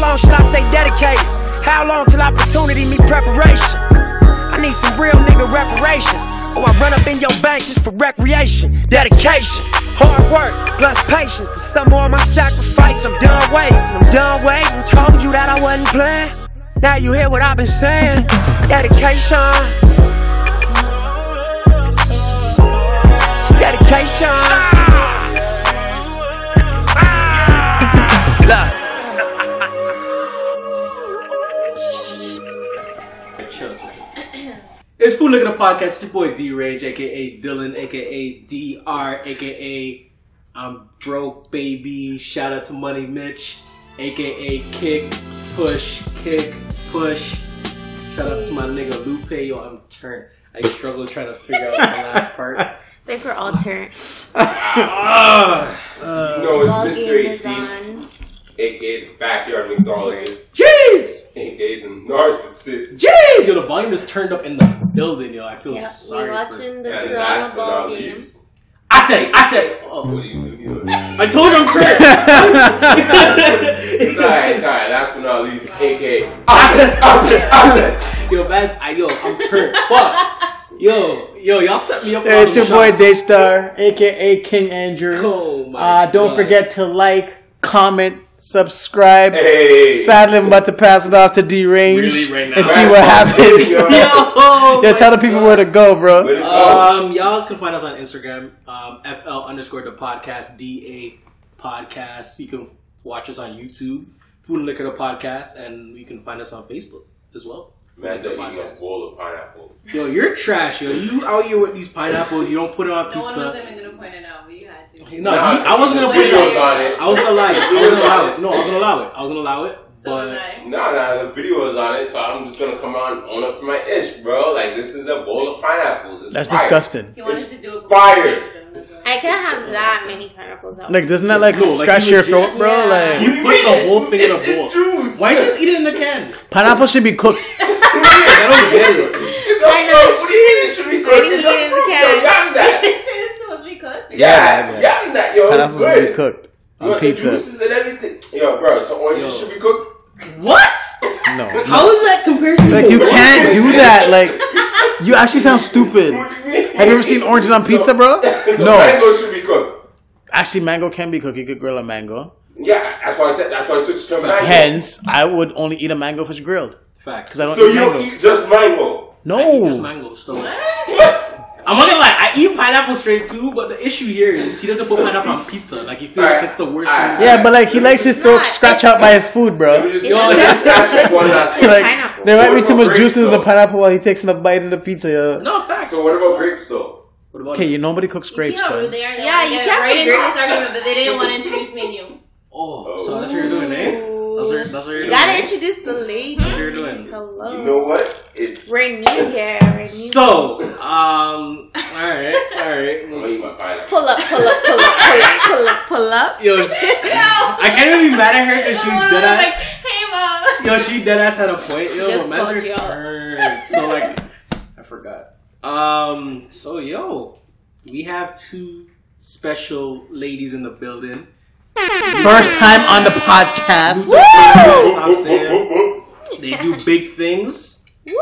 long should I stay dedicated? How long till opportunity meet preparation? I need some real nigga reparations. Or I run up in your bank just for recreation. Dedication, hard work, plus patience. To some more of my sacrifice, I'm done waiting. I'm done waiting. Told you that I wasn't playing. Now you hear what I've been saying. Dedication. It's Dedication. Look. It's Food Look at the Podcast. It's your boy D Rage, aka Dylan, aka DR, aka I'm Broke Baby. Shout out to Money Mitch, aka Kick, Push, Kick, Push. Shout out to my nigga Lupe. Yo, I'm turned. I struggle trying to figure out the last part. They were all turned. No, it's Ball game Mystery is Deep, on. aka the backyard mixologist, Jeez! aka the narcissist. Jeez! Yo, the volume is turned up in the building, yo. I feel Yep, sorry. we're For... watching the And Toronto last but ball not game. least, I tell you, I tell you. what Oh, do you do? I told you I'm turned. Sorry, sorry. Last but not least, aka I'm turned, I'm turned, I'm turned. Yo, man, I, yo, I'm turned. Fuck. Yo, yo, y'all set me up. Hey, it's your boy Dave. Daystar, aka King Andrew. Oh my. Uh, don't God. forget to like, comment, subscribe. Hey. Sadly, I'm about to pass it off to D Range Really, right now. and see what happens. Yo. Yo. yeah, tell the people where to go, Where to bro. go? Um, y'all can find us on Instagram, um, FL underscore the podcast, DA podcast. You can watch us on YouTube, Food and Liquor the podcast, and you can find us on Facebook as well. Food and Imagine Liquor eating a Podcast. bowl of pineapples. Yo, you're trash, yo. You out here with these pineapples. You don't put it on No one was pizza. even gonna point it out, but you had to. No, you, I wasn't gonna put it on. videos on it. I was gonna allow it. I was gonna allow it. No, I was gonna allow it. I was gonna allow it. So was But I. No, no, the video is on it, so I'm just gonna come out and own up to my ish, bro. Like this is a bowl of pineapples. It's That's fire. disgusting. He wanted to do it. Fire. I can't have that many pineapples out. Like, doesn't that like No, like, scratch you your legit- throat, bro? Yeah. you Like, put the whole thing in a bowl. Juice. Why just eat it in the can? pineapple should be cooked. I don't get it. It's a I know. fruit. What do you mean it should be cooked? Maybe It's a it is a fruit. cat. Yo, yum that. This is supposed to be cooked. Yeah, Yeah, yum that, yo. it's Pineapple should be good. cooked You on want the pizza. juices and everything. Yo, bro, so oranges Yo. should be cooked. What? No, How is that comparison? like you can't do that. Like, you actually sound stupid. What do you mean? Have you ever seen oranges on pizza, bro? So No. mango should be cooked. Actually, mango can be cooked. You could grill a mango. Yeah, that's why I said. That's why I switched to mango. Hence, I would only eat a mango if it's grilled. Facts. 'Cause I don't Oh. So you eat mango. don't eat just mango. There's no. mangoes though. I'm not gonna lie, I eat pineapple straight too, but the issue here is he doesn't put pineapple on pizza. Like, he feels like Alright, it's the worst alright. thing. Yeah, but like he likes his throat not. scratched out by his food, Let me bro. just- It's Yo, just- that's- that's one last- It's Like pineapple. there might be What too about much juices in the grapes, pineapple while he takes a bite of the pizza. Yo. No, facts. So what about grapes though? What about Okay, it? you nobody cooks grapes. See how Son. rude they are? They Yeah, wanna you get can't right be into great. this argument, but they didn't want to introduce menu. Oh, so that's what you're doing, eh? That's what, that's what you're You doing. gotta eh? introduce the ladies. What you're doing. Hello. You know what? It's. We're new here. We're new. So, um, alright, alright. I'm gonna eat my pineapple. pull up, pull up, pull up, pull up, pull up, pull up. Yo, I can't even be mad at her because she I was dead like, ass. hey mom. Yo, she dead ass had a point. Yo, Just man's called are you out. turned. So like, I forgot. Um, so yo, we have two special ladies in the building. First time on the podcast. Stop Whoop, whoop, saying whoop, whoop. they do big things. Whoop.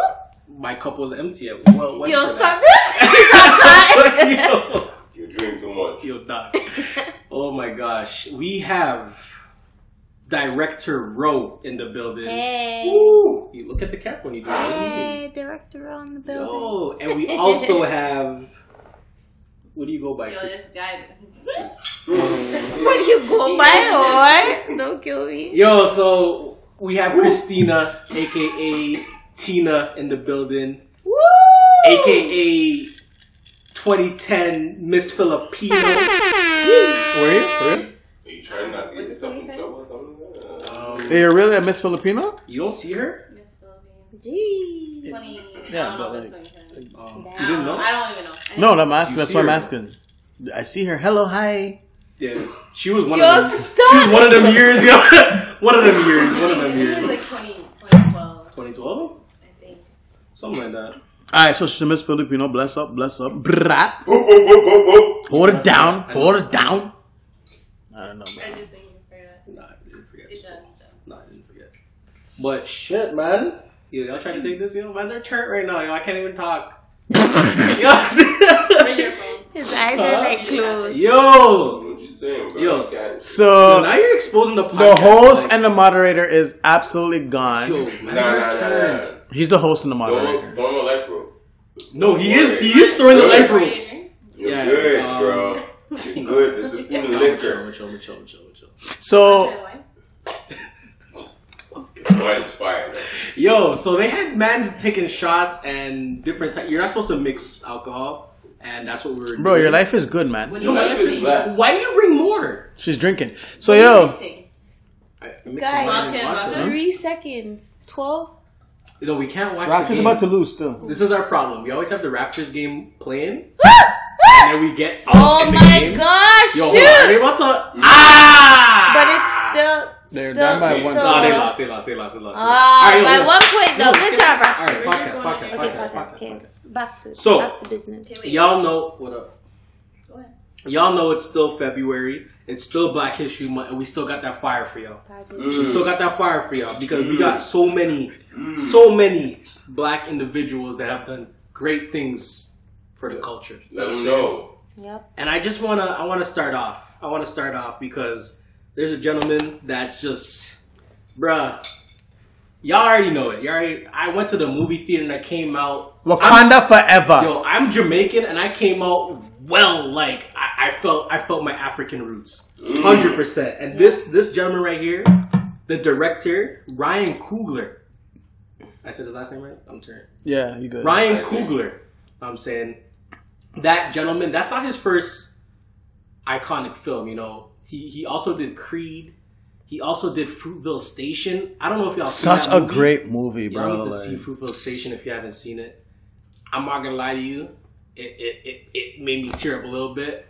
My cup was empty. I wa- went Yo, for stop that. this. yo, You drink too much. yo, doc. Oh my gosh, we have director Rowe in the building. hey. Woo. You look at the camera when you do it. Hey, director on the building. Yo, and we also have. What do you go by? Yo, Chris? this guy. What do you go by, or Oh don't kill me? Yo, so we have Christina, aka Tina, in the building. Woo! aka 2010 Miss Filipino. For real? For real? Are you trying not to get What's it yourself in called again? trouble? or something? Uh, Um, Hey, You're really a Miss Filipino? you don't see her? Miss Philippines. Jeez. 20. Yeah, I don't but know what's like- 20. Um, I you don't didn't know. know? I don't even know. No, I'm asking. You That's see why I'm her? asking. I see her. Hello, hi. Yeah, she was one Yo, of them. She was stop. one of them years, yo. one of them years. One of them It years. was like 20, 2012, 2012, I think. something like that. All right, so she's a Miss Filipino. Bless up, bless up. Brrrah. whoop, whoop, whoop, whoop, whoop. Hold it down. Hold it down. I don't know. man. I just think you forgot. Nah, I didn't forget. It's done. done. No, I didn't forget. But shit, man. Yo, y'all trying to take this? Yo, man's are chart right now. Yo, I can't even talk. Bring yo, your phone. His eyes are like closed. yo, What you saying, bro? Yo. Okay. So now you're exposing the the podcast. host like, and the moderator is absolutely gone. yo, man's Nah, nah, nah, are nah. turned. He's the host and the moderator. Don't, don't know life, bro. No, he is. He is throwing the Good. life room. You're Yeah, good, um, bro. You're good. This is food and liquor. Chill, chill, chill, chill, chill. Oh. So Wine is fire, though. Yo, so they had mans taking shots and different. Ty- you're not supposed to mix alcohol, and that's what we were. Doing. bro, your life is good, man. Your life is blessed. Why do you bring more? She's drinking. So yo, I- I mixed Guys. wine and Vodka, vodka. vodka. Three seconds. Twelve. No, we can't watch. the Raptors game. about to lose still. This is our problem. We always have the Raptors game playing, and then we get out oh in the my game. gosh! Yo, hold on. Are they shoot! about to? Ah! But it's still. They're still, down by it's one. still No, they lost. lost. They lost. They lost. They lost. Ah, All right, yo, by yo. one point though. Yo, Good skip- job, All Raptors. right, podcast, podcast, Okay, podcast, podcast, podcast, okay. podcast. Back to So- back to business. Y'all know what up. Y'all know it's still February. It's still Black History Month, and we still got that fire for y'all. We Mm, still got that fire for y'all because we got so many, so many black individuals that have done great things for the culture. Let them know. Yep. And I just wanna, I wanna start off. I wanna start off because there's a gentleman that's just, bruh. Y'all already know it. Y'all already, I went to the movie theater and I came out. I'm- Wakanda forever. Yo, I'm Jamaican and I came out well like I, I felt I felt my African roots. Hundred percent. And this this gentleman right here, the director, Ryan Coogler. I said his last name right? I'm turned. Yeah, you good. Ryan Okay. Coogler. I'm saying that gentleman, that's not his first iconic film, you know. He he also did Creed. He also did Fruitville Station. I don't know if y'all seen Such that a movie. great movie, bro. Y'all need to like- see Fruitville Station if you haven't seen it. I'm not gonna lie to you, it it, it, it made me tear up a little bit,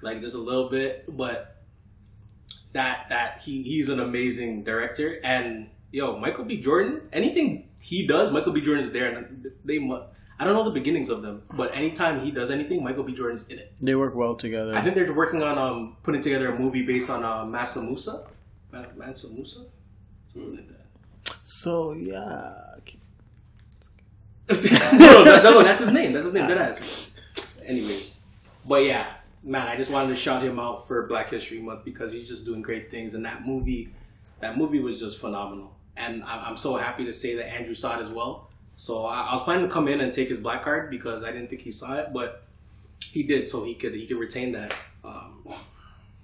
like just a little bit. But that that he he's an amazing director, and yo, Michael B. Jordan, anything he does, Michael B. Jordan's there, and they mu- I don't know the beginnings of them, but anytime he does anything, Michael B. Jordan's in it. They work well together. I think they're working on um putting together a movie based on uh, Massa Musa, Ma- Mansa Musa, something like that. so yeah. no, no, no, no, that's his name. That's his name. That ass. Anyways, but yeah, man, I just wanted to shout him out for Black History Month because he's just doing great things, and that movie, that movie was just phenomenal. And I- I'm so happy to say that Andrew saw it as well. So I, I was planning to come in and take his black card because I didn't think he saw it, but he did, so he could he could retain that. Um,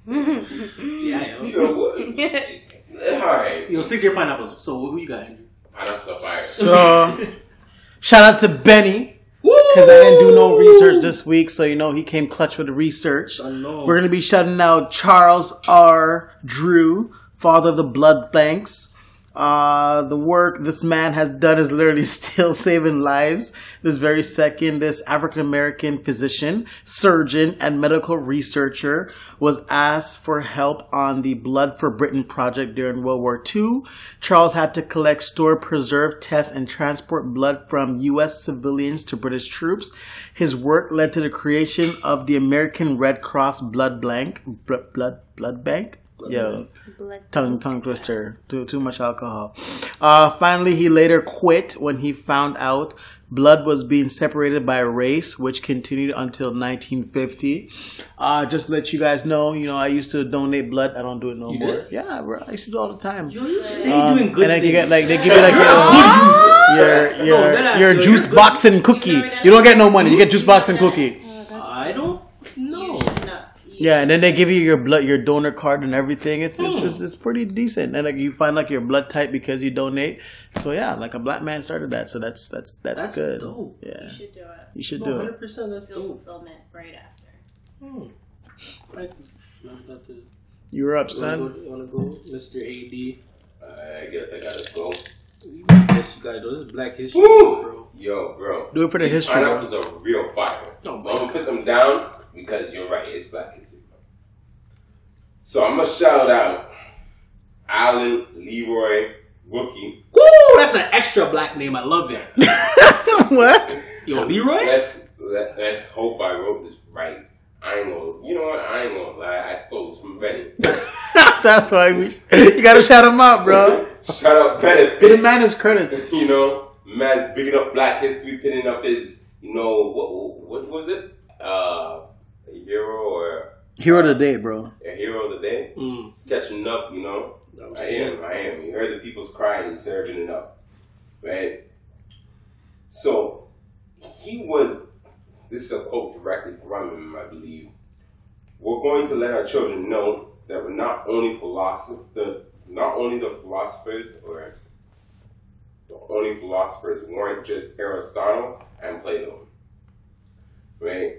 yeah, yo. Yo, what? Alright. yo, stick to your pineapples. So who you got, Andrew? Pineapples are fire. So shout out to Benny because I didn't do no research this week, so you know he came clutch with the research. know. We're gonna be shouting out Charles R. Drew, father of the blood banks. Uh, the work this man has done is literally still saving lives. This very second, this African American physician, surgeon, and medical researcher was asked for help on the Blood for Britain project during World War II. Charles had to collect, store, preserve, test, and transport blood from U.S. civilians to British troops. His work led to the creation of the American Red Cross Blood Bank. Blood, blood, blood Bank? yeah Blood. tongue tongue twister. Too too much alcohol. Uh, finally, he later quit when he found out blood was being separated by race, which continued until 1950. Uh, just to let you guys know, you know, I used to donate blood. I don't do it no more. did? Yeah, bro, I used to do it all the time. Yo, you stay Um, doing good and I things. could get like they give you like your your No, your, that ass, your yo, juice you're good. box and cookie. never done You don't it? get no money. You get juice box and You've never cookie. I don't know. Yeah, and then they give you your blood, your donor card, and everything. It's it's, Hmm. it's it's pretty decent, and like you find like your blood type because you donate. So yeah, like a black man started that, so that's that's that's, That's good. dope. Yeah, You should do it. you should No, do it. hundred percent. That's You'll dope. film it right after. Hmm. Thank you. I'm about to- You're wanna up, go- son. you wanna go, Mr. AD? I guess I gotta go. Yes, you gotta do. This is Black History, Woo! bro. Yo, bro. Do it for the These history. bro. Pineapples are real fire. Oh, but I'm gonna put them down because you're right. It's black history. Month. So I'm gonna shout out Allen, Leroy, Wookie. Woo! That's an extra black name. I love it. what? Yo, Leroy. Let's let, let's hope I wrote this right. I ain't gonna. You know what? I ain't gonna lie. I stole this from Benny. that's why we. You gotta shout him out, bro. Shout out Get a benefit. man his credits. You know, man, bigging up Black History, pinning up his, you know, what what was it? Uh, a hero or Hero of the day, bro. a hero of the day? Mm. It's catching up, you know. I'm I saying. am, I am. You heard the people's crying and surging it up, right? So he was. This is a quote directly from him, I believe. We're going to let our children know that we're not only philosoph- the not only the philosophers or the only philosophers weren't just Aristotle and Plato, right?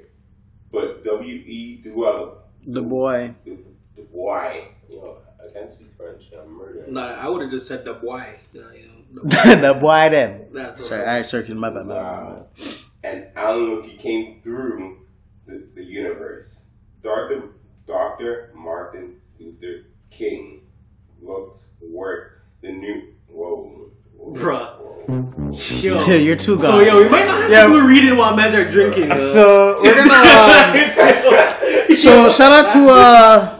But W. E. Du Bois, The boy. Du Du Bois, you know, I can't speak French. I'm murdering. No, I would have just said the why. You know, you know, the- the boy then. that's Sorry, all. I circled my bad. My bad, my bad. Wow. Uh, And Alan Loki came through the, the universe. Dr. Dr. Martin Luther King looked, worked, the new. Whoa. whoa, Bruh. whoa. Yo. Dude, you're too gone. So yo, we might not have Yeah. to read it while men are drinking. yo. So we're uh, gonna. Um, so shout out to uh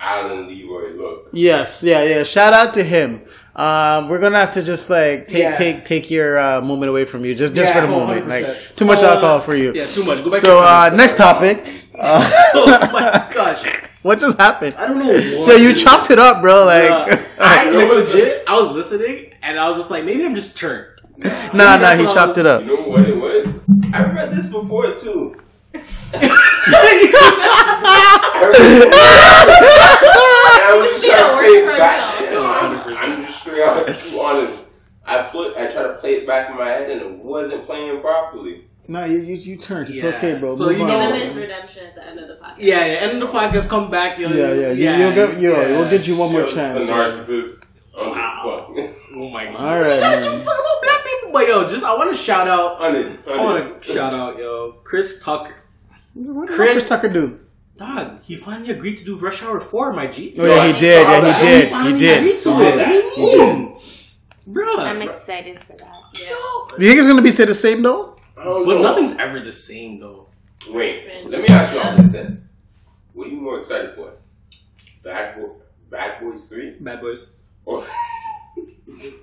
Alan Leroy look. yes yeah yeah shout out to him. Um, we're gonna have to just like take Yeah. take take your uh, moment away from you just just Yeah, for the moment like 100%. too much Uh, alcohol for you. yeah, too much. Go back so to- uh, next topic. Uh, oh my gosh. What just happened? I don't know. What Yeah, you dude. chopped it up, bro. Like, Bruh, Uh, I like, legit. I was listening and I was just like, maybe I'm just turned. nah, nah, he that's chopped it You up. know what it was? I read this before too. I read this before. I was trying to Just be a play it word for back. himself. You know, I'm, I'm just straight out too honest. I put, I tried to play it back in my head, and it wasn't playing properly. No, you you, you turned. It's Yeah. okay, bro. So Move you on. know- Give him his redemption at the end of the podcast. Yeah, yeah. End of the podcast. Come back. Yo, yeah, yeah, you, You'll get, yo, we'll get you one more Yo, chance. The narcissist. Oh, Wow. fuck. Oh my god. All right, Shut man. the fuck about black people. But yo, just I want to shout out. Hundred, I want hundred. to shout out, yo, Chris Tucker. What did Chris- Chris Tucker do? Dog, he finally agreed to do Rush Hour 4, my G. Oh yeah, I he did. saw Yeah, that. he He did. finally He agreed did. to Saw it. that. What do you mean? Bruh. I'm excited for that. Do you think it's gonna be stay the same though? I don't But know. nothing's ever the same, though. Wait, let me ask you all this then. What are you more excited for? Bad, Boy, Bad Boys 3? Bad Boys. Or,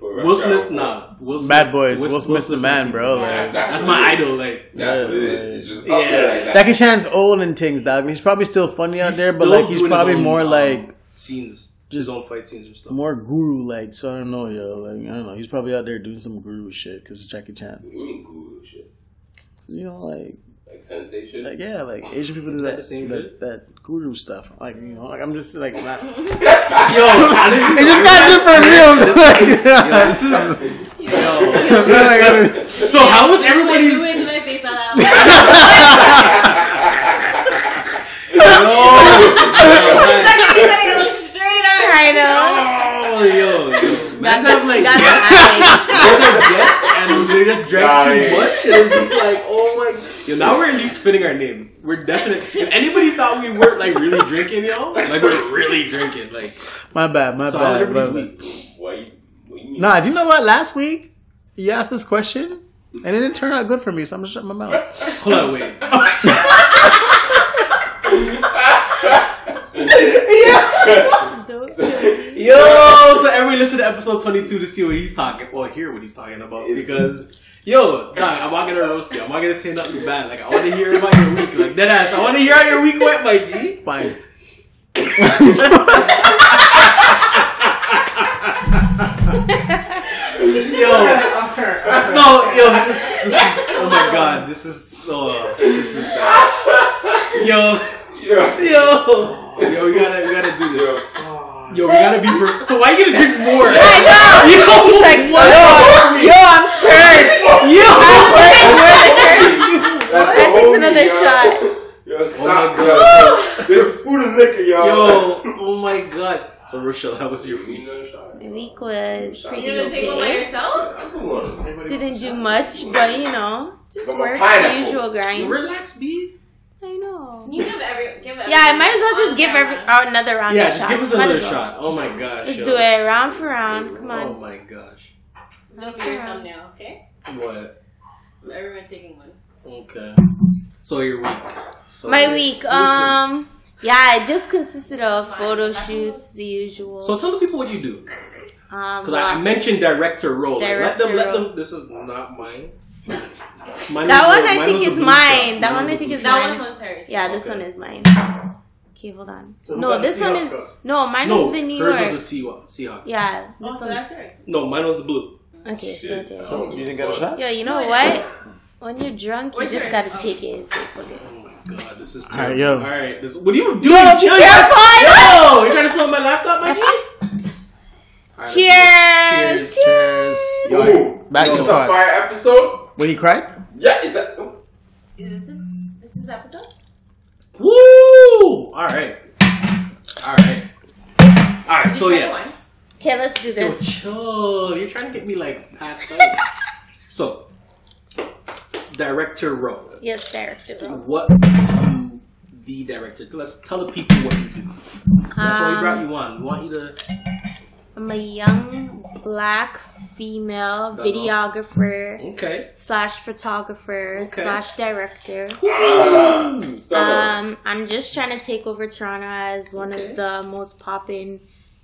or Rush Will Hour Smith, 4? nah. Will Smith, Bad boys. Will- Will Will Smith's the man, bro. Like Exactly. That's my idol, like. That's what it is. It's just up Yeah. there like that. Jackie Chan's old and things, dog. He's probably still funny out He's there, but still like he's doing his probably own, more um, like Scenes. Just- Just don't fight scenes and stuff. more guru like. So I don't know, yo. Like I don't know. He's probably out there doing some guru shit because it's Jackie Chan. What do you mean guru shit? You know, like Like sensation? like yeah, like Asian people do that the same that, shit? that guru stuff. Like you know, like I'm just like not. Yo, honestly, It just got different this real. is. Yo. Like, like, So, how was everybody's. Yo, Everybody's my face on that. Like, he's like, look straight at her. I know. Oh, yo, yo. Man's have like. That's guests- what I Those are guests, and they just drank Nah, too yeah. much, and it's just like, oh my. Yo, now we're at least fitting our name. We're definite. If anybody thought we weren't like really drinking, yo, like we're really drinking, like. my bad, my So how was bad. my everybody's bad. week? Why you, what you mean? Nah, do you know what? Last week you asked this question and it didn't turn out good for me, so I'm gonna shut my mouth. Hold on, wait. like. Yo, so everybody listen to episode 22 to see what he's talking, well, hear what he's talking about, It's- because. Yo, dog, I'm not gonna roast you. I'm not gonna say nothing bad. Like, I wanna hear about your week. Like, deadass, I wanna hear how your week went, my G. Fine. Yo, I'm No, yo, this is, this is oh my god, this is oh, this is bad. Yo, Yo, yo, yo, we gotta we gotta do yo, this. Yo, we gotta be. Pre- so why you gonna drink more? I know. You know He's like, what? yo, I'm turned. Yo, that's takes homie, another yo. shot. Yo, Oh stop, my yo. This is food and liquor, y'all. yo, oh my god. So Rochelle, how was your You week? need another shot? The week was You pretty gonna take one by okay. yourself? Yeah, come on. Didn't do much, but you know, just Some work the pineapples. usual You grind. relax, B. I know. You give every. Give Yeah, I might as well just give every, everyone. oh, another round. Yeah, of just shots. give us Might another as well. shot. Oh my gosh. Let's yo. do it round for round. Come Oh on. my gosh. That'll be your thumbnail, okay? What? So everyone taking one. Okay. So your week. So My your- week, what was your- um, yeah, it just consisted of photo shoots, the usual. So tell the people what you do. Um, Because I, I mentioned director role. Like, let them, Director let role. them. This is not mine. Mine That was- one I mine think was a is blue mine. shot. That one was I a think blue is shot. That Mine- one was hers. yeah, this Okay. one is mine. Okay, hold on. So who no, got this one Seahawks is got? no. Mine No, is the New hers York. was the Seahawks. Seahawks. yeah, this Oh, so one. that's hers. No, mine was the blue. okay, so that's yours. Shit, I don't So, give you a didn't get a fuck. shot? Yo, you know No, what? it- When you're drunk, you Where's just yours? gotta Oh. take it. And say, fuck it. Oh my god, this is Alright, terrible. yo. All right, this, what are you doing? Yo, be Jill? careful! Yo, you trying to smell my laptop, my G? Alright, Cheers! Cheers! Cheers. Ooh, Back this to is a fun. fire episode. When you cried? Yeah, is that? ooh, Is this this is episode? Woo! All right. All right. All right. So yes. Okay, let's do Yo, this. chill. You're trying to get me like passed out. so, director role. Yes, director. role. What makes you the director? Let's tell the people what you do. That's why we brought you on. We want you to. Um, I'm a young black female Uh-oh. videographer Okay. slash photographer Okay. slash director. Ah, stop. Um, I'm just trying to take over Toronto as one Okay. of the most poppin'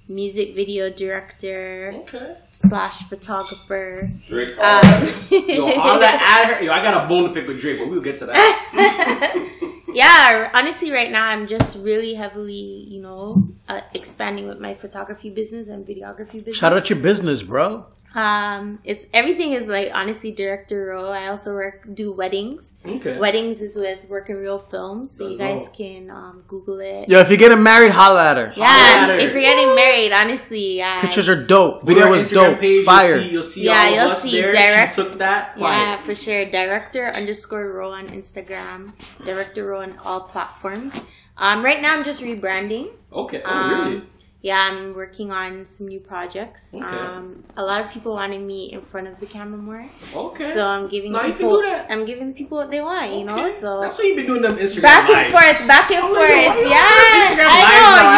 music video director Okay. slash photographer. Drake. Um, Yo, all that ad. Yo, I got a bone to pick with Drake, but we'll get to that. yeah, honestly, right now I'm just really heavily, you know, uh, expanding with my photography business and videography business. Shout out your business, bro. Um, it's everything is like honestly director role. I also work do weddings. Okay. Weddings is with Work and Real Films, so you Don't know. guys can um, Google it. Yo, if you're getting married, holla at her. Yeah, Holler. if you're getting married, honestly, yeah. Pictures are dope. Video Our was Instagram dope. Page, Fire. You'll see, you'll see Yeah, all of you'll us see there. direct- She took that. yeah, Fire. for sure. Director underscore row on Instagram, director row on all platforms. Um, right now I'm just rebranding. Okay. Oh, really? Um, yeah, I'm working on some new projects. Okay. Um, a lot of people wanted me in front of the camera more, Okay. so I'm giving Now you can people. do that. I'm giving the people what they want, you know. Okay. So that's what you've been doing them Instagram back and lives. forth, back and I'm forth. like, yo, why you doing yeah, Instagram I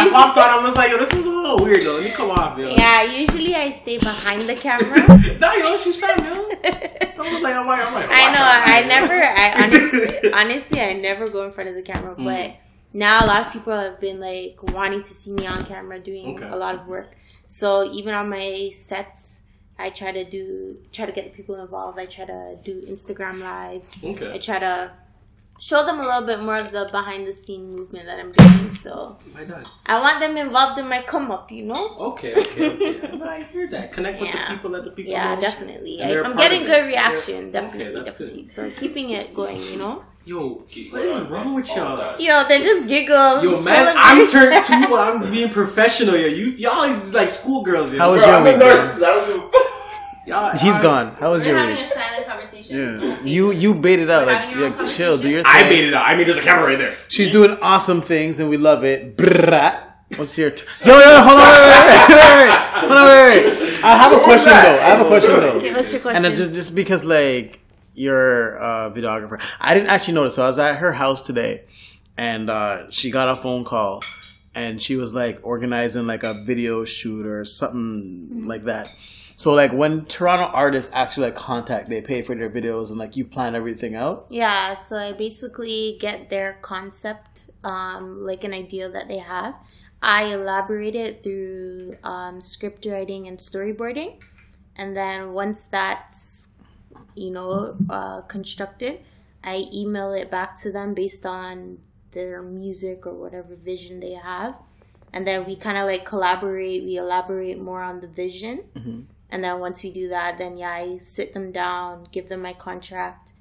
lives, know. though? I popped on. I was like, yo, this is a little weird though. Let me come off, yo. usually, yeah, usually I stay behind the camera. no, yo, she's fine, yo. I was like, I'm like, I'm like, I know. I never. I honestly, I honestly, I never go in front of the camera. Mm. But now a lot of people have been like wanting to see me on camera doing Okay. a lot of work. So even on my sets, I try to do try to get the people involved. I try to do Instagram lives. I Okay. try to show them a little bit more of the behind the scene movement that I'm doing. So Why not? I want them involved in my come up. You know. Okay, okay, okay. But I hear that. Connect with Yeah. the people, let the people Yeah, know. definitely. And I, they're a I'm part of getting it. good They're- reaction, okay, definitely, that's good. definitely. So keeping it going, you know. Yo, what is wrong Oh with y'all? Yo, they just giggle. Yo, man, I'm turned two, but I'm being professional, yo. You, y'all is like schoolgirls, yo. How was Bro, your I'm a week? man? narcissist. I don't give a fuck. Y'all- He's I- gone. How was We're your having week? a silent conversation. Yeah. You you baited out We're like having our yeah, own chill, do your thing. I made it up. I mean, there's a camera right there. She's doing awesome things and we love it. Brrrah. What's your t- yo yo? Hold on, wait, wait, wait, wait, wait. hold on, wait, wait, wait. I have a question though. I have a question though. Okay, what's your question? And then just just because like you're a videographer, I didn't actually notice. So I was at her house today, and uh, she got a phone call, and she was like organizing like a video shoot or something Mm-hmm. like that. So like when Toronto artists actually like contact, they pay for their videos and like you plan everything out. yeah, so I basically get their concept, um, like an idea that they have. I elaborate it through um, script writing and storyboarding, and then once that's you know uh, constructed, I email it back to them based on their music or whatever vision they have, and then we kind of like collaborate. We elaborate more on the vision. And then once we do that, then yeah, I sit them down, give them my contract,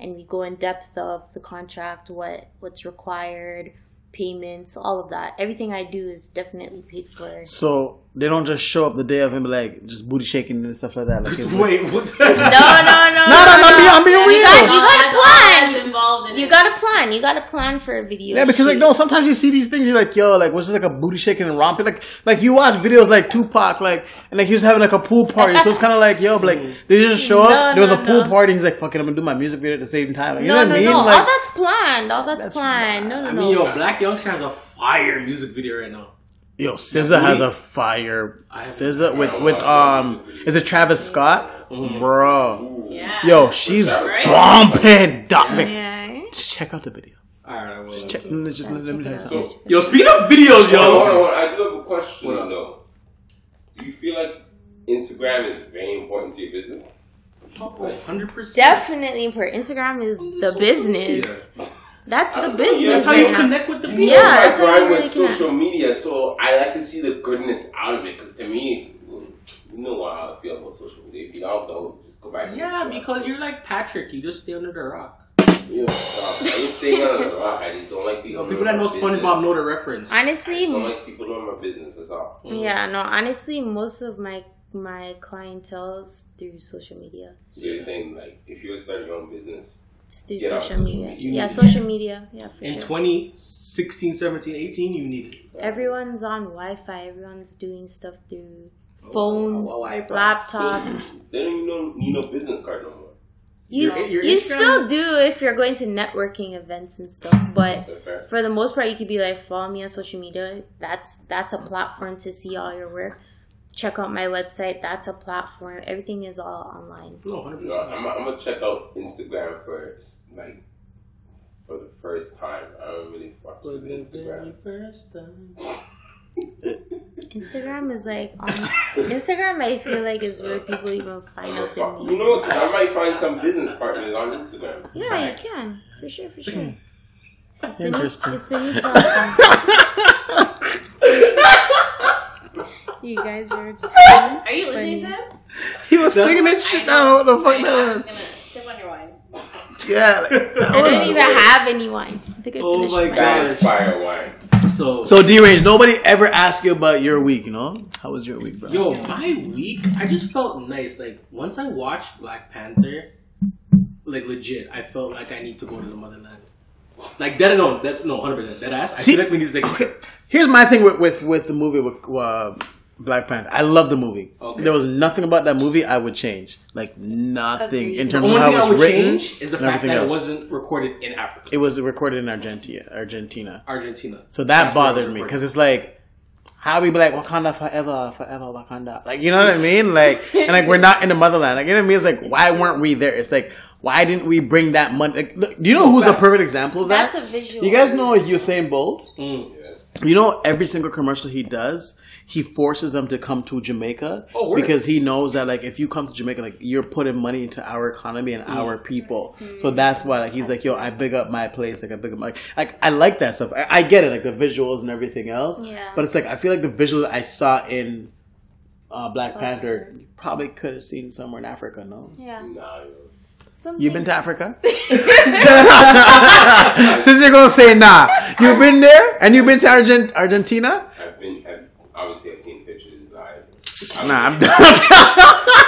and we go in depth of the contract, what what's required, payments, all of that. Everything I do is definitely paid for. So they don't just show up the day of and be like just booty shaking and stuff like that. Like, it's- Wait, what? No, no, no, No, no, no, I'm being, I'm being You real. got, you Oh, That's all got a that's plan. involved in You it. got a plan. You got a plan for a video. Yeah, because like shoot. no, sometimes you see these things, you're like, yo, like was this like a booty shaking and romping? Like like you watch videos like Tupac, like and like he was having like a pool party. So it's kinda like, yo, but, like they just show Mm. up, No, there was no, a pool no. party, he's like, fuck it, I'm gonna do my music video at the same time. Like, you no, know what no, I mean? no. all Like that's planned. All that's, That's planned. No, no, I no. mean, yo, Black Youngster has a fire music video right now. Yo, SZA has a fire SZA with with um is it Travis Scott? Mm-hmm. Bro. Yeah. Yo, she's Right? bumping Doc Mc- yeah. Just check out the video. All right, well, Just check just let me tell you something. So, yo, speed up videos, hold on, hold yo. on. I do have a question What up? though. Do you feel like Instagram is very important to your business. Oh, 100%. Definitely important. Instagram is the business. That's the Yeah, That's business. how right you now. connect with the people. Yeah, that's how you I grind with really connect. social media, so I like to see the goodness out of it. Because to me, you know how I feel about social media. If you don't know, just go back. and Yeah, look. because you're like Patrick. You just stay under the rock. You know, stop. I just stay on the rock. I just don't like people. people that know knowing my SpongeBob know business. the reference. I just don't Honestly, like people knowing my business. That's all. yeah, no. Honestly, most of my my clientele's through social media. So you're saying like, if you're starting your own business, It's through Get out social of media. social media. yeah, social media. Yeah, for In sure. 2016, 17, 18, you need it. Everyone's on Wi-Fi. Everyone's doing stuff through phones, oh, Wi-Fi. laptops. so they don't even know need no business card no more. You Your- your you Instagram- still do if you're going to networking events and stuff, but Okay, fair. for the most part, you could be like, follow me on social media. That's that's a platform to see all your work. Check out my website. That's a platform. Everything is all online. No, 100%. No, I'm, I'm gonna check out Instagram first, like for the first time. I don't really watch For the very Instagram. first time. Instagram is like on Instagram. I feel like is where people even find out their You needs. know what? 'Cause I might find some business partners on Instagram. Yeah, you can for sure, for sure. It's the new- Interesting. it's the new platform. you guys are. Are you listening to him? He was singing that shit now. What the fuck I was that gonna sip on your wine. was? Yeah. like, that I was- don't even have anyone. I think I Oh finished my mine. God. That is fire wine. So, So deranged. Nobody ever asked you about your week. You know how was your week, bro? yo, my week, I just felt nice. Like, once I watched Black Panther, like, legit, I felt like I need to go to the motherland. Like, that, no, that, no, 100%. That ass, I See- feel like we need to take Okay. Here's my thing with with, with the movie with uh, Black Panther. I love the movie. Okay. There was nothing about that movie I would change. Like nothing Agreed. in The terms only of thing how I it would was written. change is the and fact everything that it else. wasn't recorded in Africa, It was recorded in Argentina. Argentina. Argentina. So that That's where it was bothered me recorded. because it's like. How we be like Wakanda forever, forever Wakanda? Like you know what I mean? Like and like we're not in the motherland. Like you know what I mean? It's like why weren't we there? It's like why didn't we bring that money? Like, look, do you know who's a perfect example of that? That's a visual. You guys know Usain Bolt? Mm. You know every single commercial he does, he forces them to come to Jamaica Oh, word. because he knows that like if you come to Jamaica, like you're putting money into our economy and our people. So that's why like he's like, yo, I big up my place, like I big up my like I like that stuff. I, I get it, like the visuals and everything else. Yeah. But it's like I feel like the visual I saw in uh, Black Panther you probably could have seen somewhere in Africa. No, Yeah. Nah, Some you've been things- to Africa. Since you're gonna say nah, you've been there and you've been to Argent- Argentina. I've been. I've, obviously, I've seen pictures. I, Nah, I'm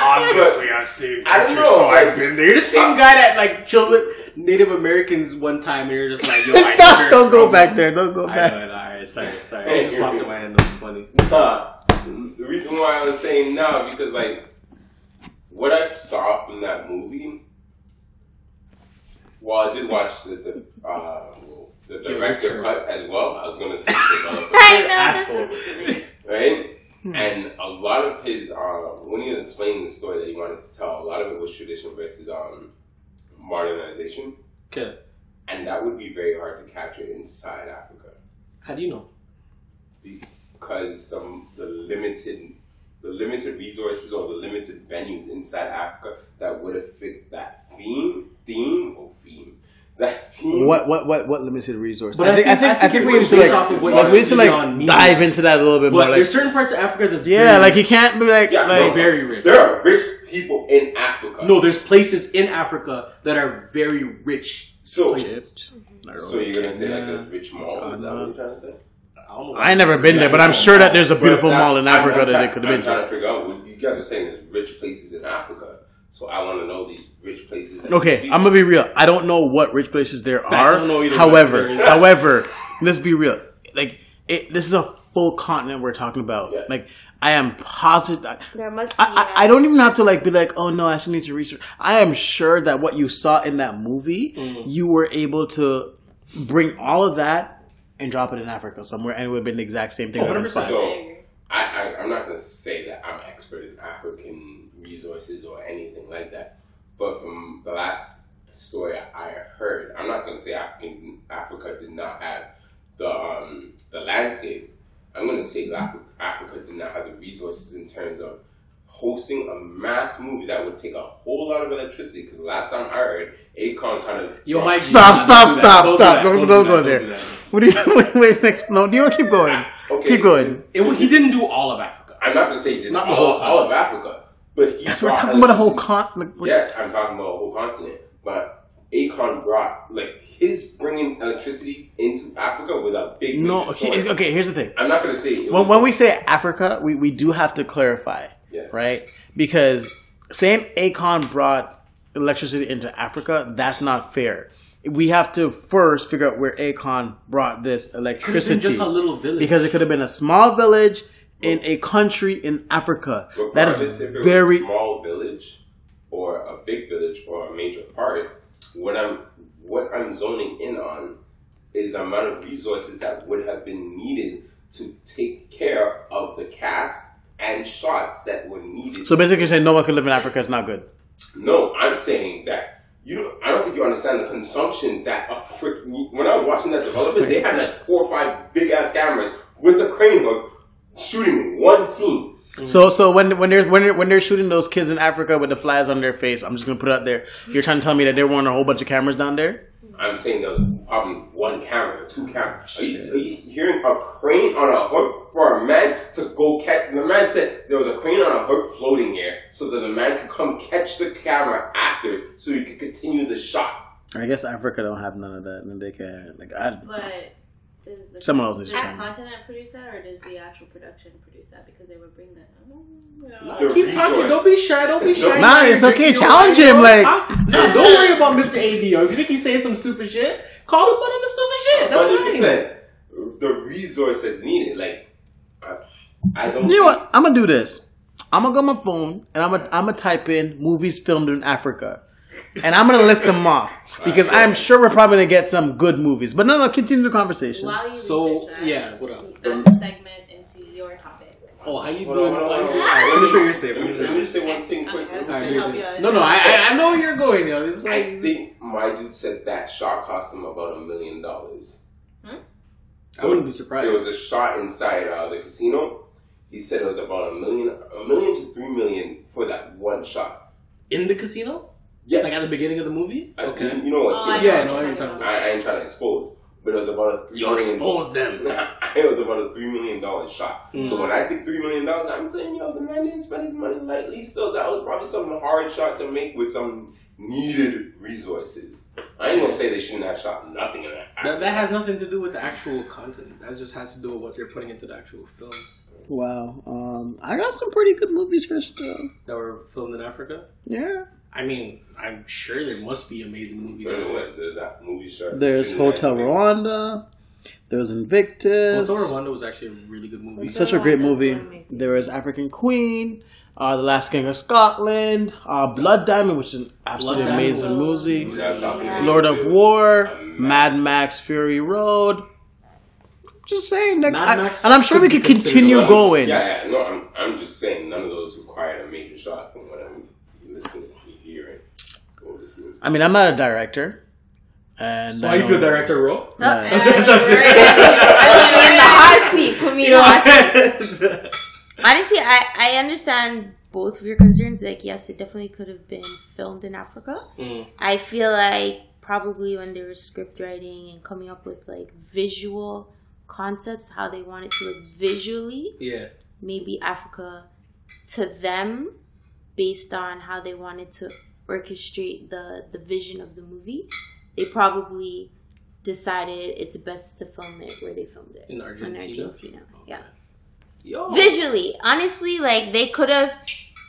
obviously, I've seen. I don't know. I've been there. You're the same guy that like chilled with Native Americans one time, and you're just like, yo, I Stop! never- Don't go back there. Don't go I back. know it. All right, sorry, sorry. I just popped in my hand. That was funny. Nah, the reason why I was saying now because like what I saw from that movie. Well, I did watch the the, uh, well, the director return. cut as well. I was gonna say developer, I know. that's Asshole. right? And a lot of his uh, when he was explaining the story that he wanted to tell, a lot of it was tradition versus um, modernization, Okay, and that would be very hard to capture inside Africa. how do you know? because the, the limited the limited resources or the limited venues inside Africa that would have fit that theme theme or theme that theme What what what what limited resource? But I think I think I think it we was need to based off like, of what like you we need see to like on media. dive into that a little bit But more. Like, there's certain parts of Africa that's yeah, very- like you can't be like Yeah, like no, very rich. there are rich people in Africa no, there's places in Africa that are very rich. so Egypt. so you're gonna say like Yeah. there's rich mall is that what you're trying to say I don't know. I ain't never been there, but I'm sure that there's a beautiful But mall in I'm- I'm Africa that try- they could have been I'm trying to. to figure out what you guys are saying there's rich places in Africa so I want to know these rich places that Okay, these I'm gonna be real. I don't know what rich places there Facts, I are. don't know either, However, but there is- however, let's be real. Like it, this is a full continent we're talking about. Yes. Like I am positive. There must be. uh, I, I, I don't even have to like be like, oh no, I actually need to research. I am sure that what you saw in that movie, Mm. you were able to bring all of that and drop it in Africa somewhere, and it would have been the exact same thing. that I people. 100%. found. so I, I, I'm not going to say that I'm an expert in African resources or anything like that, but from the last story I heard, I'm not going to say African Africa did not have the um, the landscape. I'm going to say that Africa did not have the resources in terms of hosting a mass movie that would take a whole lot of electricity. Because last time I heard, Akon trying to Yo, Mike, Stop, stop, do that. stop, do stop. that. Don't, do don't that. go do there. that. What do you, wait, wait, next. No, you keep going. Okay. Keep going. It was, he didn't do all of Africa. I'm not gonna say he did Not not the all, whole all of Africa, but he That's, we're brought talking about a whole electricity. con. Like, what- Yes, I'm talking about a whole continent. But Akon brought like his bringing electricity into Africa was a big No, major okay, story. okay, here's the thing. I'm not gonna say it When, was- when we say Africa, we, we do have to clarify, Yes. right? Because saying Akon brought electricity into Africa, that's not fair. We have to first figure out where Akon brought this Could have electricity. been just a little village. because it could have been a small village in a country in Africa. That Regardless is if it was very a small village or a big village or a major part. What I'm what I'm zoning in on is the amount of resources that would have been needed to take care of the cast and shots that were needed. so. Basically, you're saying no one could live in Africa is not good. No, I'm saying that you. I don't think you understand the consumption that a frick. When I was watching that development, they had like four or five big ass cameras with a crane hook shooting one scene. So, so when when they're when they're, when they're shooting those kids in Africa with the flies on their face, I'm just gonna put it out there. You're trying to tell me that there weren't a whole bunch of cameras down there? I'm saying there was probably one camera, two cameras. Are you, are you hearing a crane on a hook for a man to go catch? The man said there was a crane on a hook floating here so that the man could come catch the camera after so he could continue the shot. I guess Africa don't have none of that, and they can like I, But does the Someone else is does the trying. continent produce that, or does the actual production produce that? Because they would bring that. I don't know. The Keep talking. resource- Don't be shy. Don't be shy. Nah, it's okay. Challenge him, like- no, don't worry about Mr. ADO. If you think he's saying some stupid shit, call him out on the stupid shit. That's fine. 100%. The resources needed, like I, I don't. you know what? I'm gonna do this. I'm gonna go on my phone and I'm gonna I'm gonna type in movies filmed in Africa, and I'm gonna list them off because I'm sure we're probably gonna get some good movies. But no, no, continue the conversation. While you So, research that, yeah, what up? That's a segment into your topic. Oh, how you Hold on, doing? hold on, How you hold on. doing? Let me show you your safe. Let me- let me just say one thing quick. Okay. Alright, Should good, help good. you out. No, no, I, I, I know where you're going. Yo. It's I like think my dude said that shot cost him about a million dollars. I wouldn't be There surprised. was a shot inside uh, the casino. He said it was about a million, a million to three million for that one shot. In the casino, Yeah, like at the beginning of the movie. I- Okay. You know what? Oh, scene I I'm know Yeah, what no, I you're ain't talking talking I, I ain't trying to expose, but it was about a three You million. exposed them. it was about a three million dollar shot. Mm. So when I think three million dollars, I'm saying, yo, the man didn't spend his money lightly. Still, that was probably some hard shot to make with some needed resources. I ain't gonna say they shouldn't have shot nothing in that. That, that has nothing to do with the actual content. That just has to do with what they're putting into the actual film Wow, um, I got some pretty good movies here still. that were filmed in Africa. Yeah, I mean, I'm sure there must be amazing movies. There out there. was, there's that movie shot. there's Hotel Rwanda, there's Invictus. Hotel Rwanda was actually a really good movie. Such a great movie. There was African Queen, uh, The Last King of Scotland, uh, Blood Diamond, which is an absolutely Blood Diamond amazing was- movie. Yeah, I'm talking about- Lord of War, Mad Max Fury Road. Just saying, like, Mad I- Max and I'm sure we could could be considered continue a- going. Yeah, yeah, no, I'm, I'm just saying none of those required a major shot from what I'm listening, hearing, or listening. to. I mean, I'm not a director, and uh, Why you I feel don't- director role? No, Right. I mean, in the hot seat. Put me in the hot seat. Honestly, I, I understand both of your concerns. Like, yes, it definitely could have been filmed in Africa. Mm. I feel like probably when they were script writing and coming up with like visual concepts, how they want it to look visually, yeah. maybe Africa to them, based on how they wanted to orchestrate the, the vision of the movie, they probably decided it's best to film it where they filmed it In Argentina? In Argentina. Yeah Yo. visually honestly like they could have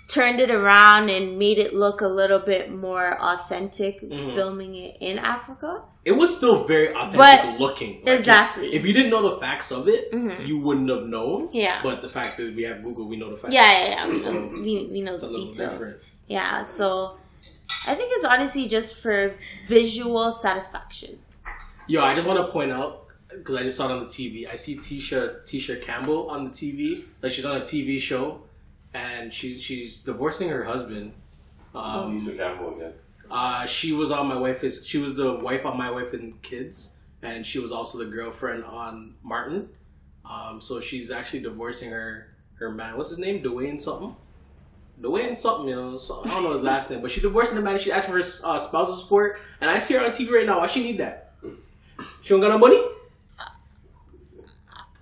turned it around and made it look a little bit more authentic Mm-hmm. filming it in africa It was still very authentic But- looking. if- exactly. If, you didn't know the facts of it, Mhm. you wouldn't have known. Yeah. But the fact is, we have Google. We know the facts. yeah yeah, yeah. So, we, we know It's a the little details different. yeah so i think it's honestly just for visual satisfaction Yo, I just want to point out because I just saw it on the TV. I see Tisha Tisha Campbell on the TV. Like she's on a TV show, and she's she's divorcing her husband. Um, Usually not more, yeah. Uh, she was on my wife is she was the wife on my wife and kids, and she was also the girlfriend on Martin. Um, so she's actually divorcing her her man. What's his name? Dwayne something. Dwayne something, you know, something, I don't know his last name, but she divorced in the man. She asked for her uh, spousal support, and I see her on TV right now. Why she need that? She don't got no money.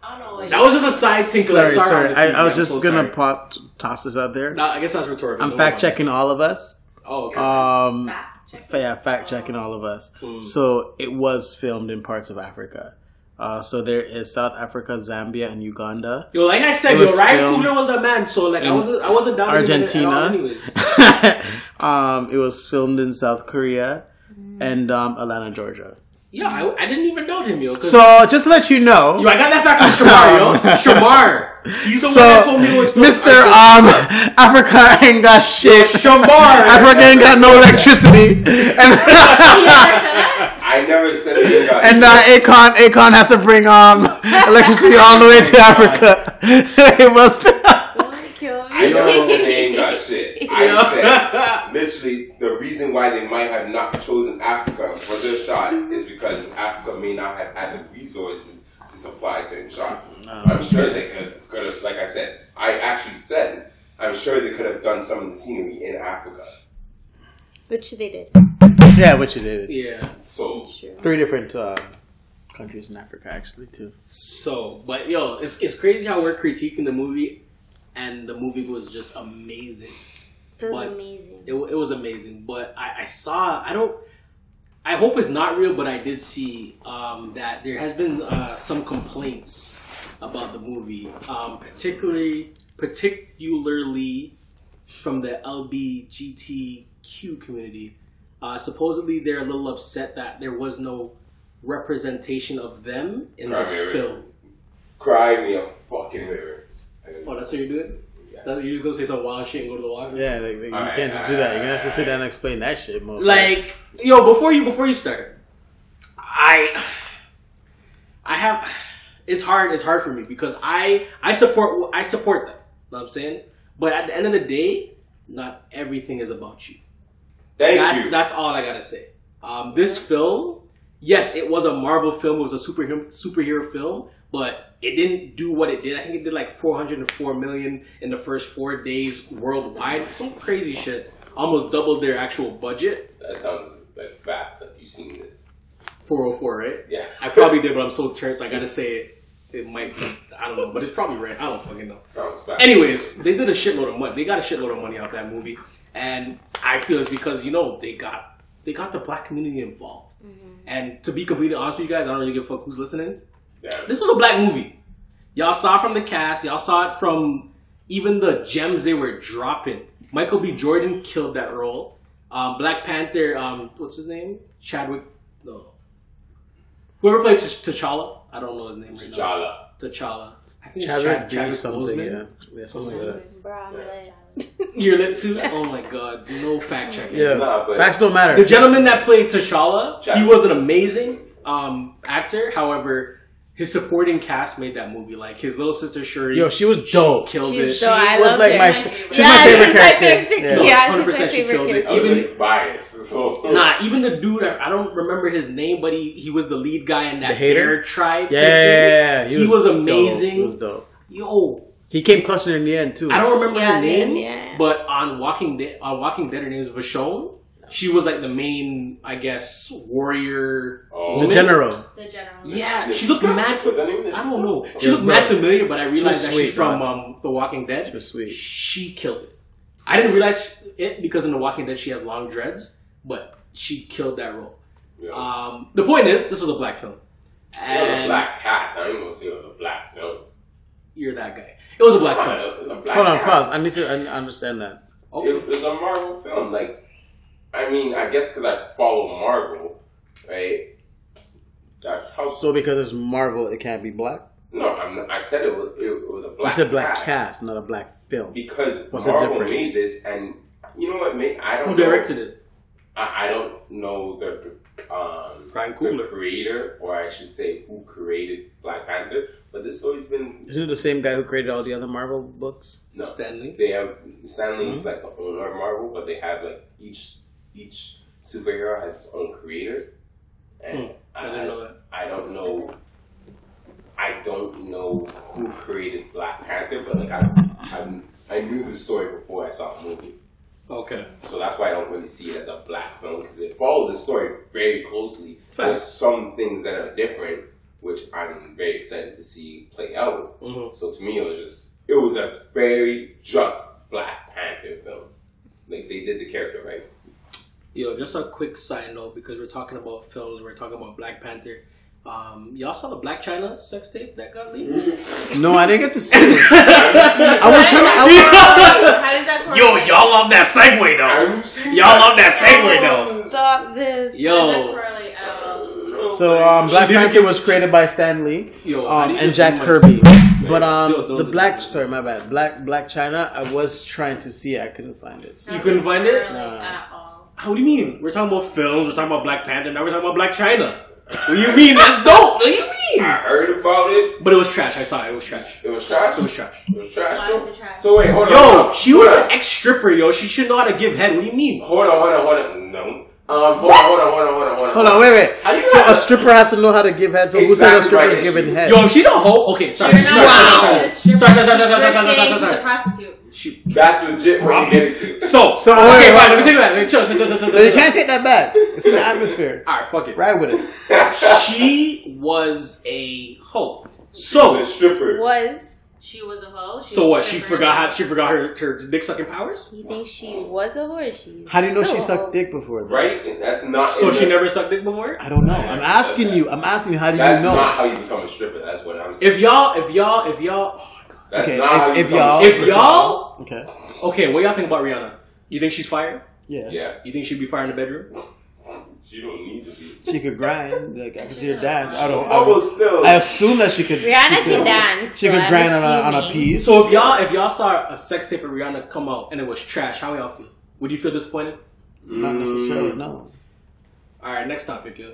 I don't know. Like, That was just a side thing. 'cause I Sorry, saw her sorry. on the I, TV. I was I'm just so gonna sorry. pop toss this out there. No, I guess that's rhetorical. I'm Don't fact worry. checking all of us. Oh, okay. Um, Fact check. fa- yeah, fact checking all of us. Hmm. So it was filmed in parts of Africa. Uh, so there is South Africa, Zambia, and Uganda. yo, like I said, it yo, was Ryan filmed Coogler was the man, so like I in wasn't, I wasn't down with him at all Argentina. anyways. um, it was filmed in South Korea and um, Atlanta, Georgia. Yeah, I, I didn't even doubt him, yo. 'cause- So just to let you know, yo, I got that fact from Shamar, yo. Shamar, he's the so one that told me it was Mr. Um, Africa ain't got shit. Shamar. Africa ain't got no electricity, and I never said anything about and you. uh, Akon Akon has to bring um electricity all the way to Africa. it was Don't kill I me. never said they ain't got shit. I said literally the reason why they might have not chosen Africa for their shots is because Africa may not have had the resources to supply certain shots. I'm sure they could, could have, like I said, I actually said, I'm sure they could have done some scenery in Africa. Which they did. yeah, which it is. Yeah. So Three different uh, countries in Africa actually too. So, but yo, it's it's crazy how we're critiquing the movie, and the movie was just amazing. It was What? amazing. It, wa- it was amazing. But I, I saw I don't. I hope it's not real, but I did see um, that there has been uh, some complaints about the movie, um, particularly particularly from the LBGTQ community. Uh, supposedly, they're a little upset that there was no representation of them in Right, right, the right. film. cry me a fucking river. And- Oh, that's what you're doing? Yeah. That's- You're just gonna say some wild shit and go to the water? Yeah, like, like, you Alright, can't just do that. You're gonna have to sit down and explain that shit more. Like, yo, before you before you start, I I have it's hard it's hard for me because I I support I support them. Know what I'm saying? But at the end of the day, not everything is about you. Thank that's you. that's all I gotta say. Um, this film, yes, it was a Marvel film. It was a superhero superhero film, but it didn't do what it did. I think it did like 404 million in the first four days worldwide. Some crazy shit. Almost doubled their actual budget. that sounds like facts. Like you've seen this. 404, right? Yeah. I probably did, but I'm so turned, so I gotta say it. It might be, I don't know, but it's probably right. I don't fucking know. sounds facts. Anyways, they did a shitload of money. They got a shitload of money out that movie, and I feel it's because you know they got they got the black community involved. And to be completely honest with you guys, I don't really give a fuck who's listening. Yeah. This was a black movie. Y'all saw it from the cast. Y'all saw it from even the gems they were dropping. Michael B. Jordan killed that role. Um, black Panther. Um, what's his name? Chadwick. No. Whoever played T'Ch- T'Challa. I don't know his name right now. Jala. T'Challa. I think it's Chadwick Chad- B. something, Boseman. yeah. yeah, something like that. Bruh, I'm lit. You're lit too? Oh my god, no fact checking. Yeah, Nah, but- facts don't matter. The gentleman that played T'Challa, he Chadwick. was an amazing um, actor. However, his supporting cast made that movie. Like his little sister Shuri Yo, she was dope. killed She's it. dope. I was loved like her. my, My she's favorite. my Yeah, favorite she's my character. favorite Yeah. yeah, she's 100% my she favorite killed it. character. I was Even- like biased. So Nah, even the dude I I don't remember his name, but he, he was the lead guy in that The hater? Bear tribe. type Yeah, thing. he, was, dope. amazing. He was dope. Yo, He came clutching in the end too. I don't remember Yeah, her name, name, yeah. but on Walking Dead, on Walking Dead, her name is Vashon. She was like the main, I guess, warrior. Oh. The woman. general. The general. Yeah, she looked mad for Was that even- I don't know. She Yeah, looked bro. mad familiar, but I realized that sweet, she's from bro. um, The Walking Dead. She was sweet. She killed it. I didn't realize it because in The Walking Dead she has long dreads, but she killed that role. Yeah. Um, the point is, this was a black film, It was a and black cast. I ain't gonna say it was a black film. you're that guy. It was a black film. Oh, It was a black Hold on, cast. pause. I need to un- understand that. It was a Marvel film. Like, I mean, I guess because I follow Marvel, right? That's how. So because it's Marvel, it can't be black. no, I'm not, I said it was. It was a You black. said black cast, not a black film. Because What's the Marvel difference? made this, and you know what? Made, I don't. Who know- directed it? I, I don't know the um Ryan the Coogler. creator, or I should say, who created Black Panther. But this always been Isn't it the same guy who created all the other Marvel books? no. Stanley. Hmm? They have Stanley is like the owner of Marvel, but they have like each each superhero has its own creator, and Hmm. I, I didn't know that. I don't know. I don't know who created Black Panther, but like I, I'm I knew the story before I saw the movie. Okay. So that's why I don't really see it as a black film because it followed the story very closely. Fair. There's some things that are different, which I'm very excited to see play out. Mhm. So to me, it was just it was a very just Black Panther film. Like they did the character right. Yo, just a quick side note because we're talking about films, we're talking about Black Panther. Um, y'all saw the Black China sex tape that got leaked? No, I didn't get to see it. I was How trying to. does I was, that correlate? How does that Yo, correlate? y'all love that segue though. Y'all love that segue though. Stop this. How does that Yo, correlate at all? So um, Black didn't Panther was created by Stan Lee yo, I um, need and to Jack do my- Kirby. But Yo, um, those the are- Black sorry my bad Black Black China. I was trying to see it. I couldn't find it. You couldn't find it? Correlate at all. How do you mean? We're talking about films, we're talking about Black Panther, now we're talking about Black China. What do you mean? That's dope. What do you I mean? heard about it. But it was trash. I saw it. It was trash. It was trash. It was trash. It was trash. Why though? was it trash? So wait, hold on. hold Yo, on. she was Hold an on. ex stripper. Yo, she should know how to give head. What do you mean? Hold on, hold on, hold on. No. Um, hold on, hold on, hold on, hold on, hold on. Hold on, wait, wait. Are you So not- a stripper has to know how to give head. So who said a Exactly stripper's right. giving head? Yo, she's a hoe. Okay, sorry. You're Sorry, not sorry, sorry, sorry, sorry, allowed to sorry, sorry, strip. sorry, You're sorry, saying sorry, she's a sorry. prostitute. She- That's legit what we did it to. So, So, okay, wait, fine. Let wait. me take it back. Let me chill, chill, chill, chill, chill, No, you chill. can't take that back. It's in the atmosphere. All right, fuck it. Ride with it. She was a hoe. So, So, the stripper. Was She was a hoe. She so was what? a She stripper. forgot how she forgot her her dick sucking powers. you think she was a whore? She. How do you know still she a sucked whore. dick before? Though? Right? And That's not. So in she the- never sucked dick before. I don't know. I'm asking you. I'm asking you. How do you That's know? not how you become a stripper. That's what I'm saying. If y'all, if y'all, if y'all, That's Okay, not how if- you if become a y'all- stripper. if y'all. Okay. Okay, what y'all think about Rihanna? You think she's fired? Yeah. Yeah, You think she'd be fired in the bedroom? she don't need to be. She could grind. Like I could see her dance. I don't. I, I will don't- still. um, I assume that she could. Rihanna she can dance, She so could I'm grind on a, on a assuming. piece. So if y'all, if y'all saw a sex tape of Rihanna come out and it was trash, how y'all feel? Would you feel disappointed? Mm. not necessarily. No. All right, next topic, yo.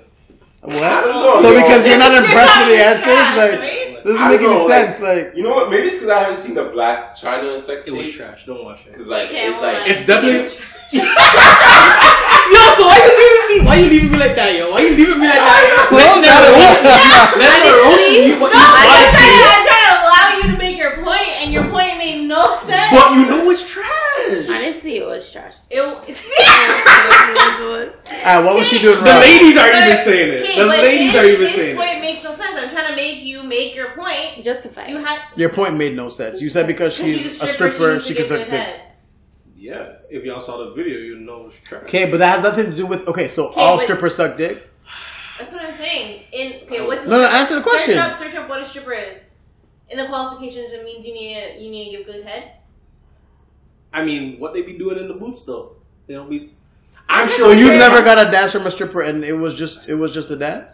I What? don't know. So yo. because you're not You're impressed not with the impressed, answers, right? like doesn't I make any know, like- sense. Like You know what? Maybe it's because I haven't seen the Black China sex It was trash. Don't watch it. Because like Okay, it's well, like It's definitely. yo, so why you leaving me? Why you leaving me like that, yo? Why you leaving me like that? Well, Let that that was- roast me. Let that roast See? me. No, What I'm you just said. trying to, I'm trying to allow you to make your point, and your point made no sense. But you know it's trash. Honestly, it was trash. It was. Alright, what was she doing The wrong? ladies are even saying it. Okay, The but ladies his- are even his saying point it. makes no sense. I'm trying to make you make your point. Justify. You had. Your point made no sense. You said because she's, a stripper, she can needs to suck get dick. good head. Yeah, if y'all saw the video, you know it's trash. Okay, but that has nothing to do with. Okay, so all but- strippers suck dick. That's what I'm saying. In okay, what's No, no, answer the question. Search up, search up what a stripper is. In the qualifications, it means you need a, you need to give good head. I mean, what they be doing in the booths though? They don't be. I'm sure. So you never got a dance from a stripper, and it was just it was just a dance.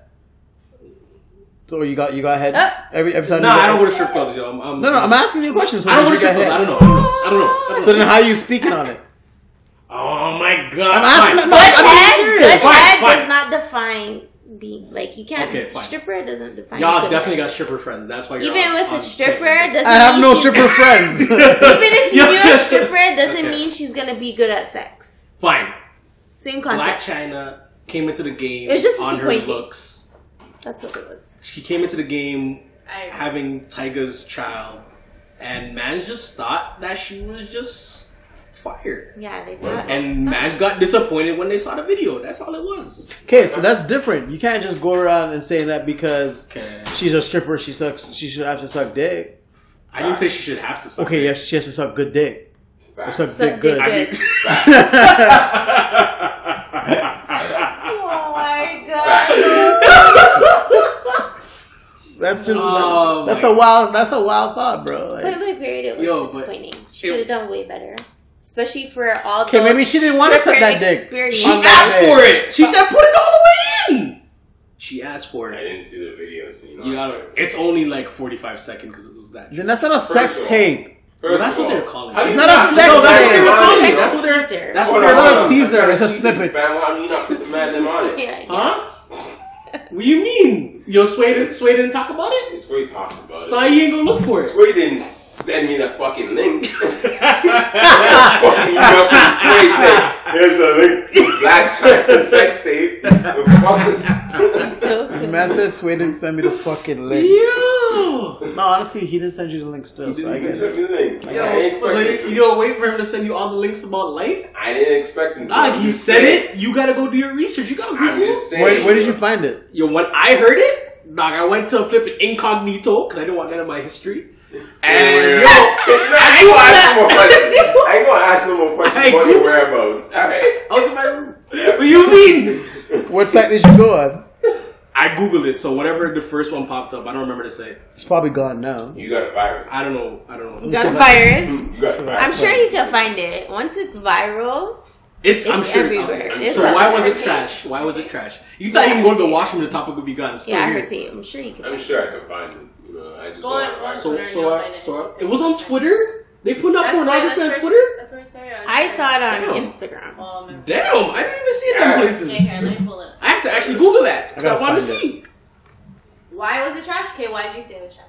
So you got you got head Uh, every every time. No, you got I don't go head? to strip clubs, yo. I'm, I'm, No, no, I'm asking you a question. So I don't did go you to strip get clubs. head? I don't know. I don't know. I don't know. So then how are you speaking on it? Oh my god. I'm asking. Fine. No, Good I'm being head, good serious. Fine, head fine. does not define being like you can't. Okay, fine. Stripper doesn't define. Y'all good definitely head. got stripper friends. That's why. You're Even on- with on a stripper, Tinder. doesn't I have no mean she- stripper friends. Even if Yeah. you're a stripper, doesn't Okay. mean she's gonna be good at sex. Fine. Same Black concept. China came into the game It was just on her disappointing. looks. That's what it was. She came into the game I having Tyga's child, and Mans just thought that she was just fired. Yeah, they got. And Mans got disappointed when they saw the video. That's all it was. Okay, so that's different. You can't just go around and saying that because Okay. she's a stripper, she sucks, she should have to suck dick. I didn't say she should have to suck. Okay, it. yeah, she has to suck good dick. Or Facts. suck Suck dick dick good. I mean, oh my god. That's just Oh Um, that's my- a wild that's a wild thought, bro. Like, But wait, period. It was Yo, but- disappointing. she it- could have done way better, especially for all. Okay, maybe she didn't wanna suck that dick. She On asked that day. for it. She said, "Put it all the way in." She asked for I it. didn't see the video, so you know. You gotta. It's only like forty-five seconds because it was that. then that's not a of sex all, tape. First That's of what all, they're calling how it. do It's you not a sex No, that's tape. what they're calling it. That's Sex what they're. teaser. That's what they're Hold on, Not a hold on. teaser, Gotta it's a keep snippet. Fam, why you not put the mad name on it? Yeah, yeah. Huh? What do you mean? Yo, Sway didn't, Sway didn't talk about it? It's what you talking about. So you ain't gonna look for it. Sway didn't send me the fucking link. That fucking email from Sway said, "Here's a link. to Last track, the sex tape. The fuck- This man said Sway didn't send me the fucking link. Yo! though. No, honestly, he didn't send you the link still. He So I didn't guess. accept the link. Yo, I didn't so expect him you, to. you gonna wait for him to send you all the links about life? I didn't expect him to. Nah, I'm he just said saying. it. Ah, You gotta go do your research. You gotta I'm Google. just saying. Where, where did you find it? Yo, when I heard it, dog, I went to flip it incognito because I didn't want that in my history. And yo, I ain't gonna ask no more questions. I ain't gonna ask no more questions Hey, about your Google- whereabouts. Alright? I was in my room. What you mean? What site did you go on? I googled it, so whatever the first one popped up, I don't remember to say. It's probably gone now. You got a virus. I don't know. I don't know. Got a virus. You got a virus. I'm sure you can find it once it's viral. It's, I'm It's sure everywhere. it's out there. It's So why out was it there. trash? Why was it trash? You thought you can go to the washroom, the topic would be gone. It's still Yeah, I here. heard it. I'm sure you can. I'm sure I can find it. You know, I just Go don't on, have go on. a So, virus. so, I, so I- it was on Twitter. They put up pornography on Twitter. That's where I started. I saw it on Damn. Instagram. Oh, man. Damn, I didn't even see it in places. Okay, here, let me pull it. up. I have to actually Google that because I I, gotta wanted to find see. Why was it trash? Okay, why did you say it was trash?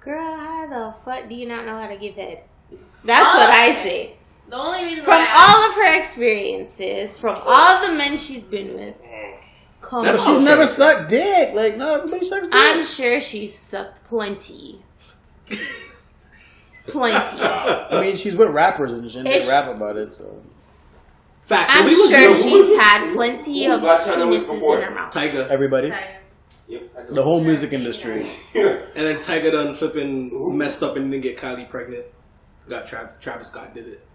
Girl, how the fuck do you not know how to give head? That's what I say. The only reason From why I all of her experiences, from all the men she's been with, come That's on. She's never sucked dick. Like, no, everybody sucks dick. I'm sure she sucked plenty. plenty. I mean, she's with rappers and she didn't If rap about it, so. Facts. I'm When we was sure little- she's had plenty who of black China was penises before? in her mouth. Tiger, Everybody. Tiger. Yep, I know. The whole music industry. and then Tiger done flipping messed up and didn't get Kylie pregnant. Got Tra- Travis Scott did it.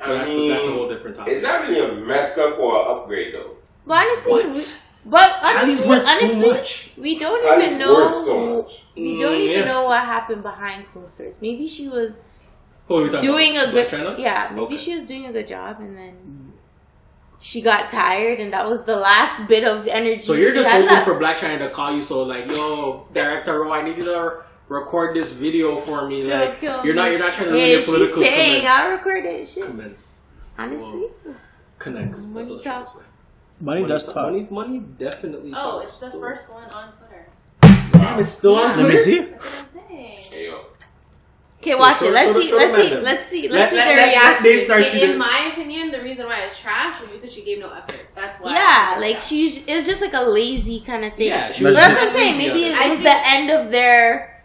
I But that's, mean, that's a whole different topic. It's not really a mess up or an upgrade though. But honestly, What? We, but Kylie's honestly, worth honestly, so much. we don't Kylie's even know. worth so who- much. We don't Mm, even yeah. know what happened behind closed doors. Maybe she was Who are we talking doing about? a Blac good Chyna? yeah maybe Okay. Mm. she was doing a good job and then she got tired and that was the last bit of energy So you're she just had hoping left. for Black China to call you. So like, yo, director, Ro, I need you to record this video for me. Don't Like, kill you're not me. you're not trying to ruin hey, your if she's political paying comments. I'll record that shit Comments. honestly Connects. That's money what I'm trying to say. talks Money does ta- talk. Money, money definitely talks. Oh, it's the though. first one on Twitter. Damn, it's still on Let Twitter. Let me see. That's what I'm saying. Hey, yo. okay watch show- it let's show- see show let's them see that. let's see Let- let's see let- their let- let- they reaction start In- shooting. in my opinion, the reason why it's trash is because she gave no effort. That's why. yeah like she's it was just like a lazy kind of thing Yeah, she but But was that's just what I'm saying easy on maybe it. I it was think- the end of their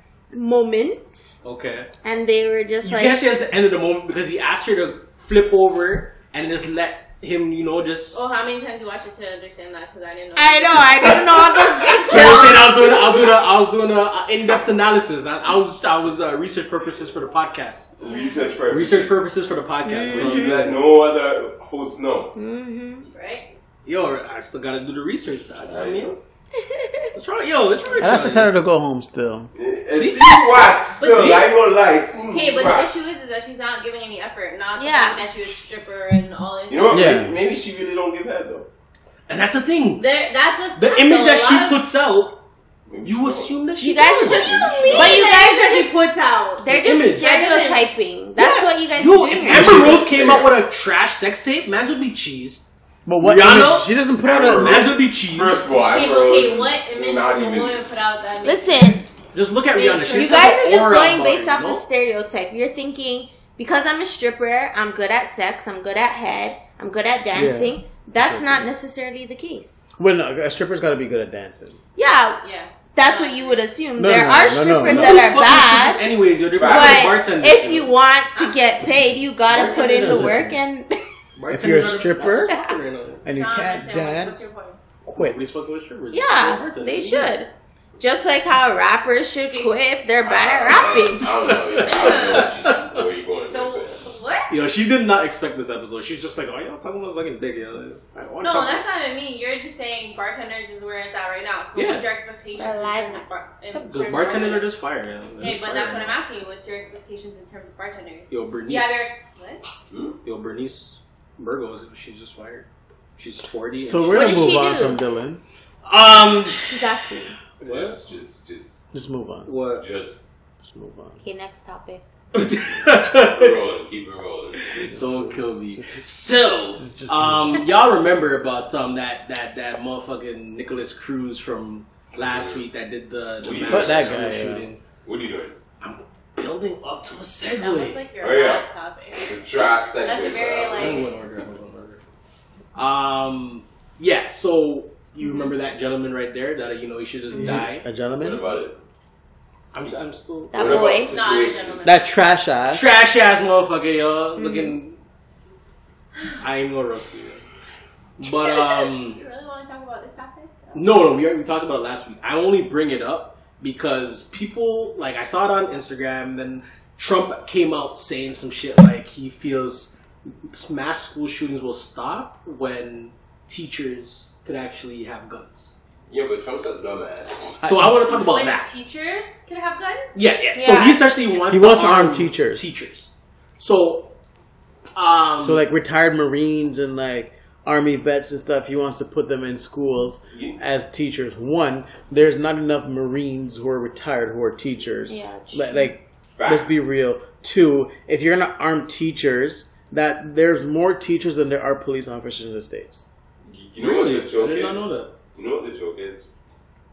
moment Okay. and they were just You like can't say it's the end of the moment because he asked her to flip over and just let him, you know, just. Oh, how many times you watch it to understand that? Because I didn't know. I know I don't know all those So I details said I was doing, I was doing, a, I was doing a, a in-depth analysis. I, I was, I was uh, research purposes for the podcast. Research purpose. Research purposes for the podcast. So, You let no other host know. mm-hmm. Right? yo, I still gotta do the research. I, I Right. mean, what's wrong? Yo, what's wrong? And that's a tell her to go home still. And See? see what? Still, see? I ain't gonna lie. See Okay, but the what? issue is, is that she's not giving any effort. Not the Yeah. fact that she's a stripper and all this. You know what? Yeah. Maybe, maybe she really don't give head though. And that's the thing. There, that's a The that's image a that lot she of- puts out, Maybe she you don't. assume that she. You guys are does. just, but you guys are that she just, puts out. they're The just image. stereotyping. That's Yeah. what you guys Yo, are if doing. right Amber now. Rose came out with a trash sex tape, man's would be cheesed. But what? Rihanna? image- She doesn't put out Man's a. would be First cheesed. of all, I Okay, was okay, what image not does a even- woman put out that now. makes Listen, Just look at Yeah, Rihanna. so She you just has guys an are just aura going about based her, off you of know? stereotype. You're thinking because I'm a stripper, I'm good at sex, I'm good at head, I'm good at dancing. That's not necessarily the case. Well, no, a stripper's got to be good at dancing. Yeah, Yeah. that's what you would assume. No, there no, are no, no, strippers no. Who that are fucking bad. cares Anyways, you're different Right. from But bartender. if you want to get paid, you gotta put in the Bartenders work are- and Bartenders if you're a are- that's stripper- what's fucking right now. And you So I don't can't understand what- what's dance. your point? Quit. Nobody's fucking with strippers. yeah, Bartenders. they should. Just like how rappers should quit if they're bad at rapping. I don't know. yeah. I don't know what you- where you going. So with that. what? Yo, she did not expect this episode. She's just like, oh, y'all talking about sucking dick. Yo. No, that's not even me. You're just saying bartenders is where it's at right now. So Yeah. what's your expectations in terms of bar? in terms Because of bartenders are artists? just fire, man. They're Okay, just but fire, that's what I'm man. asking you. What's your expectations in terms of bartenders? Yo, Bernice. Yeah, they're what? Yo, Bernice Burgos, she's just fired. She's 40. and So she- we're What gonna did move she on do? from Dylan. Um. Exactly. What? Just, just, just, Just move on. What? just Just move on. Okay, next topic. rolling. Keep it rolling. Don't kill me. So, This is just um, y'all remember about um that that that motherfucking Nicholas Cruz from last week that did the, the We mass fuck that school guy, yeah. shooting? What are you doing? I'm building up to a That was segue. like your Oh, yeah. last topic. The dry segue. That's a very, bro. I like- don't know what order, I don't know what order. Um, yeah. So you remember that gentleman right there that you know he should just die. A What gentleman? about it? I'm, I'm still That What about boy. the Not a situation? gentleman. That trash ass. trash ass motherfucker, y'all. Looking, I ain't gonna roast you, but um. You really want to talk about this topic? No, no, we, already, we talked about it last week. I only bring it up because people like I saw it on Instagram. Then Trump came out saying some shit like he feels mass school shootings will stop when teachers could actually have guns. Yeah, but Trump's a dumbass. So I want to talk about when that. teachers can have guns? Yeah, yeah. So he Yeah. essentially wants He to wants to arm arm teachers. Teachers. So, um, So like retired Marines and like army vets and stuff, he wants to put them in schools You- as teachers. One, there's not enough Marines who are retired who are teachers. Yeah, Like, like let's be real. Two, if you're gonna arm teachers, that there's more teachers than there are police officers in the states. You know really, what I the joke did is? not know that. You know what the joke is?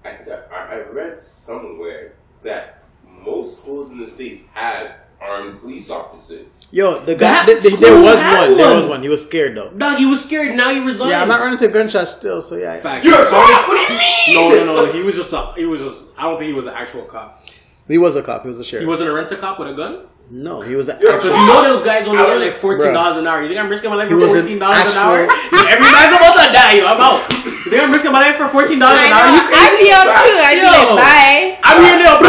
I think I, I I read somewhere that most schools in the states have armed police officers. Yo, the guy That th- th- school there was had one. There one. was one. He was scared though. Dog, he was scared. Now he resigned. Yeah, I'm not running to gunshots still. So yeah. Facts. cop? What do you mean? No, no, no. He was just a. He was just. I don't think he was an actual cop. He was a cop. He was a sheriff. He wasn't a rent a cop with a gun. no, he was an You're a actual. Because you know those guys only earn like Bruh. fourteen dollars an hour. You think I'm risking my life He for was an fourteen dollars an hour? actual- Yeah, Everybody's about to die. Yo, I'm out. You think I'm risking my life for fourteen dollars I Oh, an know. hour? You crazy? I'd be out too. I'd Yo. be like, bye. I'm here now. But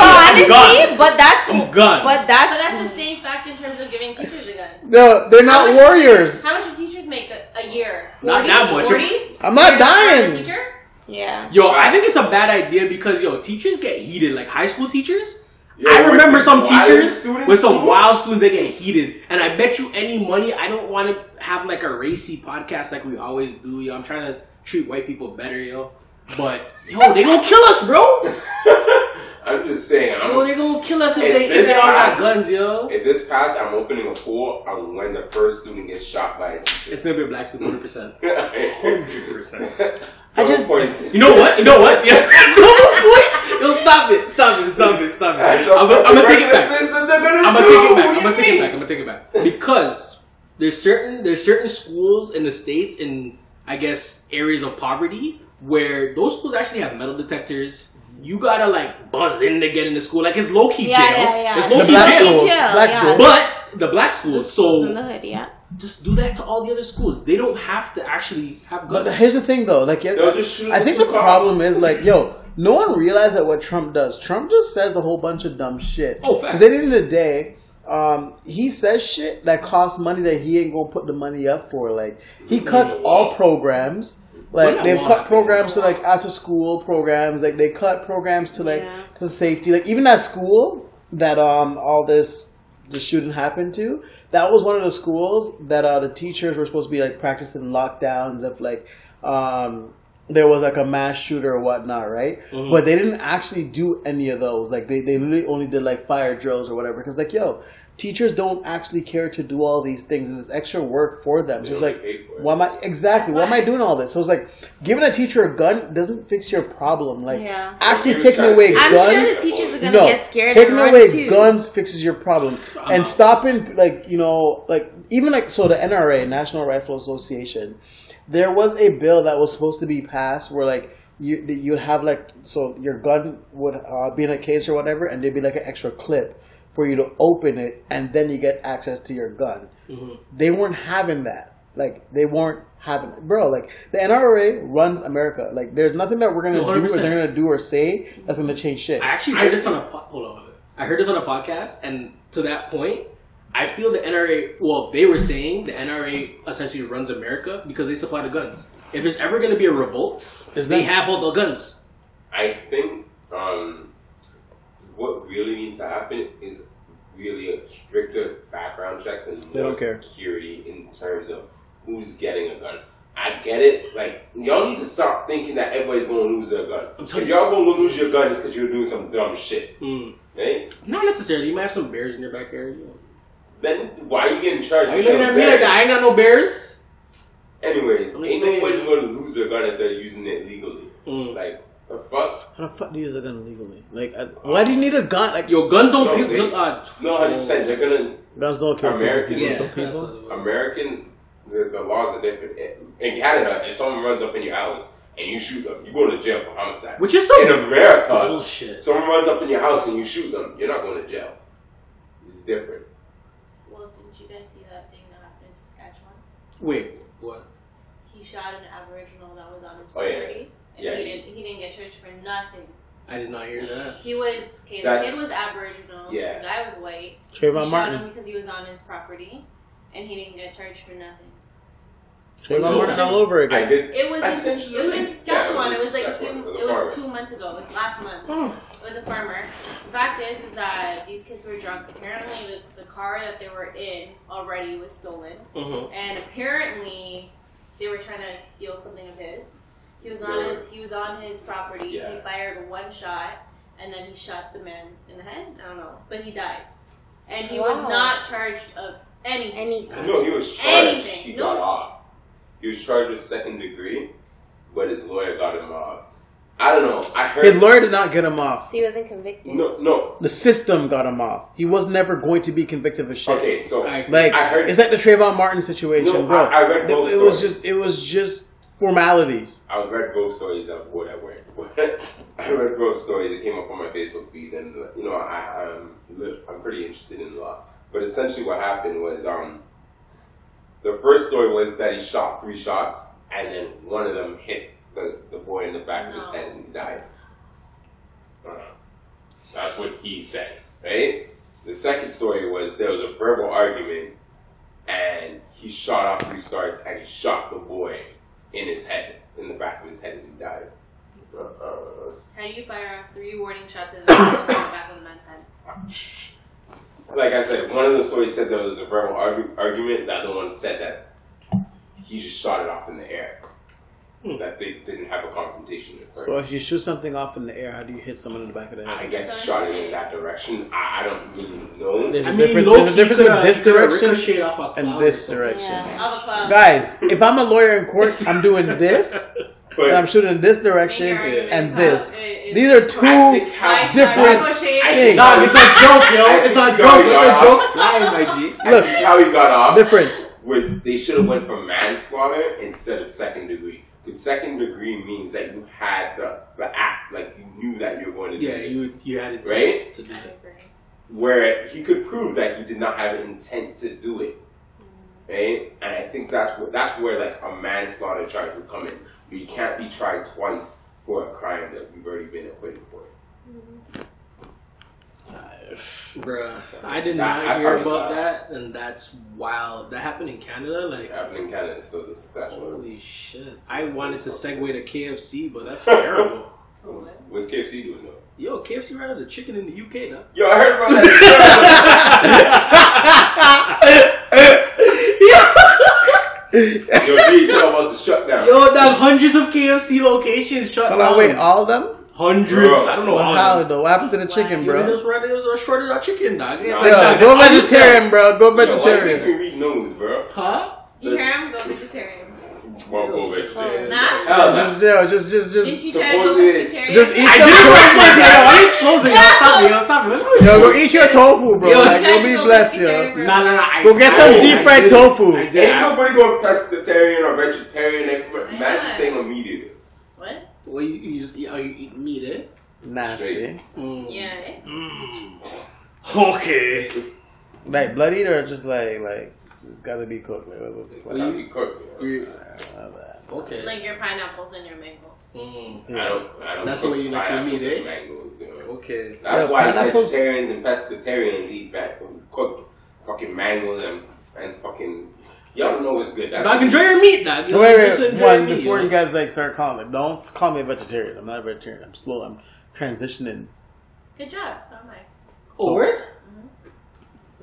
honestly, I'm gone. but that's I'm gone. but But that's, that's the same fact in terms of giving teachers a gun. No, they're How not much- warriors. How much do teachers make a, a year? Not that much. 40? I'm not dying. Teacher? yeah. Yo, I think it's a bad idea because yo, teachers get heated. Like high school teachers. Yeah, I with remember the some wild teachers students with some too. wild students they get heated, and I bet you any money I don't want to have like a racy podcast like we always do. Yo, I'm trying to treat white people better, yo. But yo, they gonna kill us, bro. I'm just saying. Yo, I'm, Oh, they gonna kill us if If they if this they all got pass- guns, yo. if this pass, I'm opening a pool on when the first student gets shot by a teacher. It's gonna be a black student, hundred percent. I just- You know what? You know what? Yeah. no what? Yo, stop it! Stop it! Stop it! Stop it! I'm, gonna- I'm gonna take it back. I'm gonna take it back. I'm gonna take it back. I'm gonna take it back because there's certain there's certain schools in the states in I guess areas of poverty where those schools actually have metal detectors. You gotta like buzz in to get into school. Like it's low key Yeah, jail. yeah, yeah. It's The low key black jail. schools. Yeah, Black yeah. schools. But the black schools. It's in the So hood, yeah. just do that to all the other schools. They don't have to actually have guns. But here's the thing, though. Like, yeah, They'll just shoot I think two the cops. problem is like, yo, no one realized that what Trump does. Trump just says a whole bunch of dumb shit. Oh, facts. Because at the end of the day, um, he says shit that costs money that he ain't gonna put the money up for. Like, he cuts all programs. We're Like not they've walking. cut programs to like after school programs. Like they cut programs to like Yeah. to safety. Like even that school that um all this the shooting happened to. That was one of the schools that uh, the teachers were supposed to be like practicing lockdowns of like um there was like a mass shooter or whatnot, right? Mm-hmm. But they didn't actually do any of those. Like they, they literally only did like fire drills or whatever. Because like yo, teachers don't actually care to do all these things and it's extra work for them. So it's don't like get paid for it. why am I exactly why am I doing all this? So it's like giving a teacher a gun doesn't fix your problem. Like Yeah. actually You're taking trying- away I'm guns sure the teachers are gonna no, get scared. taking and run away too. guns fixes your problem, and stopping like you know, like even like so the NRA, National Rifle Association, there was a bill that was supposed to be passed where like you that you'd have like so your gun would uh, be in a case or whatever, and there'd be like an extra clip for you to open it, and then you get access to your gun. They weren't having that. Like they weren't having it, bro. Like the NRA runs America. Like there's nothing that we're gonna do or 100%. they're gonna do or say that's gonna change shit. I actually heard this on a po- hold on. I heard this on a podcast, and to that point, I feel the NRA. Well, they were saying the NRA essentially runs America because they supply the guns. If there's ever going to be a revolt, Is they that- have all the guns. I think um, what really needs to happen is really a stricter background checks and They more don't care. security in terms of who's getting a gun. I get it. Like y'all need to stop thinking that everybody's gonna lose their gun. I'm If telling you. y'all gonna lose your gun, it's because you're doing some dumb shit. Mm. Right? Not necessarily. You might have some bears in your backyard. Then why are you getting charged? Are you with looking your at me like gun? that? I ain't got no bears. Anyways, I'm just ain't saying. nobody gonna lose their gun if they're using it legally. Mm. Like the fuck? How the fuck do you use a gun legally? Like, uh, why do you need a gun? Like, Yo, guns don't. No, give- they- gu- uh, No, hundred percent. They're gonna guns don't kill American- people. Yeah, Kill that's what it people. was. Americans, the, the laws are different. In Canada, if someone runs up in your alleys, and you shoot them, you're going to jail for homicide. Which is so in America, bullshit. someone runs up in your house and you shoot them, you're not going to jail. It's different. Well, didn't you guys see that thing that happened in Saskatchewan? Wait, what? He shot an Aboriginal that was on his Oh, yeah. property, and Yeah, he, he- didn't. He didn't get charged for nothing. I did not hear that. He was okay. The That's- kid was Aboriginal. Yeah. The guy was white. He Trayvon shot Martin. him because he was on his property, and he didn't get charged for nothing. Trayvon Martin all over I again. did. It was I in, sent you the it was in link. Yeah, it was Saskatchewan. in it was like Saskatchewan. it It was a was, farmer. two months ago. It was last month. Oh. It was a farmer. The fact is, is that these kids were drunk. Apparently, the, the car that they were in already was stolen, Mm-hmm. and apparently, they were trying to steal something of his. He was on Really? his he was on his property. Yeah. He fired one shot, and then he shot the man in the head. I don't know, but he died, and he was Wow. not charged of anything. Any No, he was charged. Anything. He No. got off. He was charged with second degree, but his lawyer got him off. I don't know. I heard. His lawyer did not get him off. So he wasn't convicted. No, no. The system got him off. He was never going to be convicted of shit. Okay, so I- Like I heard- it's like the Trayvon Martin situation, No, bro. I- I read both it, it was stories. just it was just formalities. I read both stories of what I went. I read both stories. It came up on my Facebook feed, and you know, I, I'm look, I'm pretty interested in law. But essentially, what happened was, um, the first story was that he shot three shots, and then one of them hit the, the boy in the back of his No. head and he died. Uh, That's what he said, right? The second story was there was a verbal argument, and he shot off three starts, and he shot the boy in his head, in the back of his head, and he died. Uh, uh, How do you fire off three warning shots at the back of the man's head? like I said, one of the stories said there was a verbal argu- argument. The other one said that he just shot it off in the air. That they didn't have a confrontation at first. Hmm. So if you shoot something off in the air, how do you hit someone in the back of the I head? guess he shot it in that direction. I, I don't really know. There's a I mean, difference. low-key There's a difference coulda- in this coulda direction ricocheted off a and cloud or this something. direction. Yeah. Of a club. Guys, if I'm a lawyer in court, I'm doing this, and I'm But shooting in this direction Finger argument, and club. this. It- it- These are I two think Like, how different ricochet- things. Nah, it's a joke, yo. It's a I think joke. y'all It's a are- joke. Flying, my G. I think Look. how he got off different. was they should have went for manslaughter instead of second degree. Because second degree means that you had the, the act, like you knew that you were going to do Yeah, this. you you had it to, Right? to do I that. agree. where he could prove that he did not have intent to do it, right? And I think that's where that's where like a manslaughter charge would come in. You can't be tried twice for a crime that you've already been acquitted for. Bruh, I did That- not that's hear how we about got it. that, and that's wild. That happened in Canada, like It happened in Canada, it's still this special. holy shit. I wanted to segue to KFC, but that's terrible. What's KFC doing though? Yo, KFC ran out of chicken in the UK now. Yo, I heard about that. Yo, G, you about to shut down. Yo, that hundreds of KFC locations shut Hold on, down. wait, uh, all of them? hundreds. Bruh. I don't know Well, how. how though? What happened to the chicken, Yo, bro? there's right there's a shortage of chicken, dog. Nah, Yeah, like, Yo, nah, go that's vegetarian, bro. Go Yo, why you vegetarian. can read news, bro? Huh? You hear him? Go vegetarian. Well, go vegetarian. Nah. Hell, nah. Just, yo, just, just, Did just, you try to go Supposedly- vegetarian? just eat I did right my some. yo. I ain't closing. Yo, stop it. Yo, stop it. Let's- Yo, go eat your tofu, bro. Yo, like, You you'll tried to be go blessed, vegetarian, yo. bro. Nah, nah, nah. I- Go get some I- deep I fried did. tofu. I did. Ain't nobody going pescatarian or vegetarian. They- Man, just staying on meat eater. What? Well, you, you just eat, oh, you eat meat, eh? Nasty. Mm. Yeah. eh? Okay. Like bloodied or just like like it's it's gotta be cooked. Like, what- what's the point? Well, That'd you- be cooked, you know? You- All that. Okay. Like your pineapples and your mangoes. Mm. I don't. I don't That's the cook way you like your pineapples meat, eh? and mangoes, you know. Okay. That's Yeah, why pineapples- vegetarians and pescatarians eat back cooked fucking mangoes and and fucking. Y'all don't know what's good. That's Dog, enjoy your meat, dog. You No, wait, just wait, enjoy one your meat, before yo. you guys like start calling it. Don't call me a vegetarian. I'm not a vegetarian. I'm slow. I'm transitioning. Good job. So am I. Oh, word?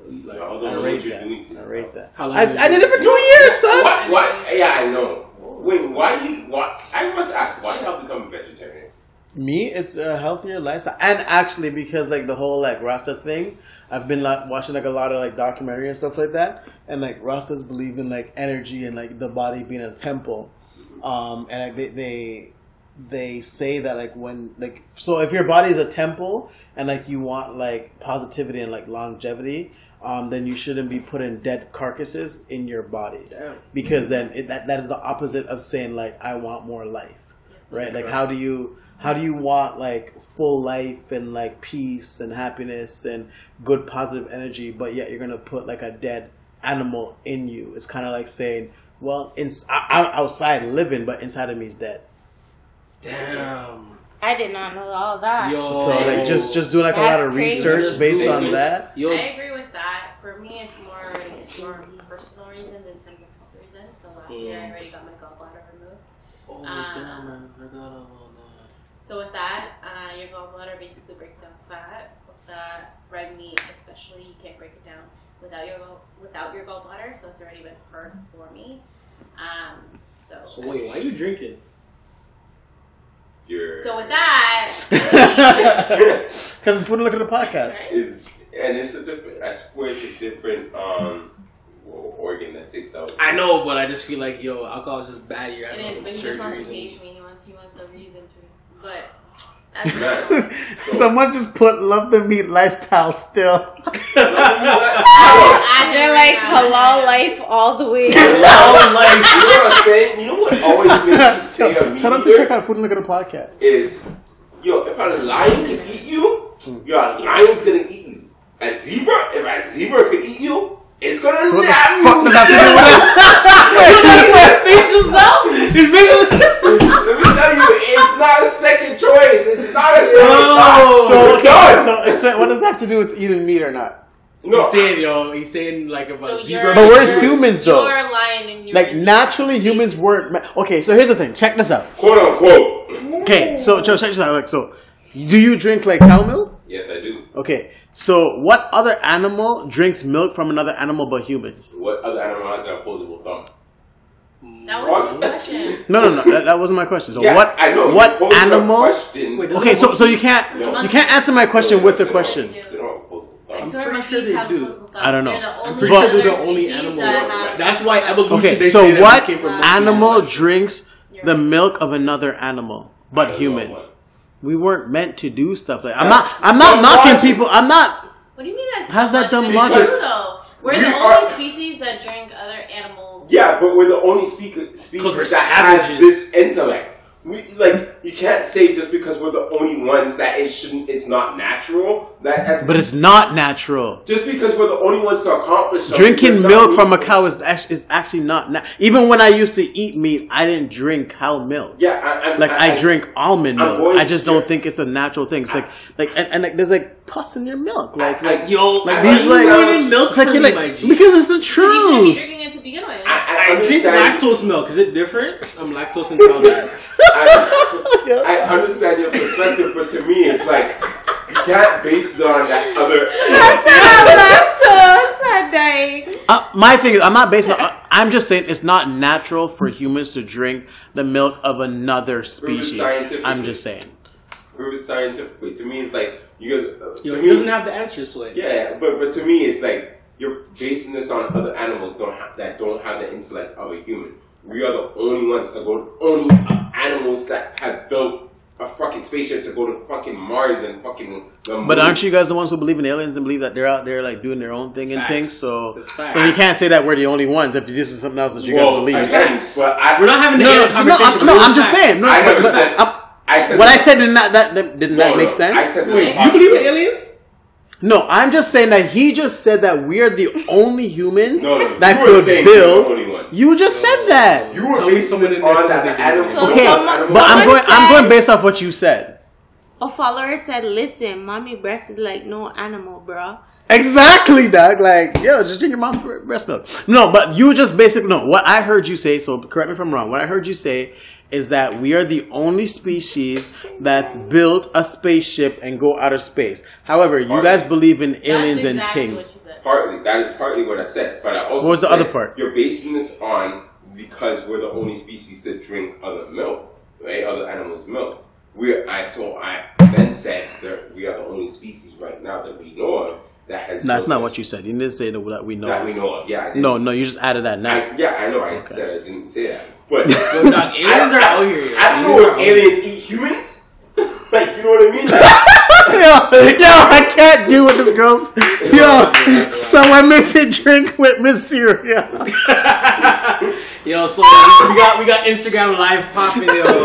Like, y'all I don't know rate what you're that. doing to I yourself. rate that. How long I, is I it? did it for two years, son. What? What? Yeah, I know. Wait, why you? Why? I must ask. Why y'all become vegetarians? Me, it's a healthier lifestyle, and actually because like the whole like Rasta thing, I've been like watching like a lot of like documentary and stuff like that, and like Rastas believe in like energy and like the body being a temple, um, and like, they they they say that like when like so if your body is a temple and like you want like positivity and like longevity, um, then you shouldn't be putting dead carcasses in your body Damn. because then it, that that is the opposite of saying like I want more life. right? Like how do you how do you want like full life and like peace and happiness and good positive energy, but yet you're gonna put like a dead animal in you? It's kind of like saying, well, ins- I- I'm outside living, but inside of me is dead. Damn. I did not know all that. Yo. So like just just doing like a lot That's of crazy. research Oh. Just based Google on it. that. Yo, I agree with that. For me, it's more it's more personal reasons in terms of health reasons. So last year, I already got my gallbladder removed. Oh, Uh, damn, man. I forgot about So with that, uh, your gallbladder basically breaks down fat. With that, red meat especially, you can't break it down without your gall- without your gallbladder. So it's already been hurt for me. Um, so, that. So, wait, why you drinking? You're, So with that, Because it's fun to look at the podcast. right? is and it's a different. I swear it's a different um organ that takes out. I know, but I just feel like, yo, alcohol is just bad. You're It having is, all but these he just surgeries. wants to and- engage me. He wants he wants a reason to. But that's Someone just put love the meat lifestyle still. I They're like halal life all the way. Oh, like, you know what I'm saying? You know what always makes me tell, say a meat tell them to eater check out Food and Look at the podcast. is, yo, if a lion can eat you, yo, a lion's gonna eat you. A zebra, if a zebra could eat you, it's gonna So what the nab fuck you. does that have to do with it? Let me tell you, it's not a second choice. It's not a second No. thought. So, We're done. okay, so explain, what does that have to do with eating meat or not? no, he's saying, yo, he's saying, like, So about you're- zebra. But we're you're- humans, though. You are a lion, and you're Like, naturally, humans weren't. ma- Okay, so here's the thing. Check this out. quote unquote. Okay, so, so check this out. Like, so, do you drink, like, cow milk? Yes, I do. Okay, so what other animal drinks milk from another animal but humans? What other animal has an opposable thumb? That was his question. No, no, no. That, that wasn't my question. So Yeah, what? I know. you What posed a animal? Question. Wait, Okay, so so you can't No. you can't answer my question with the question. They don't have opposable I thumbs. swear pretty monkeys sure they have do. opposable thumbs. I don't know. They're the I'm only pretty sure they're the other only species animal. that have- That's why evolution. Okay, they so say that we what came from monkeys. animal drinks the milk of another animal but humans? We weren't meant to do stuff like I'm not That's I'm not dumb knocking logic. people. I'm not What do you mean that's How's that dumb That's logic? true, though. We're We the are- only species that drink other animals. Yeah, but we're the only speaker, species 'Cause we're that have savages. this intellect. We like you can't say just because we're the only ones that it shouldn't. It's not natural. That that's, but it's not natural. just because we're the only ones to accomplish something, Drinking does not milk mean- from a cow is act- is actually not na- even when I used to eat meat, I didn't drink cow milk. Yeah, I, I, Like I, drink almond I'm milk. going I just to- don't think it's a natural thing. It's like like and, and like there's like pus in your milk. Like like Yo, Like like these these like, not even milk it's like for you're me, like my G. because it's the You shouldn't be truth. drinking it to begin with. I, I I drink understand. lactose milk. Is it different? I'm lactose intolerant. I, I understand your perspective, but to me, it's like you can't base it on that other. Uh, my thing is, I'm not basing. on, uh, I'm just saying it's not natural for humans to drink the milk of another species. scientifically. I'm just saying. prove it scientifically. To me, it's like you. guys- Uh, to Yo, me, he doesn't have the answer, Sway. yeah, but but to me, it's like you're basing this on other animals don't have, that don't have the intellect of a human. We are the only ones to go. Only animals that have built a fucking spaceship to go to fucking Mars and fucking. The moon. But aren't you guys the ones who believe in aliens and believe that they're out there like doing their own thing and Facts. things? So, That's facts. so you can't say that we're the only ones if this is something else that you Well, guys believe. again, but I, We're not having the No, no, end so no, conversation. I'm, no, We're I'm just facts. saying. No, I but, never but, said. I- I said what I that- said did not that that- didn't no, that make no, sense? I said that Wait, do you possible- believe in aliens? No, I'm just saying that he just said that we're the only humans No, no, that you were could saying build. you're the only one. You just said that. You were Tell me basing someone this in there on said that they the didn't. animal. So okay, someone- but I'm someone going. I'm going said- based off what you said. A follower said, "Listen, mommy breast is like no animal, bro." Exactly, Doug. Like, yo, just drink your mom's bre- breast milk. No, but you just basically no. What I heard you say. So correct me if I'm wrong. What I heard you say is that we are the only species that's built a spaceship and go outer space. However, you Alright. guys believe in aliens That's exactly and what things. she said. partly that is partly what I said, but I also What was the said other part? You're basing this on because we're the only species that drink other milk, right? Other animals' milk. We're I so I then said that we are the only species right now that we know of that has. No, that's built not this- what you said. You didn't say that that we know. That we know of. Yeah. I didn't- No, no, you just added that now. I, yeah, I know. I said I didn't say that, but Yo, dog, aliens are out here. yo. I don't Aliens know are if out here. aliens eat humans. like you know what I mean? Like, yo, yo, I can't do with this girl's. Yo, so I make it drink with Miss Cereal. Yo, so we got we got Instagram live popping, yo.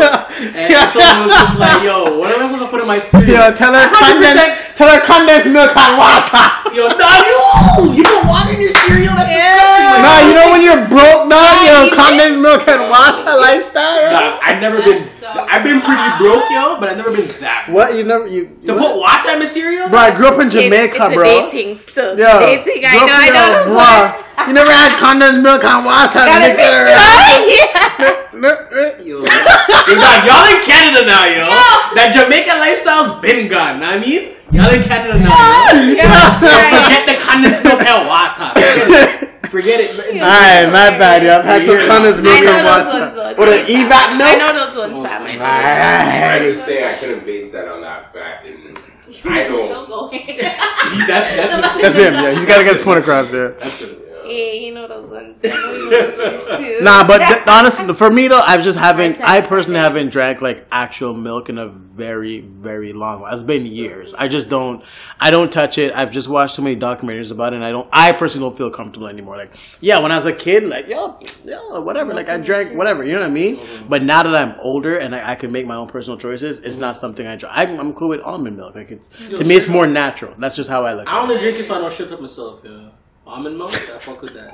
And someone was just like, yo, what am I supposed to put in my cereal? Yo, tell her 100% condensed, tell her condensed milk and water. Yo, dog, yo, you put water in your cereal? That's disgusting. Nah, you know when you're broke, nah, you yo, condensed milk and water lifestyle. yo. Dog, I've never been. That's so I've been pretty broke, yo, but I've never been that. broke. What you never you? To what? put water in my cereal? Bro, I grew up in Jamaica, it's, it's bro. A dating still. Yeah. Dating. I Girl, know. I yo, know those words. bruh, You never had condensed milk and water. and Gotta mix it fix it. Oh, around. Yo, yo, dog, y'all in Canada now, yo. That Jamaican lifestyle's been gone. know what I mean, y'all in Canada now. Yo. yeah. Yeah. Forget the condensed milk and water. Forget it. Yeah. Alright, my bad, yo. I've had some Yeah. condensed I milk know and those ones, water. though. It's With an E Oh, fine. EVAP I milk? know those ones, fam. I know. I Alright. just say I couldn't base that on that fact. And I don't. You're Still going. That's that's That's him, yeah. He's gotta get his point across there. Yeah, you know those ones. I know you know those ones too. Nah, but th- honestly, for me though, I've just haven't. I I personally haven't drank like actual milk in a very, very long. while. It's been years. I just don't. I don't touch it. I've just watched so many documentaries about it. and I don't. I personally don't feel comfortable anymore. Like, yeah, when I was a kid, like yo, yo, whatever. Like I drank whatever. You know what I mean? But now that I'm older and I, I can make my own personal choices, it's not something I drink. I'm, I'm cool with almond milk. Like it's to me, it's more natural. That's just how I look. I At only drink it so I don't shit up myself, yo. Almond milk? I fuck with that.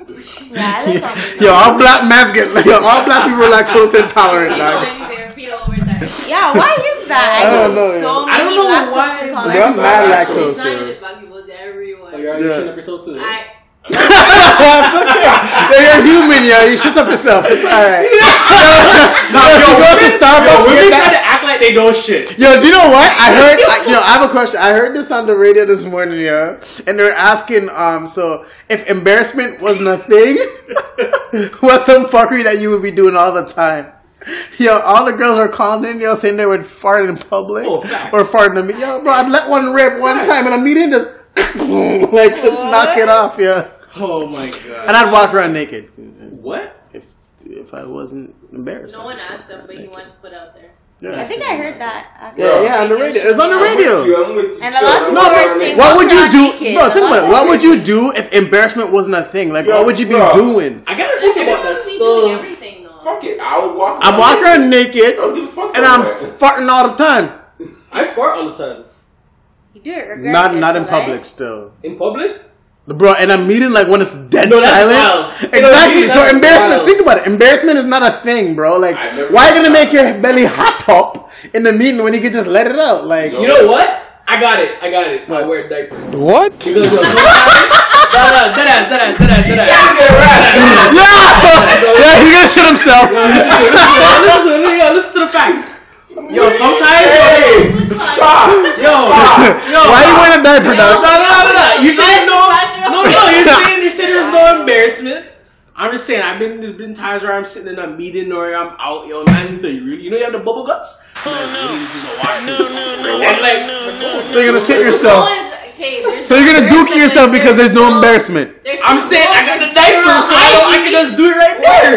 Yeah, I like almond it. milk. Yo, all black men get. Yo, all black people are lactose intolerant. dog. Yeah, why is that? I, I know don't know, so yeah. I many don't know why, lactose but- They're intolerant. mad Black lactose. It's not yeah. just black people, it's everyone. Oh, you're already Yeah. shitting up yourself too. I, That's okay. You're human, yo. You shut up yourself. It's alright. no, yo, she goes to Starbucks. Women get try that- to act like they don't shit. Yo, do you know what? I heard. I, yo, I have a question. I heard this on the radio this morning, yo, and they're asking, um, so if embarrassment was nothing, what's some fuckery that you would be doing all the time? Yo, all the girls are calling in, yo, saying they would fart in public Oh, facts. or fart in the meeting. Yo, bro, I'd let one rip one time in a meeting, just like just knock it off, yo. Oh my god. And I'd walk around naked What? if if I wasn't embarrassed. no one I'd asked walk around him, but he naked. wanted to put out there. Yeah. I think I heard that. um, after yeah, the yeah, on the radio. It was show. on the radio. You, I'm with you And a still. lot of I'm people not are gonna saying- make- What would you Walk around do? naked. No, think about it. What Walk would you do if embarrassment wasn't a thing? Like, what would you be Bro. doing? I gotta think about that Everyone's be doing stuff. everything though. Fuck it. I would walk. I'm walking around I naked don't give a fuck. and I'm about it. farting all the time. I fart all the time. You do it regardless. Not not in of life. public still, In public? bro. And I'm meeting like when it's dead No, that's silent. wild. You know, Exactly. meeting, so that's embarrassment. wild. Think about it. Embarrassment is not a thing, bro. Like, I've never why are done you gonna that. make your belly hot top in the meeting when you can just let it out? Like, No. You know what? I got it. I got it. I What? wear a diaper. Because what? yo, sometimes. No, no, dead ass, dead ass, dead ass, dead ass. Yeah, yeah, he gonna shit himself. Listen, listen, listen, listen to the facts. Yo, sometimes. Hey, stop. Yo, yo. Why you wearing a diaper, No, dog? no, no, no, no. You said no. No, no. You're saying you're saying there's no embarrassment. I'm just saying. I've been there's been times where I'm sitting in a meeting or I'm out, yo, and I need to really, you know, you have the bubble guts. Oh no. No, no, no. I'm like, So you're gonna shit No yourself. one's, okay, there's So you're gonna there's duke it yourself because there's no embarrassment. there's I'm no saying I got the diaper, so I, don't, I can just do it right there.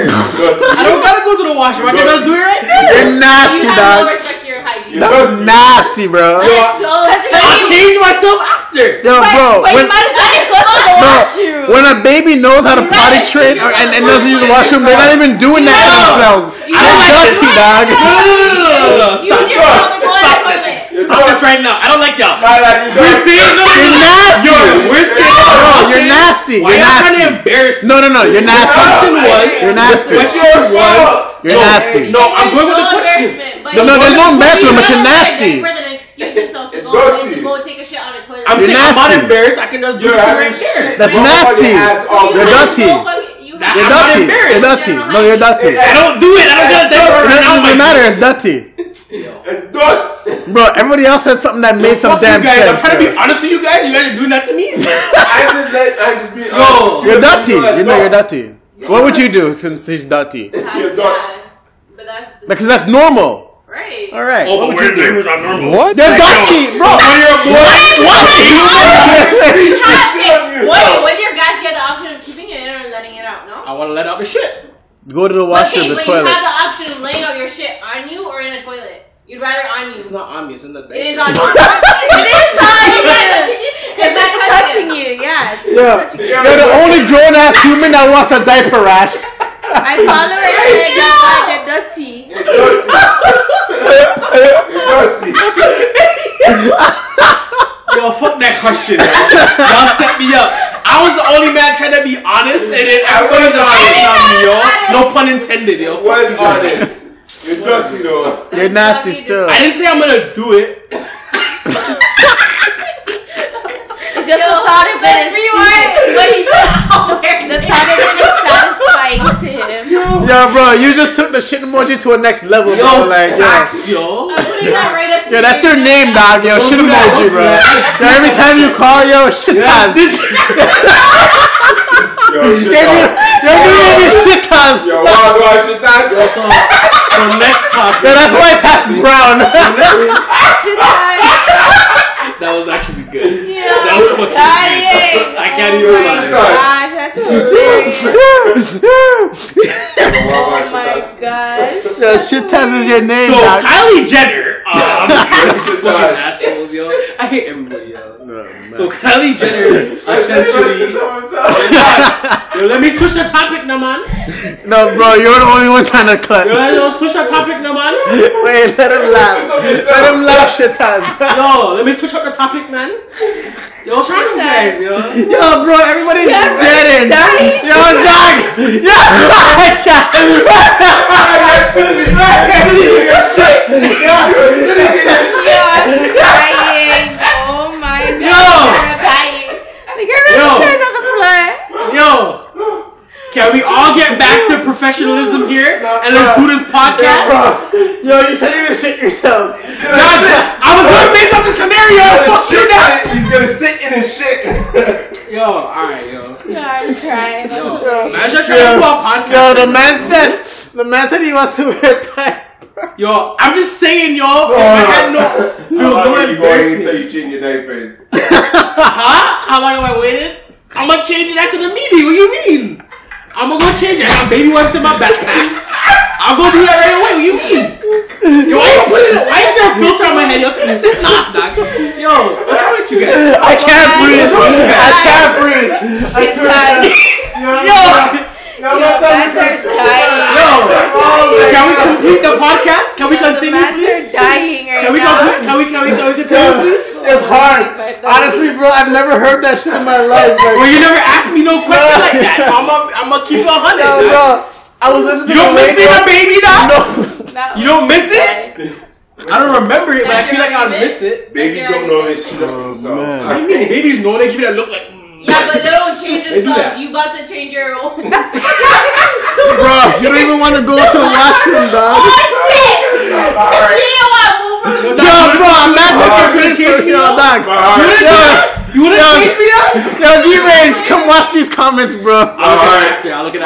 I don't gotta go to the washroom. I can just do it right there. You're You nasty, have no dog. respect for your hygiene. That was nasty, bro. Yo, That's so I'll disgusting. change myself after. bro, Wait, when, you might as well just go to the bro, washroom. when a baby knows how to potty Right. train or, and, and doesn't use the washroom, they're not even doing that to No. themselves. I They're don't like this. guilty, dog. No, no, no, no, no, no, no. You Stop, and your mom are going stop to this. the toilet. Stop this right now. I don't like y'all. Not like you We're don't- seeing no. You're nasty. Yo, we're seeing. Bro, you're nasty. Why You're y'all trying to nasty. embarrass me? No, no, no. You're The question nasty. was. You're nasty. The question was. You're nasty. No, I'm going with the There's question. embarrassment, but No, no, there's no you- embarrassment, but you you're don't have nasty. a diaper than excuse himself to go, Dirty. to go take a shit on a toilet. I'm You're saying I'm nasty. not embarrassed. I can just do it You're right having there. shit. That's Motherfucking nasty. ass So all you You're have dirty. no fucking- you have- I'm You're not dirty. You're embarrassed. dirty. No, you're dirty. I It don't do it. I don't got a diaper right now. doesn't I'm matter. like, It's dirty. And don't. Bro, everybody else said something that made some Fuck damn you guys. I'm sense. trying to be yo. honest with you guys. You guys are doing that to me. I just let. I just be. uh, Yo. You're dirty. You know you're dirty. dirty. What would you do since he's dirty? You're dirty. Yes, But that's Because that's normal. right. All right. Oh, but we're, we're not normal. What? You're dirty, bro. You have Sit on it. Wait, yourself. when your guys get the option of keeping it in or letting it out, no? I want to let out the shit. Go to the washroom, okay, the but you toilet. have the option of laying out your shit on you or in a toilet. You'd rather on you. It's not on me. It's in the bed. It is on you. it is on you. Because It's that's touching you, yeah. It's Yeah. You're the only grown ass human that wants a diaper rash. My follower said that by the dirty. It's dirty. It's dirty. Yo, fuck that question. Yo. Y'all set me up. I was the only man trying to be honest, and then everybody's honest on me, yo. No pun intended, yo. Fuck Was you. honest. It's dirty though. They're nasty still. I didn't say I'm gonna do it. It's just the thought of it is but he's not the thought of it is satisfying to him. Yeah, bro, you just took the shit emoji to a next level, Yo, bro. Like, yo. facts, yo. that right up to Yo, that's your name, dog. Yo, shit do that. Don't emoji, do bro. that. Yo, every time you call, yo, shit That's times. Yo, this. Yo, shit. you yo, yo, shit times. Yo, Yo, wild wild So, shit. That's so next topic. that's why his hat's brown. That was actually good. Yeah. That was fucking Dying. good. I can't Oh even my lie. gosh, that's hilarious. Wild Oh wild my shit. gosh. yo, shit times is your name, So dog. Kylie Jenner, um, fucking Nice. assholes, yo. I hate everybody, yo. Oh, So Kylie Jenner essentially. Yo, let me switch the topic now, man. no, bro, you're the only one trying to cut. Yo, yo, switch the topic now, man. Wait, let him laugh. Let him laugh, shit times. Yo, let me switch up the topic, man. Yo, what's wrong with you guys, yo? Yo, bro, everybody's dead in. Yo, dog. Yo, You're dying. Oh my god. You're dying. Like, you're Yo. really serious on the floor. Yo, can we all get back to professionalism here and let's do this podcast? Yo, you said you're gonna shit yourself. God, I was gonna make up a scenario. Fuck you now. He's gonna sit in his shit. Yo, all right, yo. Yeah, I'm crying. Man, just trying to do a Yo, podcast. the man said, the man said he wants to wear tight. Yo, I'm just saying, yo. if I had no, there was no you going until embarrassment. you change your diapers. Huh? How long have I waited? I'm gonna change it after the meeting. What do you mean? I'm gonna go change it. I got baby wipes in my backpack. I'm gonna do that right away. What do you mean? Yo, why you putting it? Why is there a filter on my head? Yo, take this shit off, dog. Yo, what's wrong with you guys? I can't breathe. I can't breathe. I She's swear to dying. God. Yo, Yo, yo, my stomach hurts. yo. Oh my Can we God. complete the podcast? Can we The continue, mats please? are dying right Can we now. complete? Can we? Can we? Can we continue, Yo, please? It's hard. Honestly, bro, I've never heard that shit in my life. Well, Like, you never asked me no question like that, so I'm gonna I'm gonna keep it a hundred. yo, dog. bro, I was listening You don't to miss being a radio. baby, dog. No. No. You don't miss it? I don't remember it, but I feel like I'll miss it. Babies don't know this shit about Oh, man. I themselves. mean, babies know they give it a look like. mm. Yeah, but they don't change do that. themselves. You about to change your own. Bro, you don't even want to go to the washroom, dog. Alright. Alright. Yo, bro, I'm not Alright. taking a drink from your dog. You wouldn't Yo, do that? You wouldn't yo. change me up? yo, D-Range, come watch these comments, bro. I'll look at it Alright. after. I'll look at it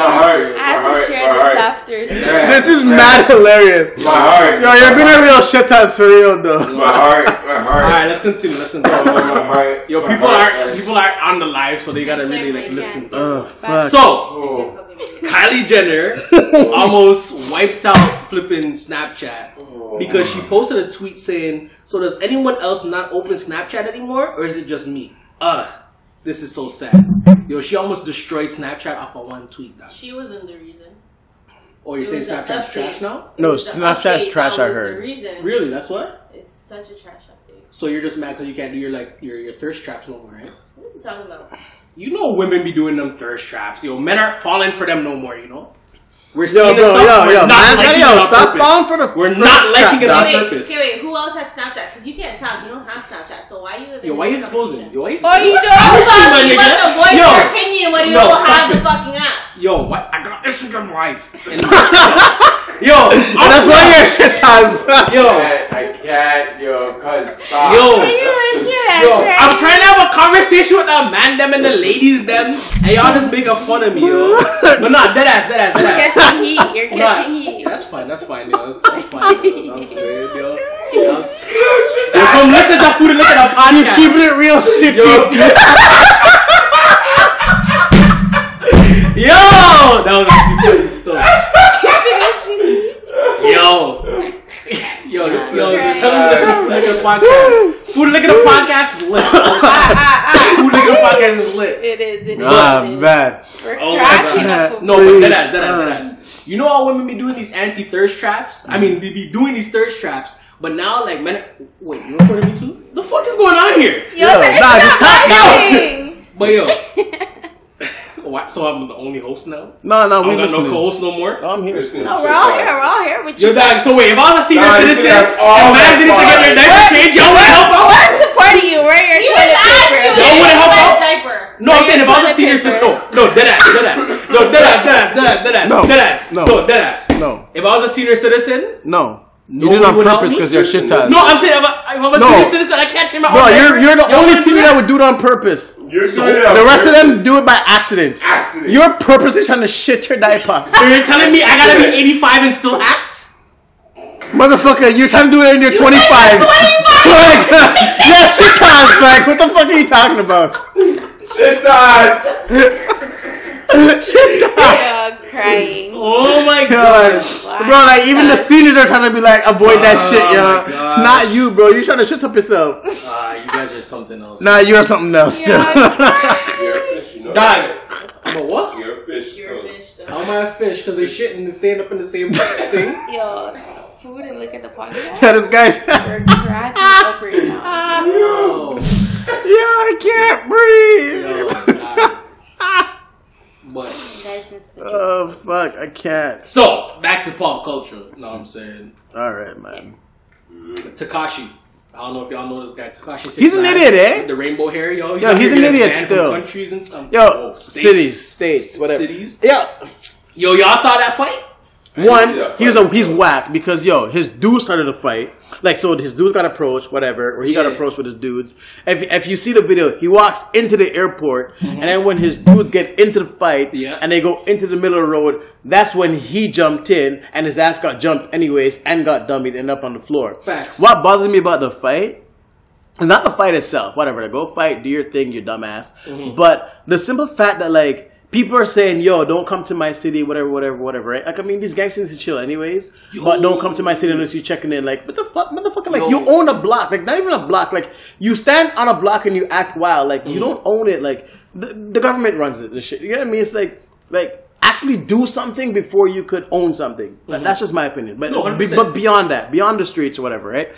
after. Alright. I have to Alright, share alright. this after. So. Yeah. This is Yeah. mad hilarious. My heart. Yo, you're being a real shit ass for real, though. My heart. My heart. Oh, Alright, let's continue. Let's continue. My heart. Yo, My people heart. are people are on the live, so they gotta really like listen. Oh, fuck. So Oh, Kylie Jenner almost wiped out flipping Snapchat because she posted a tweet saying, "So does anyone else not open Snapchat anymore, or is it just me?" Ugh, this is so sad. Yo, she almost destroyed Snapchat off of one tweet. dog. She wasn't the reason. Oh, you're It saying was an Snapchat's update. trash now? No, It was the Snapchat's update trash, that I was the heard. reason. Really? That's what? It's such a trash update. So you're just mad because you can't do your like your, your thirst traps no more, right? What are you talking about? You know women be doing them thirst traps. Yo, men aren't falling for them no more. You know. We're Yo, seeing this bro, stuff, yo, we're yo, not man, liking it yo, on stop purpose. falling for the We're first not liking it trap, on dog. Wait, purpose. okay, wait, who else has Snapchat? Because you can't tell. You don't have Snapchat, so why are you even? Yo, why you in this exposing? Yo, conversation? why you Oh, you exposing? my You thought you must nigga? avoid Yo, your opinion when you No, don't stop have it. the fucking app. yo, what? I got Instagram life. And- yo, And that's why I'm- you're a shit ass. Yo, man, I can't, yo, cuz stop. yo. You can't Yo, I'm trying to have a conversation with the man them and the ladies them, and y'all just making fun of me, yo. But nah, dead ass, dead ass, dead ass. catching heat. You're Nah, catching heat. that's fine, that's fine, yo. That's, that's fine, yo. I'm serious, yo. Yo, I'm serious. Yo, come listen to food and look at the podcast. He's keeping it real Yo. shitty. Yo, that was actually funny stuff. yo, yo, this, yo, Right. tell me this is Food Liquor podcast. Food Liquor the podcast is lit. Food Liquor podcast is lit. It is. It is. Ah, man. We're Oh my cracking God. up. No, but that ass, that ass, that ass. You know how women be doing these anti thirst traps? I mean, they be doing these thirst traps, but now like men. Wait, you recording me too? The fuck is going on here? Yo, nah, just talk now. But yo, why, so I'm the only host now. No, I no, we don't got no listening. co-host no more. I'm here. Oh, No, we're all here. We're all here with Yo, you. dog. So wait, if I was a senior Nah, you citizen, forgot if all I that didn't part. forget your diaper change, y'all would help out. We're supporting you. We're your You toilet just asked paper. me Y'all if wanna help I had out? diaper. No, I'm saying if I was a toilet senior citizen, no, no, dead ass, dead ass, no, dead ass, dead ass, dead ass, dead ass, No, dead ass, no. no, dead ass. No, If I was a senior citizen, no. No you did it one on would help purpose me? because you're shit tired. no, I'm saying if, I, if I'm a No. senior citizen, I can't change my own. Bro, you're diaper. you're the Y'all only wanna senior do that would do it on purpose. You're doing it on The rest of purpose. them do it by accident. accident. You're purposely trying to shit your diaper. So You're telling me I gotta be 85 and still act? Motherfucker, you're trying to do it and you're 25. Like, uh, yeah, shit times, like, what the fuck are you talking about? shit eyes. shit times. Yo, crying. Oh my God. gosh. Bro, like, even the seniors are trying to be like, avoid that Oh shit, my yo. gosh. Not you, bro. You're trying to shit up yourself. Ah, you guys are something else. Nah, you're something else, still. You're a fish, you know. Dog. But what? You're a fish. You're a though. fish, though. How am I a fish? Because they shitting and staying up in the same thing? Yo, food and look at the podcast. yeah, this guy's. We're cracking up right now. No. yeah, I can't Oh breathe. No. But You guys missed the joke. oh, fuck, I can't. so back to pop culture. No, I'm saying Alright, man. Takashi. I don't know if y'all know this guy. Takashi. He's an idiot, eh? The rainbow hair, yo. He's, Yo, out he's here an getting idiot banned still. From countries and um, Yo, whoa, states. cities, states, whatever. cities. Yo, Yo, y'all saw that fight? One, Yeah, he was a, fuck. he's whack because yo, his dude started a fight. Like so, his dudes got approached, whatever, or he got Yeah. approached with his dudes. If, if you see the video, he walks into the airport, and then when his dudes get into the fight, Yeah. and they go into the middle of the road, that's when he jumped in, and his ass got jumped anyways, and got dummied and up on the floor. Facts. What bothers me about the fight it's not the fight itself, whatever. Go fight, do your thing, you dumbass. But the simple fact that like people are saying, "Yo, don't come to my city," whatever, whatever, whatever. Right? Like I mean, these gangsters are chill, anyways. But don't come to my city unless you're checking in. Like, what the fuck, motherfucker? Like Yo. you own a block, like not even a block. Like you stand on a block and you act wild. Like you don't own it. Like the, the government runs it. and shit. You know what I mean? It's like like. Actually, do something before you could own something. Like, That's just my opinion. But No, be- 100%. but beyond that, beyond the streets or whatever, right?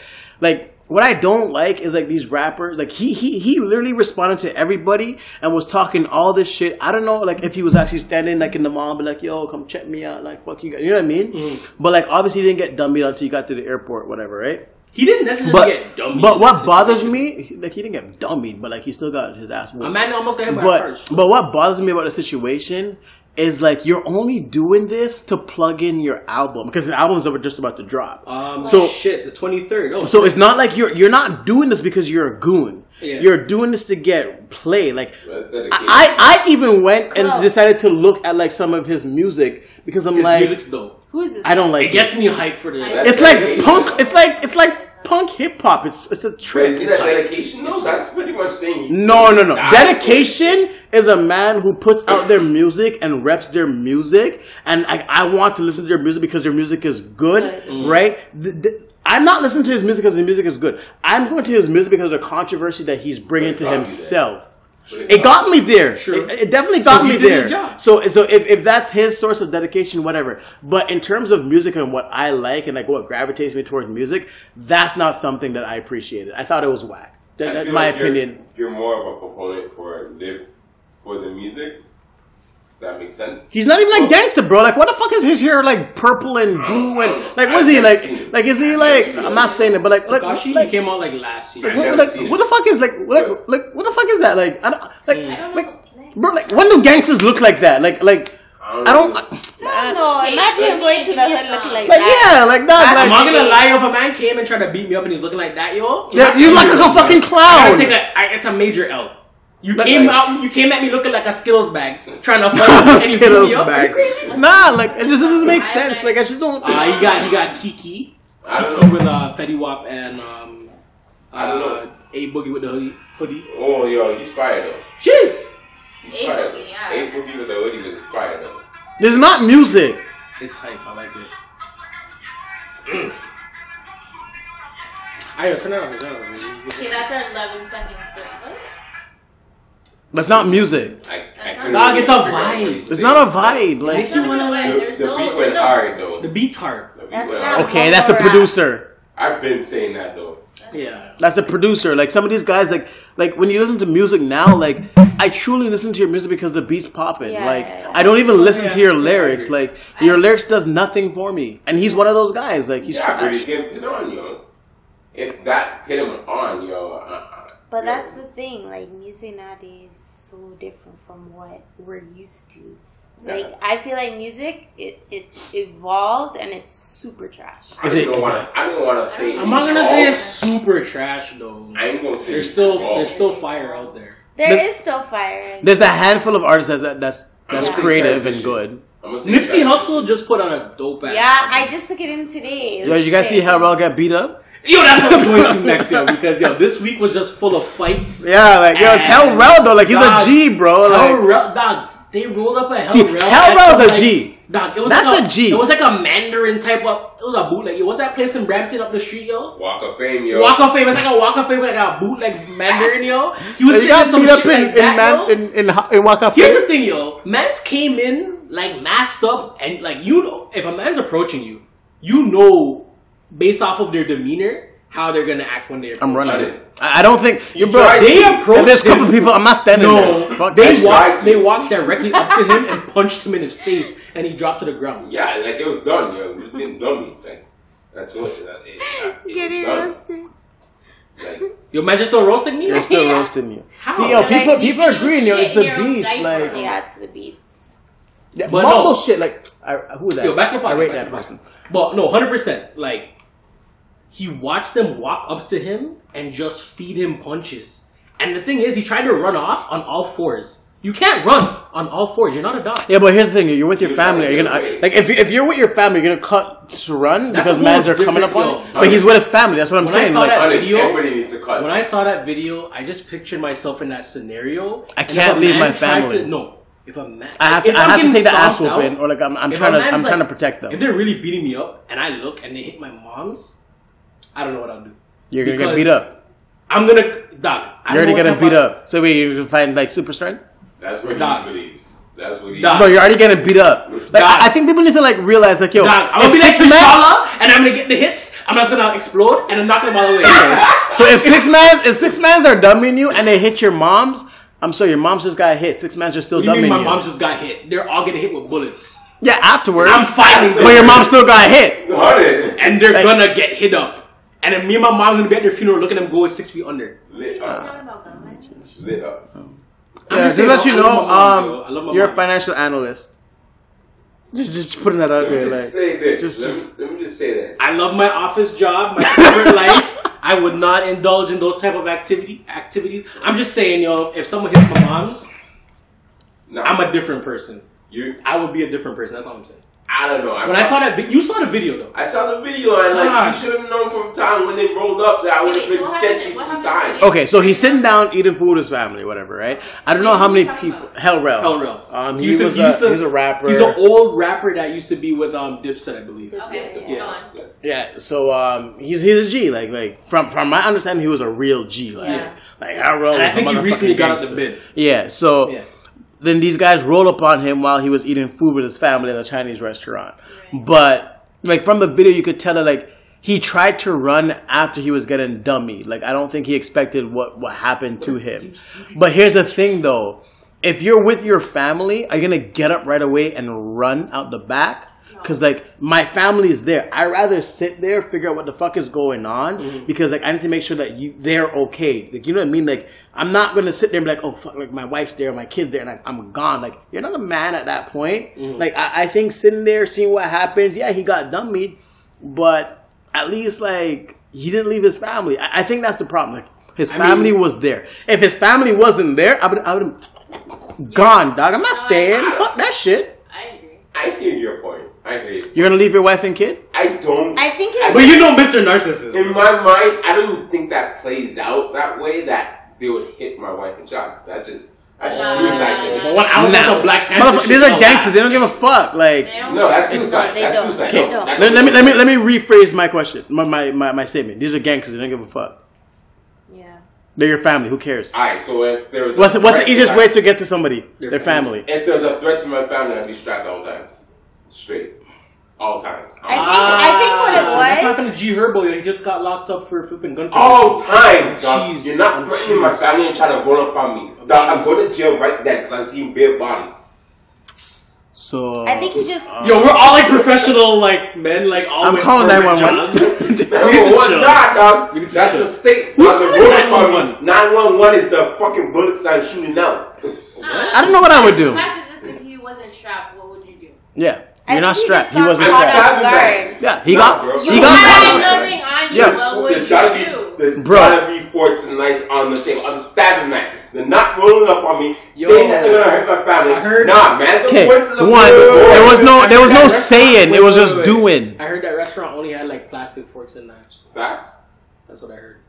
Like what I don't like is like these rappers. Like he he he literally responded to everybody and was talking all this shit. I don't know like if he was actually standing like in the mall, be like, yo, come check me out, like fuck you guys. You know what I mean? Mm-hmm. But like obviously he didn't get dummied until you got to the airport, whatever, right? He didn't necessarily But get dummy. but what bothers me, like he didn't get dummied, but like he still got his ass. whooped A man almost got hit by a but car. but what bothers me about the situation is like you're only doing this to plug in your album because the albums are just about to drop. Um, so shit, the 23rd. Oh, so it's not like you're you're not doing this because you're a goon. Yeah. You're doing this to get play. Like That's dedication. I I even went and Clout. decided to look at like some of his music because I'm his like music's dope. Who is this? I don't like It gets me hyped for the. it. It's like punk. It's like it's like punk hip hop. It's it's a Wait, trick. is It's that like- dedication? No, that's pretty much saying. he's- No, no, no. Nah. Dedication is a man who puts out their music and reps their music, and I, I want to listen to their music because their music is good, right? Th- th- I'm not listening to his music because his music is good. I'm going to his music because of the controversy that he's bringing It to got you himself. there. It got me there. Sure. It, it definitely got So you me did your there. job. So, so if, if that's his source of dedication, whatever. But in terms of music and what I like and like what gravitates me towards music, that's not something that I appreciated. I thought it was whack. That, I that's feel my like you're- opinion. You're more of a proponent for live for the music. That makes sense. He's not Oh. even like gangster, bro. Like, what the fuck is his hair like purple and blue and like? What is he like? Like, is he like? I'm not saying it, but like, like, Takashi, like, he came out like last year. what, like, what the fuck is like? What, like, like, what the fuck is that? Like, I don't I don't like, know. like, bro. Like, when do gangsters look like that? Like, like, I don't. know. No, no. Imagine him going to the hood looking like Like, that. yeah, like that. I'm not Like, gonna lie, yo, if a man came and tried to beat me up and he's looking like that, yo. yeah, you look like a fucking I gotta clown. take a, I, it's a major L. You Like- came out, you came at me looking like a Skittles bag, trying to fight me, and you beat Skittles me up. back. Nah, like it just doesn't make sense. Like I just don't. Uh, he got he got Kiki, I don't Kiki know. with uh, Fetty Wap and um, I don't uh, know. A Boogie with the hoodie. hoodie. Oh, yo, he's fired though. Jeez, He's A fired. Boogie, yeah. A Boogie with the hoodie was fired though. It's not music. it's hype. I like it. Mm. Ayo, turn it on. Turn it on. Okay, that's our 11 seconds. but- That's not music. I, I That's couldn't not- Dog, really it's a figure out vibe. what he's It's It's saying. not a vibe. Like Makes you wanna There's like no- The, the there's beat no- went hard though. the beats hard. The beat That's went not- hard. okay, that's a Rap. producer. I've been saying that though. Yeah. That's the producer. Like some of these guys, like like when you listen to music now, like I truly listen to your music because the beats popping. Yeah, like yeah, yeah. I don't even listen to your yeah, I lyrics. agree. Like your lyrics does nothing for me. And he's one of those guys. Like he's yeah, I trash. really get it on, yo. If that hit him on, yo. Uh, But that's the thing, like music nowadays is so different from what we're used to. Like Yeah. I feel like music it it's evolved and it's super trash. I Is it- don't is want. I don't want to say. I'm I'm not gonna say it's evolved. super trash though. I ain't gonna say There's it's still evolved. there's still fire out there. There is The- still fire. There's a handful of artists that's that's, that's Yeah. creative and good. I'm gonna say Nipsey that. Hussle just put out a dope ass. yeah, I just took it in today. It Yo, was you guys see sick. how Raul got beat up? Yo, that's what I'm going to next yo because yo this week was just full of fights. Yeah, like yo, it's Hell Raul though. Like he's God. a G, bro. Hell Like Rel- dog, they rolled up a Hell See, Rel. Hell at Rel's some, a like- G. Dog, it was That's like a G. It was like a Mandarin type of. It was a bootleg. Yo, what's that place in Brampton up the street, yo? Walk of Fame, yo. Walk of Fame. It's like a Walk of Fame, like a bootleg Mandarin, yo. He was singing you got some beat shit up in like in, that, yo. man, in in in Waka Here's Flocka. the thing, yo. Mans came in like masked up, and like you know, if a man's approaching you, you know, based off of their demeanor, how they're gonna act when they. I'm approach running. you. it. I I don't think you bro. tried They They approached. there's a couple him- people. I'm not standing. No, there. Fuck that they shit. tried walked. to. They walked directly up to him and punched him in his face, and he dropped to the ground. Yeah, like it was done, yo. We didn't dummy. Like that's what. That, it, that, it Get it Uh, was roasted. done. Like, Yo, man, just don't roasting me. They're still Yeah. roasting you. How? See, yo, Like, people, you people are see agreeing, yo. shit It's the in your own beats, diaper. like Yeah, it's the beats. yeah, But mumble no. shit. Like, I, who that? Yo, back to the I podcast. rate back to that the person. podcast. But no, hundred percent. Like he watched them walk up to him and just feed him punches. And the thing is, he tried to run off on all fours. You can't run on all fours. You're not a dog. Yeah, but here's the thing: you're with your You're family. not You're gonna gonna- like if you- if you're with your family, you're gonna cut to run That's because a mans are little coming up different, on. yo. But he's with his family. That's what I'm When I saying. saw like, that Cut it. video- Everybody needs to cut. When I saw that video, I just pictured myself in that scenario. I And if can't a leave man my tried family. To, no, if a man, I have to, if I I'm have to getting take the ass stomped whooping, out- or like I'm, I'm if trying a to, man's I'm like- trying to protect If them. they're really beating me up, and I look and they hit my mom's, I don't know what I'll do. You're gonna because get beat up. I'm gonna dog. I You're don't already know getting what beat type of- up. So wait, you're gonna find like super strength? that's what he Nah. believes. That's what he. Nah. No, you're already getting beat up. Like, God. I, I think people need to like realize, like, yo, Dog, I'm if gonna be like six T'Challa, man, and I'm gonna get the hits. I'm just gonna explode, and I'm not gonna bother with so if six man, if six mans are dumbing you and they hit your moms, I'm sorry, your moms just got hit. Six mans are still What do you dumbing mean my you. mom just got hit? They're all getting hit with bullets. yeah, afterwards, I'm fighting them. but your mom still got hit. Cut it. and they're Like- gonna get hit up. And then me and my mom's gonna be at their funeral looking at them go with six feet under. Lit Talking up. about God. Lit up. I'm Yeah, just just saying, let you I love know, my moms, yo. I love my um, you're a moms. financial analyst. Just, just putting that out Let me there, just like, say this. just- let, me- just- let me just say this. I love my office job, my corporate life. I would not indulge in those type of activity activities. I'm just saying, yo, if someone hits my mom's, Nah, I'm a different person. You. I would be a different person. That's all I'm saying. I don't know. When I saw that, vi- you saw the video though. I saw the video and like Ah. you should have known from time when they rolled up that I would have Wait, been what happened- sketchy what from happened? time. Okay, so he's sitting down eating food with his family, whatever, right? I don't know how many people. Hell, Rel. Hell real. Um, he was a, he's a rapper. He's an old rapper that used to be with um Dipset, I believe. Oh, Okay, Yeah. go on. yeah. So um, he's he's a G. Like like from from my understanding, he was a real G. Like Yeah. like Hell Rel. And I was a think he motherfucking recently got out gangster. the bin. Yeah. So Yeah. then these guys roll up on him while he was eating food with his family at a Chinese restaurant. But like from the video, you could tell that like he tried to run after he was getting dummy. Like I don't think he expected what what happened to him. But here's the thing though, if you're with your family, are you gonna get up right away and run out the back? Cause like my family's there. I rather sit there, figure out what the fuck is going on, because like I need to make sure that you they're okay. Like you know what I mean? Like I'm not gonna sit there and be like, oh fuck, like my wife's there, my kids there, and I, I'm gone. Like you're not a man at that point. Like I, I think sitting there, seeing what happens. Yeah, he got dummied, but at least like he didn't leave his family. I, I think that's the problem. Like his family was there. If his family wasn't there, I would I would gone, dog. I'm not staying. Fuck that shit. I agree. I hear your point. I hear you. You're gonna leave your wife and kid? I don't. I think it But you know, Mr. Narcissist. in my mind, I don't think that plays out that way. That they would hit my wife and child. That's just that's suicide. to me. But when I was Nah. just a black Panther, Motherfucker, shit, these no, are gangsters. They don't give a fuck. Like, They don't No, that's care. suicide. they That's don't. suicide. okay, No, don't. that- let, let me let me let me rephrase my question, my my, my, my statement. These are gangsters. They don't give a fuck. Yeah. They're your family. Who cares? All right, so if there's What's the, what's the easiest way to get to somebody? Their family. If there's a threat to my family, I'd be strapped all times, straight, all times, I think, I think what it Ah, was. That's what happened to G Herbo. yo. He just got locked up for flipping gun. Oh! all control. times. dog. Jeez, You're not oh, threatening my jeez. family and trying to run up on me. Dog, I'm going to jail right there because I'm seeing bare bodies. So I think he just. Yo, we're all like professional, like men, like all. I'm with calling permanent 911. jobs. Number need to one, chill. nah, dog. We need to That's chill. the state's Who's not the calling rule 911? 911 is the fucking bullets I'm shooting out. I don't know what I would do. Fact is, if he wasn't strapped, what would you do? yeah, I you're not think strapped. just He got wasn't caught off strapped. strapped. guard. Yeah, he Nah, got bro. You he had got nothing on you. Yes. What would There's you gotta do? be there's Bro. gotta be forks and knives on the table. I'm stabbing man. They're not rolling up on me, Yo. saying that they're gonna hurt my family. I heard- nah, man. Okay, One, one. There was no there was no That saying. It restaurant- was wait, just wait, wait. doing, I heard that restaurant only had like plastic forks and knives. facts. That's what I heard.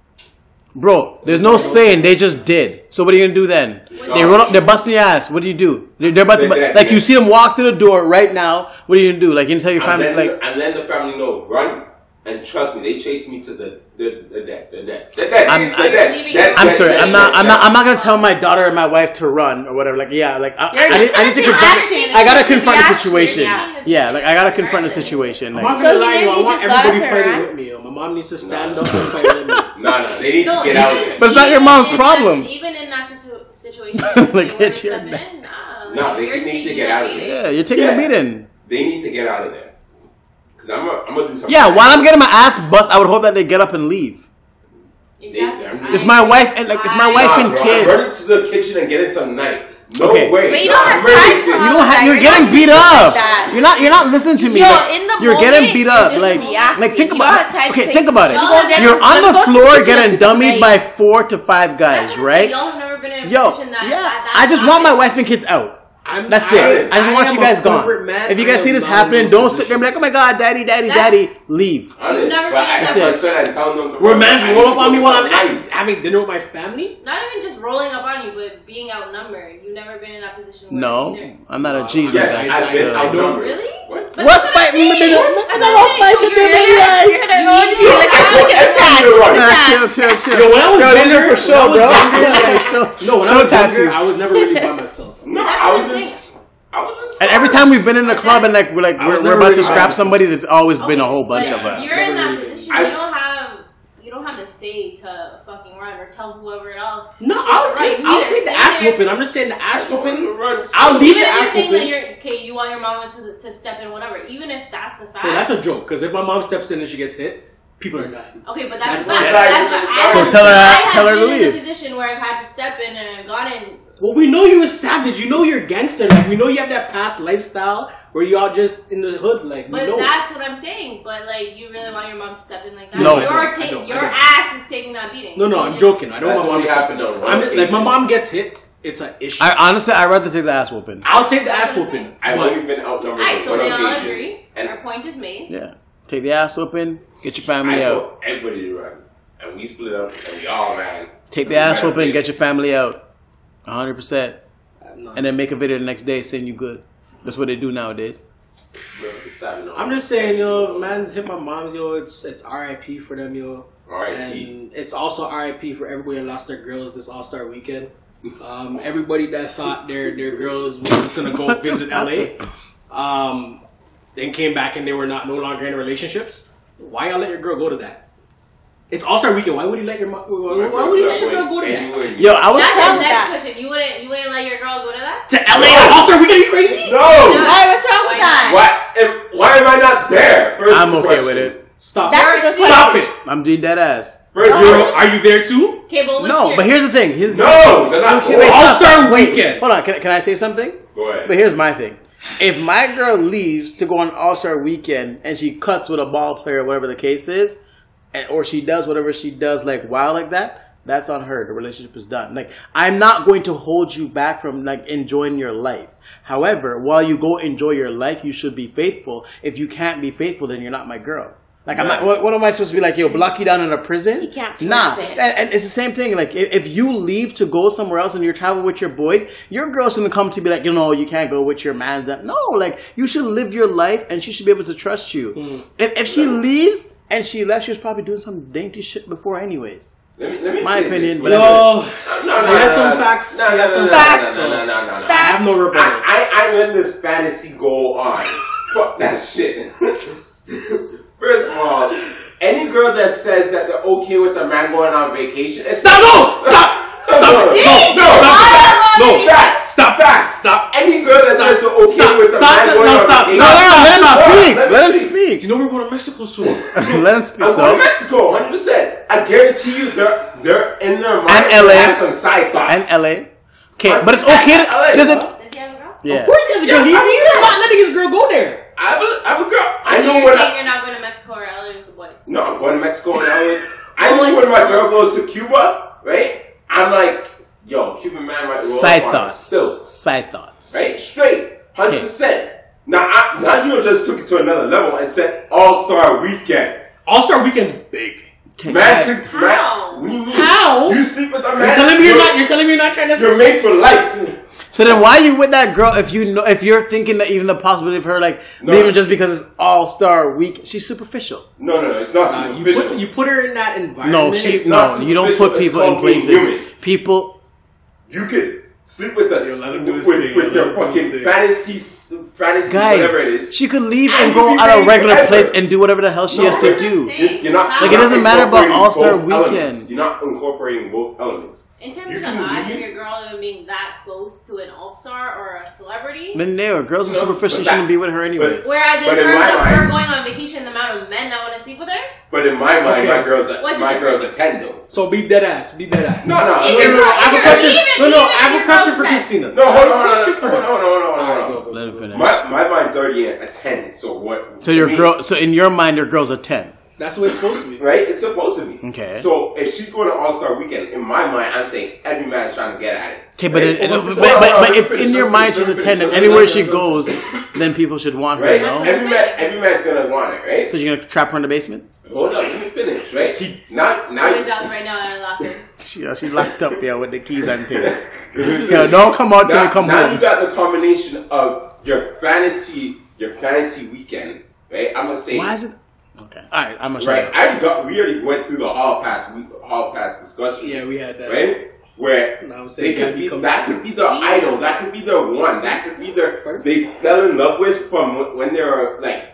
bro. There's no saying. They just did. So what are you gonna do then? They run up. They're busting your ass. What do you do? They're, they're about to They're dead, like you man. see them walk through the door right now. What are you gonna do? Like you gonna tell your family I'm like letting, I'm letting the family know, run. And trust me, they chased me to the the the deck, the deck, the deck. I'm- the deck, deck, I'm deck, sorry. deck, I'm not. deck, I'm not. deck. I'm not gonna tell my daughter and my wife to run or whatever. Like, yeah, like I, I, You're just need, I need to gonna take confront. action. I gotta It's just confront reaction, the situation. yeah. Yeah, like I gotta confront the situation. I'm not Like, gonna So lie, he yo. I literally want just got everybody up there, fighting right? with me. Yo. My mom needs to stand Nah. up and fight with me. No, no, they need No, to get out of But there. it's not your even- mom's even- problem. Even in that situ- situation, Look they wanna at your step neck. in, nah, like, No, they you're need to taking get the out of beating. yeah, you're taking a Yeah. beating. They need to get out of there. Cause I'm gonna I'm gonna do something. Yeah, while I'm getting my ass bust, I would hope that they get up and leave. Exactly. It's my wife and like it's my wife Nah, and bro, kid. I'm running to the kitchen and getting some knife. No Okay. way. But you No, don't I'm have ready time to- for You all don't have. that. You're You're not getting gonna beat do up. that. You're not. You're not listening to me. Yo, Like, in the you're getting moment, you're beat up. just Like, reacting. like think You don't about have time it. to Okay, think. think about it. Yo, that's- You're let's on go to the the floor kitchen getting and people dummied play. by four to five guys, That's what I'm saying, right? Y'all have never been in a Yo, position that, yeah. that, I that just want my happened. wife and kids out. I'm, That's I- it. I just I want am you a guys corporate gone. man. If you I am guys see this not in happening, those don't sit there and be like, positions. "Oh my god, daddy, daddy, That's- daddy, leave." Honest, Never but I, I That's it. I said I tell them. to- Were men I roll need up to on me get while "Oh some I'm at- knives. having dinner with my family? Not even just rolling up on you, but being outnumbered. You've never been in that position. Mm. where you're No, there. I'm not a G like Yes, that. I've been Uh, outnumbered. Really? What? But What that's fight in the I'm middle? saying. I That's don't what want I'm fight in saying. Yo, the you're middle. there. You're Look at the tags. Look at the Chill, tags. chill, chill. Yo, when I was Yo, younger- when I you're for sure, was bro. younger- Yeah, show- No, when show I was younger, tattoos. I was never really by myself. No, That's I what was I'm in. saying. I was in. And every time we've been in a club and like we're like I was we're, we're never about to really scrap honest. somebody, there's always been a Okay, whole bunch but of us. You're in that Never really. position. I- you don't have. You don't have the say to fucking run or tell whoever else. No, It's I'll right. take You I'll either take the stay ass there- whooping. I'm just saying the ass whooping. Run, I'll leave Even the if you're ass saying that whooping. you're okay, you want your mama to, to step in, whatever. Even if that's the fact. No, that's a joke. Because if my mom steps in and she gets hit, people are dying. Okay, but that's, That's not. not- That's what I So have- tell her- I Uh, tell her to have been in a leave. position where I've had to step in and gotten. Well, we know you a savage. You know you're a gangster. Like we know you have that past lifestyle where you all just in the hood. Like we But know. that's what I'm saying. But like, you really want your mom to step in like that? No, I your don't, I ta- don't, I your don't. ass is taking that beating. no, no, I'm joking. I don't That's want mom only to happened on one I'm, like my occasion. mom gets hit, it's an issue. I honestly, I'd rather take the ass whooping. I'll take the ass whooping. I've but- only been outnumbered I on one totally all occasion, agree. and Our point is made. Yeah, take the ass whooping. Get your I family out. told everybody to run, and we split up, and we all ran. Take the ass whooping. Get your family out. 100. percent I'm not- And then make a video the next day saying you good. That's what they do nowadays. I'm just saying, yo, man's hit my mom's, yo. It's it's R.I.P. for them, yo. R.I.P. And it's also R.I.P. for everybody that lost their girls this All Star weekend. Um, everybody that thought their their girls was just gonna go What visit just L.A. Um, then came back and they were not no longer in relationships. Why y'all let your girl go to that? It's All Star weekend. Why would you let your mom? Why, why would you let your girl go to that? Yo, I was That's telling telling the next that. question. You wouldn't. You wouldn't let your girl go to that? To L.A. All Star weekend? Are you crazy? No. Why? What's wrong with that? Why? Am, why am I not there? First I'm okay question. with it. Stop. That's it. a good Stop point. it. I'm doing dead ass. First, Girl, you're, are you there too? Okay, but what's No, your, but here's the thing. Here's the no, they're not. Wait, stop. All Star Wait, weekend. Hold on. Can, can I say something? Go ahead. But here's my thing. If my girl leaves to go on All Star Weekend and she cuts with a ball player, whatever the case is, and, or she does whatever she does, like wild like that, that's on her. The relationship is done. Like I'm not going to hold you back from like enjoying your life. However, while you go enjoy your life, you should be faithful. If you can't be faithful, then you're not my girl. Like I'm not. What, what am I supposed to be like? Yo, block you down in a prison? You can't force Nah, it. and, and it's the same thing. Like if, if you leave to go somewhere else and you're traveling with your boys, your girl shouldn't come to be like, you know, you can't go with your man. That no, like you should live your life, and she should be able to trust you. If, if she leaves and she left, she was probably doing some dainty shit before, anyways. Let me, let me My say opinion, This. but- Yo, No, no, We no, had no, some no, facts. No, We no, had no, some no, facts. No, no, no, no, no. I no. have no rebuttal. I, I, I let this fantasy go on. Fuck that shit. First of all, any girl that says that they're okay with a man going on vacation, it's Stop! No! Stop! Stop! No, it. No! no, Stop! no, No! facts. Stop! Facts! Stop! Any girl that Stop. says they're okay Stop. with a Stop. man No, going on stop. vacation, No, no, no, let Stop. him speak. Let Let him him speak. You know we're going to Mexico soon. Let him speak. I'm going to So, Mexico, 100. percent I guarantee you, they're they're in their mind. And they LA. have some side thoughts. and LA. Okay, but it's okay. To, does it? Does he have a girl? Yeah. Of course he has a girl. He, he's not letting his girl go there. I have a, I have a girl. I So know you're when saying I. you're not going to Mexico or LA with the boys. No, I'm going to Mexico and LA. I know when my girl goes to Cuba, right? I'm like, yo, Cuban man might roll Side up on thoughts. Sills, Side thoughts. right? Straight, hundred percent. Now, I, now you just took it to another level and said All Star Weekend. All Star Weekend's big. Okay, Man, guys, can- How? man, we need How? you sleep with a man. You're telling me you're not. You're telling me you're not trying to. You're made for life. So then, why you with that girl if you know if you're thinking that even the possibility of her like No. leaving just because it's All Star Week? She's superficial. No, no, no, it's not Uh, you superficial. put you put her in that environment. No, she it's no. not You don't superficial, put it's people in called being places. human. People You could sleep with us Yo, let him do with, his with, thing, with yo, let him your do his fucking thing. fantasy, s- fantasy, guys, whatever it is. she could leave And and you go can at marry a regular forever. place and do whatever the hell she No, has to but- do. You- You're not, it Like, you're doesn't not matter about incorporating All-Star both elements. Weekend. You're not incorporating both elements. In terms You of the can odds of leave. your girl even being that close to an all star or a celebrity, Then there, girls are No, superficial. but You shouldn't that- be with her anyways. whereas in But in terms my of her mind- going on vacation, the amount of men that want to sleep with her, But in my mind, Okay. my girls, are, What's my the girls are ten though. So be dead ass. Be dead ass. No, no, If no, you're no, I have a Even- question. even- No, no, even I have your a question for girlfriend. Christina. no, I have hold a on, question hold on, hold on, hold on, hold on, Alright, hold go, on. Let him finish. My my mind's already at a ten. So what? so your me- girl, so in your mind, your girl's a ten. That's the way it's supposed to be. right? It's supposed to be. Okay. So if she's going to All Star Weekend, in my mind, I'm saying every man's trying to get at it. Okay, but, right? it, it- Hold but, on, but, hold on, but, hold on, if finish, in your finish, mind she's a finish, ten, and finish, anywhere finish, she finish. goes, then people should want her. Right? You know? Every man, every man's gonna want it, right? So you're gonna trap her in the basement? Hold up, let me finish, right? Not, not. boys out right now and I locked her. She, uh, she locked up, yeah, with the keys and things. Yo, don't come out till now, you come now home. you got the combination of your fantasy, your fantasy weekend, right? I'm gonna say, Why is it? Okay, all right, I'm gonna shut right? up. I already got. We already went through the hall pass, week, hall pass discussion, Yeah, we had that. right? Where And I was they saying could that be, becomes that could be their idol, that could be their one, that could be their Pardon? they fell in love with from wh- when they were like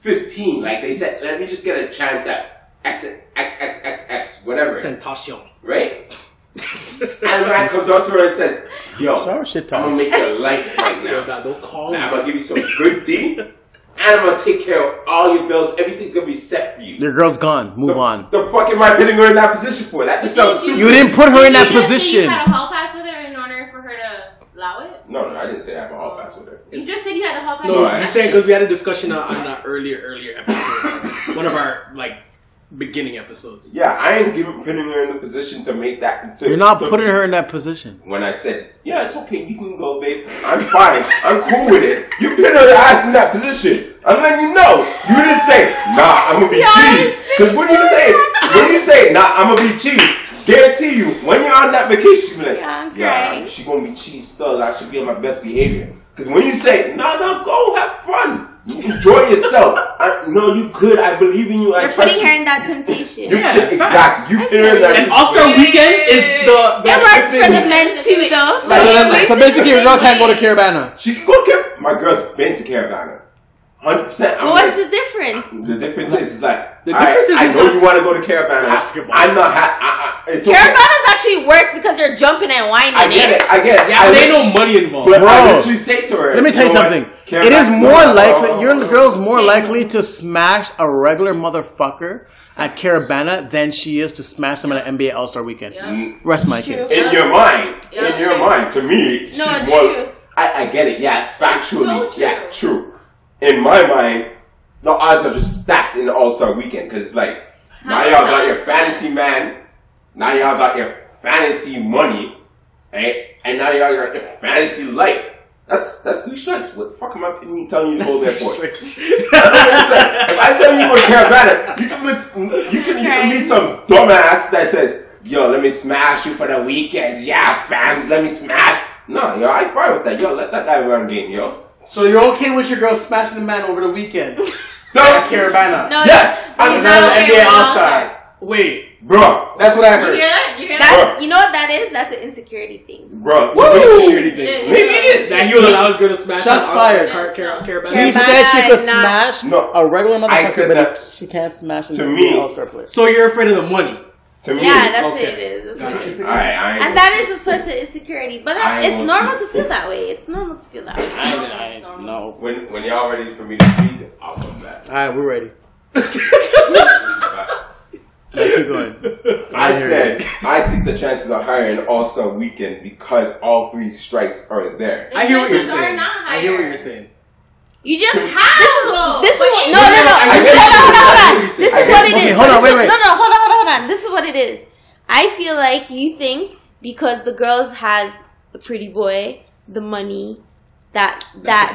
15. Like they said, let me just get a chance at X X X X X whatever, Tentacion. right? And the man comes up to her and says, "Yo, Sorry, shit I'm gonna talks. make your life right Yo, now." nah, don't call me. Now, I'm gonna give you some good D, and I'm gonna take care of all your bills. Everything's gonna be set for you. Your girl's gone. Move on. The fuck am I putting her in that position for? That just sounds stupid. You didn't put her in that You just said You position. had a hall pass with her in order for her to allow it. No, no, I didn't say I have a hall pass with her. You just said you had a hall pass. No, with I- you're her. saying because we had a discussion on, on an earlier, earlier episode, one of our like beginning episodes. Yeah, I ain't giving, putting her in the position to make that. To, You're not to- putting her in that position. When I said, yeah, it's okay, you can go, babe. I'm fine. I'm cool with it. You put her ass in that position. I'm letting you know. You didn't say, nah, I'm gonna be cheese. Because when you say, when you say, nah, I'm gonna be cheese, guarantee you, when you're on that vacation, you're like, Yeah, I'm yeah, great." she gonna be cheese still. I should be on my best behavior. Because when you say, nah, nah, go have fun. Enjoy yourself. I, no, you could. I believe in you. I You're trust putting you. her in that temptation. You Yeah, put- facts. exactly. You put her in that And All Star Weekend is the. the It works for the thing. men too, though. So, Like, then- so basically, your girl can't go to Caravana. She can go care. My girl's been to Caravana. 100%. I'm what's like- the difference? the difference is, is like, The all right, difference is I know us- you want to go to Caravana. Basketball. I'm not. Ha- I, I, it's okay. Caravana's actually worse because you're jumping and whining. I get it. I get it. Yeah, I but ain't let- no money involved. But I Bro. literally say to her. Let me tell you know what? something. Caravana- It is more No, likely no, your no, no. girl's more likely to smash a regular motherfucker at Caravana than she is to smash someone at NBA All Star Weekend. Mm, Rest my True. case. In your mind, Yeah. in your mind, to me, No, she's it's more. true. I, I get it. Yeah, factually, so yeah, true. In my mind, the odds are just stacked in the All Star Weekend because it's like now y'all got your fantasy man, now y'all got your fantasy money, right? And now y'all got your fantasy life. That's that's three strikes. What the fuck am I pin- telling you to go there for? if I tell you what Caravana, you can meet, you can you can meet some dumbass that says, "Yo, let me smash you for the weekends." Yeah, fams, let me smash. No, yo, I'm fine with that. Yo, let that guy run game, yo. So you're okay with your girl smashing a man over the weekend Don't Caravana? No, Yes, it's- I'm it's not not okay an NBA with an All-Star. Wait, Bruh, that's what I You hear heard. that? You hear that? Bruh, That, you know what that is? That's an insecurity thing. bruh. Woo! Security It is. thing. Maybe it is. That you allow is gonna smash. Shots on- fired. Car- car- car- He Carabana said she could and not- smash No. a regular I said motherfucker, but that she can't smash to into me. an all-star player. So you're afraid of the money. To me, Yeah, that's what Okay. it is. That's Gotcha. what it is. I, I ain't And that is a source of insecurity. But I that, it's almost- normal to feel that way. It's normal to feel that way. I, no. When when y'all ready for me to speak, I'll come back. All right, we're ready. keep going. I hear said I think the chances are higher in All Star Weekend because all three strikes are there. I hear what you're Chances are saying. not I hear what higher. you're saying. You just How? This is this is But what, it- no no no. I Hold get on, you. hold on, I get hold what on. you're This saying. is what it Okay, is. hold on, This is- wait, wait. No no hold on hold on hold on. This is what it is. I feel like you think because the girls has the pretty boy, the money, that that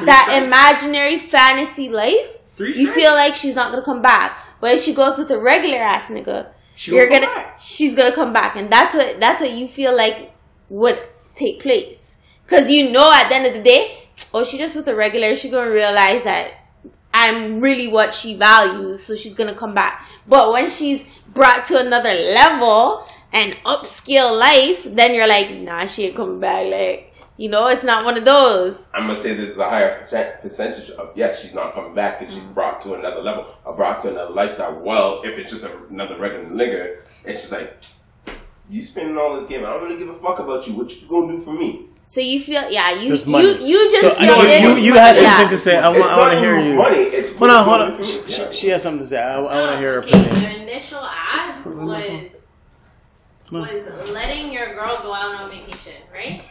the three that strikes. imaginary fantasy life, Three you feel like she's not gonna come back. But if she goes with a regular ass nigga, She you're gonna gonna come back. she's gonna come back, and that's what that's what you feel like would take place. Cause you know at the end of the day, oh she just with a regular, she gonna realize that I'm really what she values, so she's gonna come back. But when she's brought to another level and upscale life, then you're like, nah, she ain't coming back. Like, you know, it's not one of those. I'm gonna say this is a higher percent- percentage of yes, she's not coming back because she's Mm. brought to another level or brought to another lifestyle. Well, if it's just a, another regular nigga, it's just like you spending all this game. I don't really give a fuck about you. What you gonna do for me? So you feel, yeah, you Just money. you you just So, I feel know it. you, you had Yeah. something to say. I want, It's I want to not hear you you. money. It's Hold on, hold what on. you She, do. she, Yeah. she has something to say. I, I want to hear her Oh, okay, opinion. Your initial ask was was letting your girl go out on vacation, right?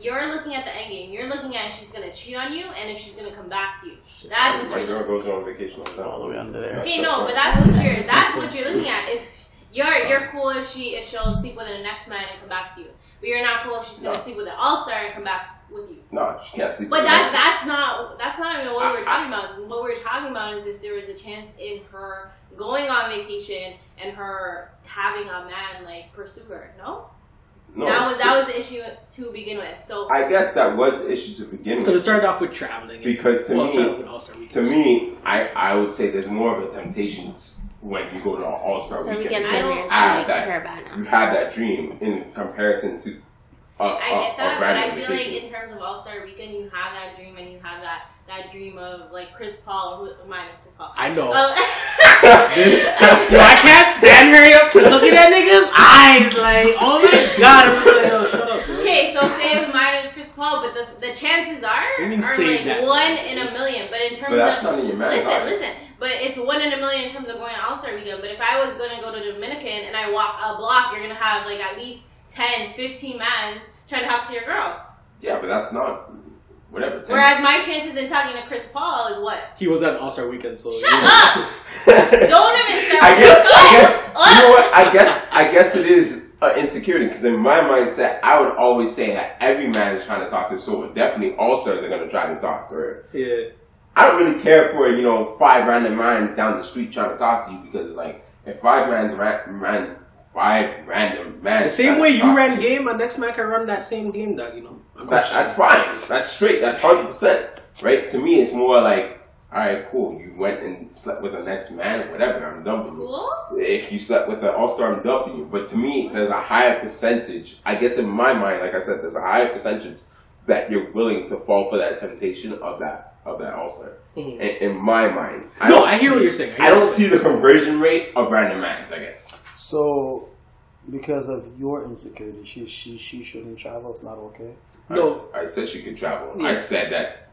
You're looking at the end game. You're looking at if she's gonna cheat on you and if she's gonna come back to you. That's what My you're girl looking. goes on vacation all the time. All the way under there. Okay, no, but that's what you're that's what you're looking at. If you're you're cool if she if she'll sleep with the next man and come back to you, but you're not cool if she's gonna No. sleep with an all star and come back with you. No, she can't sleep. But with that's me. that's not that's not even what we I- we're talking about. What we we're talking about is if there was a chance in her going on vacation and her having a man like pursue her. No, no. that was that was the issue to begin with. So I guess that was the issue to begin Because it with. started off with traveling. and- Because to well, me- it started with All-Star Weekend. To me, I, I would say there's more of a temptation when you go to an All Star So we weekend. can I don't there's add like that. You Carabana. have that dream in comparison to a, a, I get a that, but I random feel Oh, vacation. like in terms of All Star Weekend, you have that dream and you have that that dream of like Chris Paul who, minus Chris Paul. I know. Uh, This, yo, I can't stand her up. Look at that nigga's eyes, like, oh my god. I'm just like, yo, shut up, bro. Okay, so say if mine is Chris Paul, but the, the chances are, What do you mean are say like that? one in a million. But in terms but that's of not in your marriage. listen, listen, but it's one in a million in terms of going All Star Weekend. But if I was going to go to Dominican and I walk a block, you're gonna have like at least 10, 15 mans trying to hop to your girl. Yeah, but that's not whatever. Ten- Whereas my chances in talking to Chris Paul is what? He was at an All-Star Weekend, so. Shut up! Don't even start. I guess, I guess, Shut you know up! what? I guess, I guess it is uh, insecurity because in my mindset, I would always say that every man is trying to talk to, so definitely all stars are going to try to talk to her. Yeah. I don't really care for you know five random minds down the street trying to talk to you because like if five man's ra- ran five random man The same way you ran game, my next man can run that same game, dog, you know? I'm That, just- that's fine. That's straight. That's hundred percent. Right? To me, it's more like, all right, cool. You went and slept with the next man, or whatever. I'm dumping you. Cool. If you slept with an all-star, I'm dumping you. But to me, there's a higher percentage. I guess in my mind, like I said, there's a higher percentage that you're willing to fall for that temptation of that of that all-star. Mhm. In, in my mind, no, don't I hear see- what you're saying. I hear don't what you're see the conversion rate of random mans. I guess. So, because of your insecurity, she she she shouldn't travel. It's not okay. I No. s- I, said she could travel. Yeah. I said that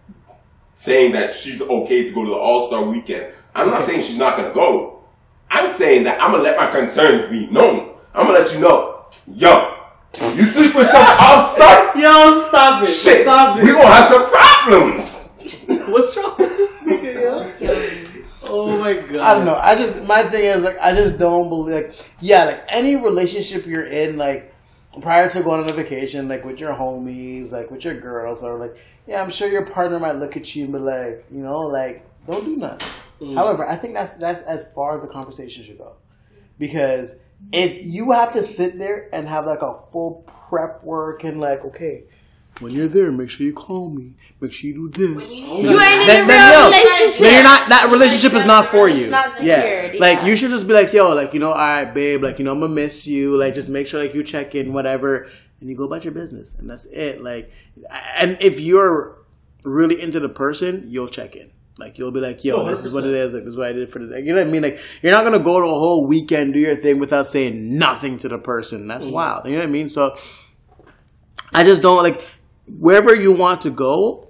saying that she's okay to go to the All Star weekend. I'm not saying she's not gonna go. I'm saying that I'm gonna let my concerns be known. I'm gonna let you know, yo, you sleep with some All Star saying. Yo, stop it. shit, Stop we it. gonna have some problems. What's wrong with this nigga, yo? Oh my god. I don't know. I just my thing is like I just don't believe. Like, yeah, like any relationship you're in, like prior to going on a vacation, like with your homies, like with your girls, or like yeah, I'm sure your partner might look at you and be like, you know, like don't do nothing. Mm. However, I think that's that's as far as the conversation should go, because if you have to sit there and have like a full prep work and like okay, when you're there, make sure you call me. Make sure you do When this. you Oh need my You God. ain't Then- in a then real no. relationship. Then you're not. That relationship is not for you. It's not yeah. secured, Like yeah. you should just be like, yo, like you know, all right, babe, like you know, I'm gonna miss you. Like just make sure like you check in, whatever, and you go about your business, and that's it. Like, and if you're really into the person, you'll check in. Like you'll be like, yo, Oh, this is what 100%. it is. Like this is what I did for the. Like, you know what I mean? Like you're not gonna go to a whole weekend do your thing without saying nothing to the person. That's wild. You know what I mean? So I just don't like wherever you want to go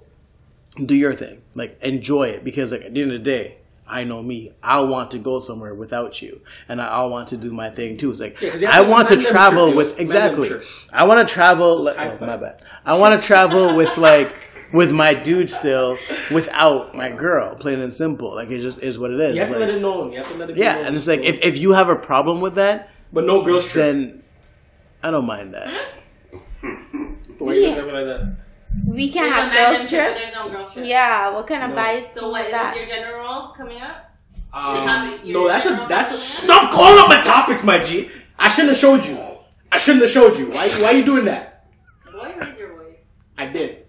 do your thing. Like enjoy it because like at the end of the day, I know me. I want to go somewhere without you, and I, I want to do my thing too. It's like 'cause you have I to want to let them travel trip you. with Let them exactly. trip. I want to travel. Like, high oh, five. my bad. I want to travel with like with my dude still without my girl. Plain and simple. Like it just is what it is. You have to Like, let it know. You have to let it be yeah, known. and it's like if, if you have a problem with that, but no girls trip. then I don't mind that. Why you just like that? We can't There's no have man girls trip, but trip. There's no girl trip. Yeah, what kind of No. bias So thing what is is that? this your general coming up? Um, Topic, your no, that's a general that's a, topic? stop calling up my topics, my G. I shouldn't have showed you. I shouldn't have showed you. Why why you doing that? Boy, raise your voice. I did.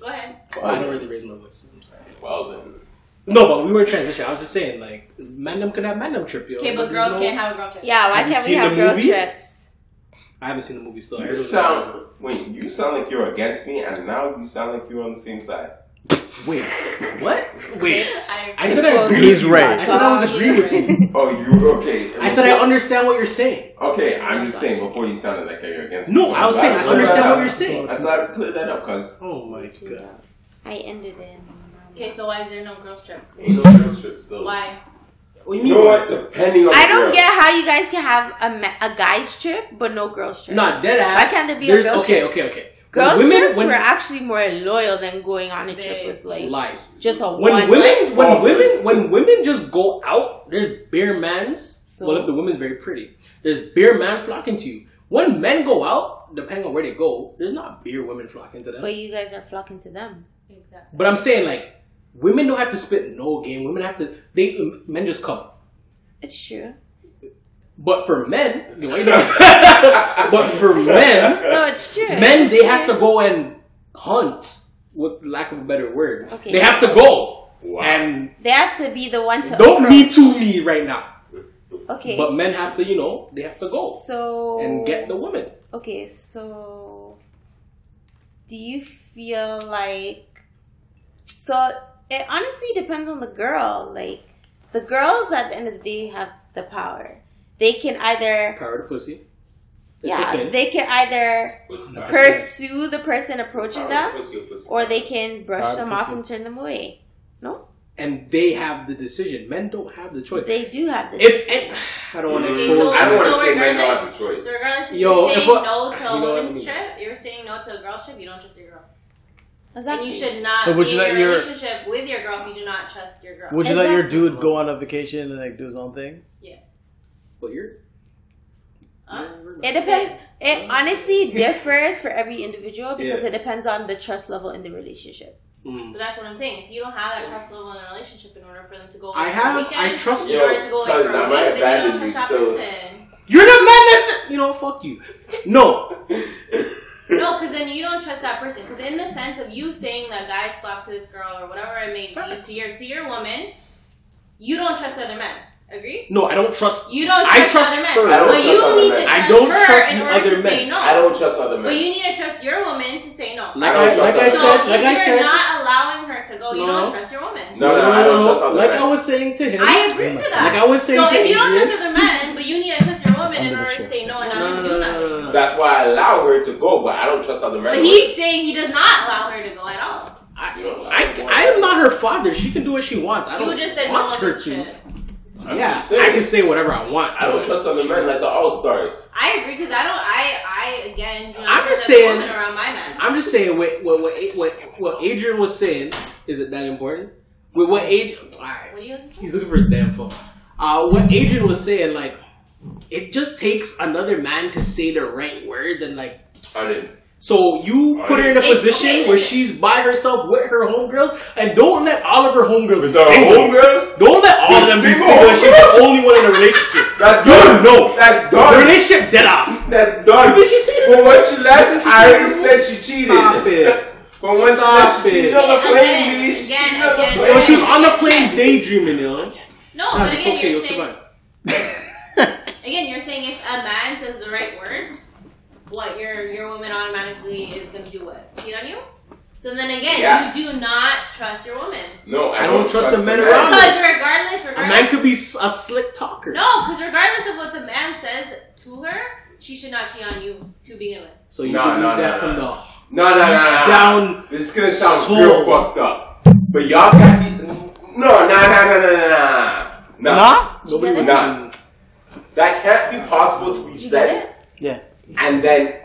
Go ahead. I don't really raise my voice. I'm sorry. Well then, No, but we were in transition. I was just saying, like, Mandem could have Mandem trip, yo. Okay, but You girls know- can't have a girl trip. Yeah, why Have you can't we seen have the girl movie? trips? I haven't seen the movie still. I you really sound wait. You sound like you're against me, and now you sound like you're on the same side. Wait, what? Wait. I, I said I Well, agree. with he's you. right. I said I was agreeing with you. Oh, you okay? I said I understand what you're saying. Okay, I'm just saying. Before you sounded like you're against me. No, so I was I'm glad saying I I cleared understand that what up. you're saying. I'm glad I cleared that up because Oh my god. I ended it. Okay, so why is there no girls trips? you know girls trip still. Why? What do you mean? You know what? Depending on I the don't girl. get how you guys can have a, ma- a guy's trip but no girls trip. Nah, dead ass. Why can't it be a There's- girls Okay, trip? okay, okay. When Girls women- trips when- were actually more loyal than going on a trip They- with like lies. just a When one. women, when False. women, when women just go out, there's bare mans. well, if the woman's very pretty, there's bare mans flocking to you. When men go out, depending on where they go, there's not bare women flocking to them. but you guys are flocking to them. Exactly. But I'm saying like, women don't have to spit no game. Women have to. They men just come. It's true. But for men, you know, but for men, No, it's true. men It's they have true. to go and hunt. With lack of a better word, Okay. they have to go. Wow. And They have to be the one to. don't approach. me to me right now. Okay. But men have to, you know, they have to go So and get the woman. Okay, so do you feel like so it honestly depends on the girl. Like the girls at the end of the day have the power. They can either Power to pussy. It's yeah, okay. they can either Pussy power. pursue the person approaching Power, them pussy, pussy. or they can brush Power them to off pursue. and turn them away. No? and they have the decision. Men don't have the choice. They do have this. if and, I don't want to Mm. expose, I don't want to So say men don't regardless- have a choice. So regardless, if Yo, you're if saying what- no to you a know what I woman's mean. trip, you're saying no to a girl trip, you don't trust your girl. And Exactly. you should not So would be you let in a your- relationship with your girl if you do not trust your girl. Would you let your Exactly. dude go on a vacation and like do his own thing? yes. but you're. Huh? It depends. It honestly differs for every individual because it depends on the trust level in the relationship. Mm. But that's what I'm saying. If you don't have that trust level in a relationship in order for them to go I away have- for the weekend, I trust- in order to go away Yo, for a cause I week, might then you abandon don't you trust that still. person. You're the man that's you know. Fuck you. No, No, because then you don't trust that person. Because in the sense of you saying that guys flock to this girl or whatever it may be Facts. to your to your woman, you don't trust other men. Agree? no, I don't trust. You don't I trust, trust other men. her. I don't but trust you other need I men. to trust don't her trust in you order other to men. say no. I don't trust other men. But you need to trust your woman to say no. Like I, I don't trust like I other said, so like I if you're said. not allowing her to go, you No. don't trust your woman. No, no, I don't trust other Like men. I was saying to him. I agree to that. Like I was saying So to if you don't Adrian- trust other men, but you need to trust your woman in under the order to chair. say no and No, not no, to no, do no, nothing. no, no. That's why I allow her to go, but I don't trust other men. But he's saying he does not allow her to go at all. I, I, I am not her father. She can do what she wants. I don't You just said no want on her this to. trip. I'm yeah, just saying. I can say whatever I want. I don't trust other men like the all stars. I agree because I don't. I I again do not I'm trust just every saying- woman around my man. I'm just saying what what what what, what Adrian was saying isn't that important. With what Adrian, all What right, do you looking for? he's looking for his damn phone. Uh, what Adrian was saying, like, it just takes another man to say the right words and like. I didn't. So you put her in a Hey, position okay, where listen. she's by herself with her homegirls, and don't let all of her homegirls be The single. homegirls? Don't let all of The them be single. single and She's the homegirls? only one in a relationship. That's You done. know. That's The done. relationship dead off. That's done. Did she say But once you left, I already said she cheated. Stop it. But once Stop she left, she cheated it. on the Again, plane, B. She again, cheated on the again. plane. Yo, she was on the plane daydreaming, yo. No, Nah, Oh, but it's again, okay, you're you'll saying survive. again, you're saying if a man says the right words, what your your woman automatically is gonna do what cheat on you. So then again, Yeah. you do not trust your woman No, I, I don't trust the men the around because regardless, A man regardless, could be s- a slick talker. no, because regardless of what the man says to her, she should not cheat on you to begin with. So you Nah, believe nah, that nah, from nah. the No, no, no, no. Down This is gonna sound soul. real fucked up. But y'all got these. No, no, no, no, no, no, no. Nah? nobody was Nah. even- That can't be possible to be You get said it? Yeah. and then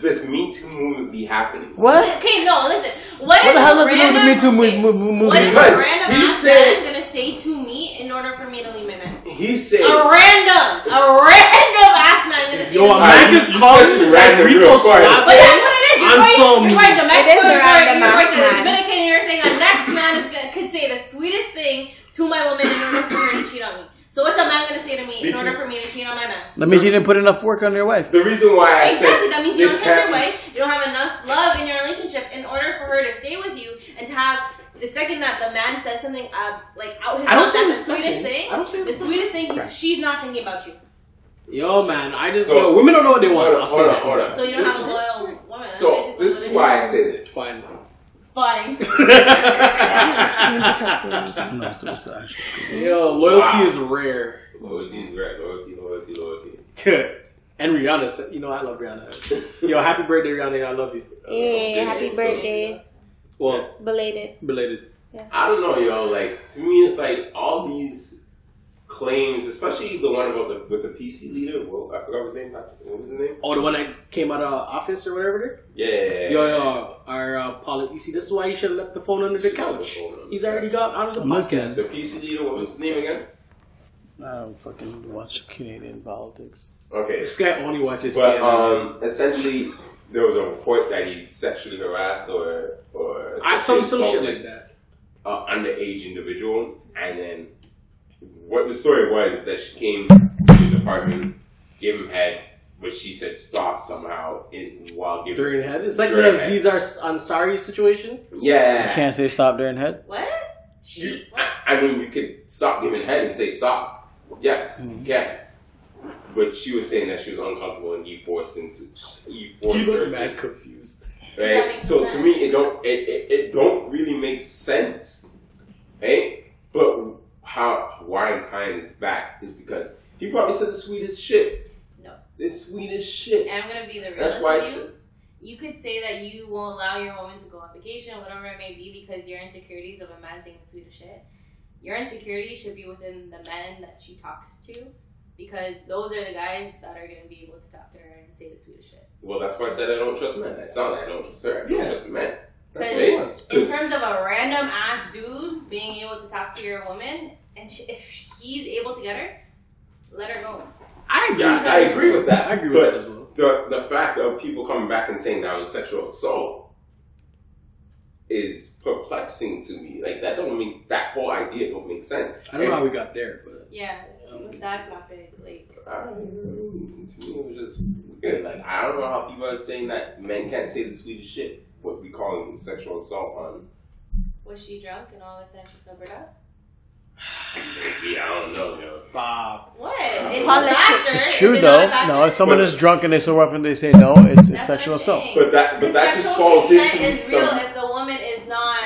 this Me Too movement be happening. What? Okay, no, listen. What, What the is hell a has to do with random- Me Too okay, mo- mo- mo- What is a Because random he ass said- man gonna say to me in order for me to leave my man? He said. A random, a random ass man gonna say. Yo, a to me. Alright, man you- could you call touching you random like Rico real quick. But Suave. that's what it is. You're I'm right. so you're It right. The is Mexican, a you're right. random You're right. ass The man. Dominican, you're saying the next man is gonna, could say the sweetest thing to my woman in order for her to cheat on me. So what's a man gonna say to me in Because- order for me to cheat on my man? That means you didn't put enough work on your wife. The reason why I Exactly. said That means you this don't trust can't your be- wife. You don't have enough love in your relationship in order for her to stay with you and to have. The second that the man says something uh, like out his I don't mouth, say that's the the sweetest second. thing. I don't say the the second. sweetest thing Right. is she's not thinking about you. Yo, man, I just So- yo, women don't know what they want. Hold I'll on, say hold on, that. hold on. So you don't have a loyal woman. That's So basically this is what it why I say this. Fine. Fine. No, so it's actually. Yo, loyalty Wow. is rare. Loyalty is right. Loyalty, loyalty, loyalty. Good. And Rihanna said, you know, I love Rihanna. Yo, happy birthday, Rihanna. I love you. Yeah, Eh, happy so- birthday. Well, Belated. belated. I don't know, yo. Like to me, it's like all these claims, especially the one about the with the PC leader. Well, I forgot his name. What was his name? Oh, the one that came out of office or whatever Yeah. there? Yo, yo, our uh, poly- You see, this is why you should have left the phone under the Should have left couch. the phone under He's the already got out of the I'm listening. The podcast. PC leader. What was his name again? I don't fucking watch Canadian politics. Okay. This guy only watches But CNN. um, essentially, there was a report that he sexually harassed or or I, some, some sexually shit assaulted like that. uh, underage individual, and then what the story was is that she came to his apartment, gave him head, but she said stop somehow in while giving. During head. It's like During the head. Zizar Ansari situation. You yeah, can't say stop during head. What? you, She. I, I mean you could stop giving head and say stop. Yes, you Mm-hmm. can. But she was saying that she was uncomfortable and he forced him to. He forced You her look to. mad confused. That Right? makes So to sense. me, it don't it, it, it don't really make sense, right? But how why I'm tying this back is because he probably said the sweetest shit. No. the sweetest shit. And I'm gonna be the realist. That's why. I with you. said, You could say that you won't allow your woman to go on vacation, whatever it may be, because your insecurities of a man saying the sweetest shit. Your insecurity should be within the men that she talks to, because those are the guys that are gonna be able to talk to her and say the sweetest shit. well, that's why I said I don't trust men. That's not that I don't trust her. I don't Yeah. trust men. That's But what it was. In terms of a random ass dude being able to talk to your woman, and she, if he's able to get her, let her go. I agree, yeah, with I that as agree well. with that. I agree with but that as well. The the fact of people coming back and saying that was sexual assault is perplexing to me. Like that don't make that whole idea don't make sense. I don't And- know how we got there, but um, Yeah, with that topic, like. I don't know. To me, it was just weird. Like I don't know how people are saying that men can't say the sweetest shit. What we calling sexual assault on? Was she drunk and all of a sudden she sobered up? Yeah, I don't know. yo. Bob. What? It's Politics. a factor. It's Is true it though. not a factor? No, if someone is drunk and they sober up and they say no, it's, it's That's sexual what I'm assault. saying. But that but The that just sexual falls into consent is the, real if the woman is not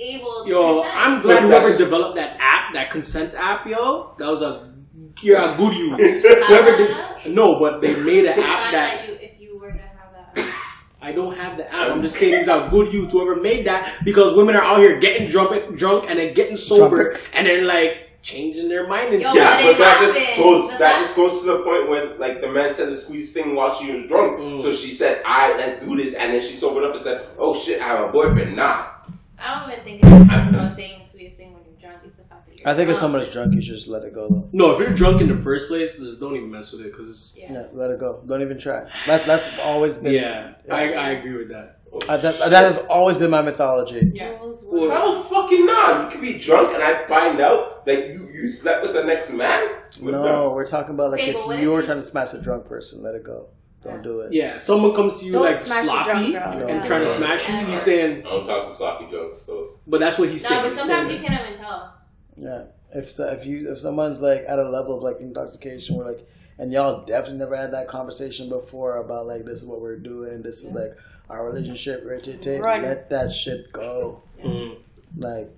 able to Yo, consent. I'm glad But whoever that's- developed that app, that consent app, yo, that was a you're a good use. Whoever did no, but they made an Not app that you, if you were to have that. I don't have the app. I'm just saying these are good youths. Whoever made that because women are out here getting drunk, drunk and then getting sober and then like changing their mind and Yo, yeah, but but, it that just happened. goes But that, that- just goes to the point where like the man said the sweetest thing while she was drunk. Mm. So she said, "I let's do this," and then she sobered up and said, "Oh shit, I have a boyfriend." Nah, I don't even think it's I'm about just- saying the sweetest thing when you're drunk. It's the fact that you're I think if drunk. someone is drunk, you should just let it go though. No, if you're drunk in the first place, just don't even mess with it because it's Yeah. Yeah, let it go. Don't even try. That that's always been yeah. I, I agree with that. Oh, Uh, that, shit. that has always been my mythology. Yeah. How fucking not? You could be drunk and I find out that you, you slept with the next man? With No, them. we're talking about like Okay, but what if if you were you- trying to smash a drunk person, let it go. Don't do it. Yeah, if someone comes to you Don't like smash a sloppy drunk girl. and Yeah. trying to smash you, he's saying, I don't talk to sloppy jokes, so but that's what he's No, saying. but He's sometimes saying- you can't even tell. Yeah. If so, if you if someone's like at a level of like intoxication where like and y'all definitely never had that conversation before about like this is what we're doing, this is like our relationship, right? to take, Run. Let that shit go. Mm. Like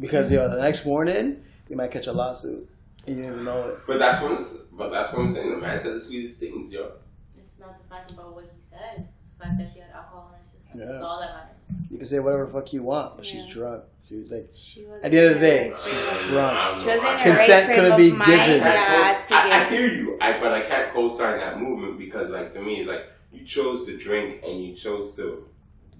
because yo, the next morning you might catch a lawsuit and you didn't even know it. But that's what I'm, but that's what I'm saying. The man said the sweetest things, yo. It's not the fact about what he said. It's the fact that she had alcohol in her system. Yeah. That's all that matters. You can say whatever the fuck you want, but she's Yeah. drunk. She was like She was at the end of the day, She she's just drunk. She was in her Consent right frame couldn't of be mind. given. Yeah, to I, I give. hear you, I, but I can't co-sign that movement because, like, to me, like you chose to drink and you chose to. do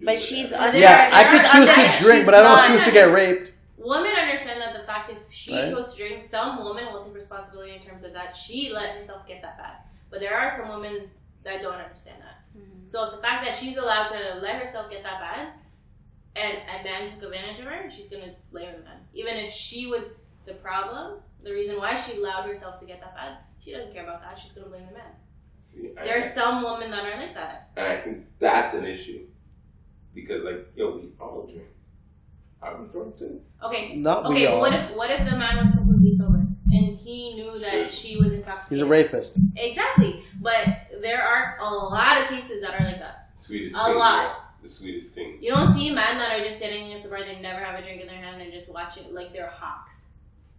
But that. she's under. Yeah, I could she's choose under- to drink, she's but I don't not- choose to get raped. Women understand that the fact if she Right. chose to drink, some women will take responsibility in terms of that. She let herself get that bad. But there are some women that don't understand that. So the fact that she's allowed to let herself get that bad, and a man took advantage of her, she's gonna blame the man. Even if she was the problem, the reason why she allowed herself to get that bad, she doesn't care about that. She's gonna blame the man. See, I, There are some women that are like that. and I think that's an issue because, like, yo, we all drink. I'm drunk too. Okay. Not we okay. all. What if what if the man was completely sober and he knew Sure. that she was intoxicated? He's a rapist. Exactly. But there are a lot of cases that are like that. Sweetest A thing, lot. yo. The sweetest thing. You don't see men that are just sitting against the bar, they never have a drink in their hand and just watch it like they're hawks.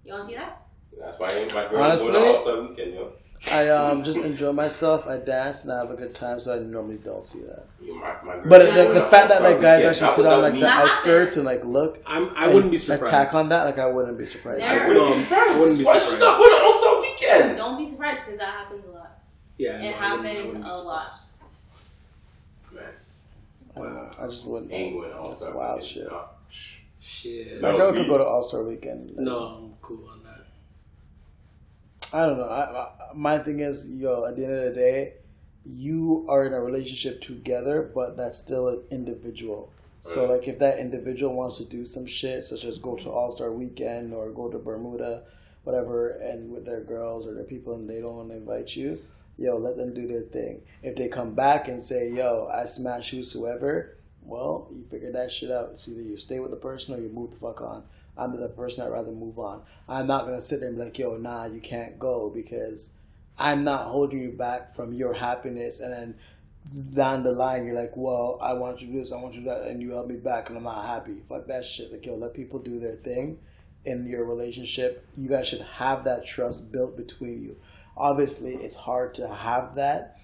You don't see that? That's why I ain't my girl Honestly? going to All Star Weekend, yo. I um just enjoy myself. I dance and I have a good time, so I normally don't see that. Yo, My, my girl But going the, the on fact that All-Star like guys Weekend, actually that sit was on like me. the That happened. outskirds and like look, I'm, I and wouldn't be surprised. Attack on that, like I wouldn't be surprised. There- I wouldn't be Um, surprised. wouldn't be Why she surprised. not going to All Star Weekend? Don't be surprised because that happens a lot. Yeah, It no, I wouldn't- I happens wouldn't be a lot. surprised. Man, I, don't know. I just wouldn't. ain't going to All That's Star wild Weekend. shit. no. Shit. My No. girl could go to All Star Weekend. No, I'm cool on that. I don't know. I, I, my thing is, yo, at the end of the day, you are in a relationship together, but that's still an individual. So, Right. like, if that individual wants to do some shit, such as go to All Star Weekend or go to Bermuda, whatever, and with their girls or their people, and they don't want to invite you, yo, let them do their thing. If they come back and say, yo, I smash whosoever, well, you figure that shit out. It's either you stay with the person or you move the fuck on. I'm the person I'd rather move on. I'm not gonna sit there and be like, yo, nah, you can't go because I'm not holding you back from your happiness and then down the line you're like, Well, I want you to do this, I want you to do that and you help me back and I'm not happy. Fuck that shit. Like yo, let people do their thing in your relationship. You guys should have that trust built between you. Obviously it's hard to have that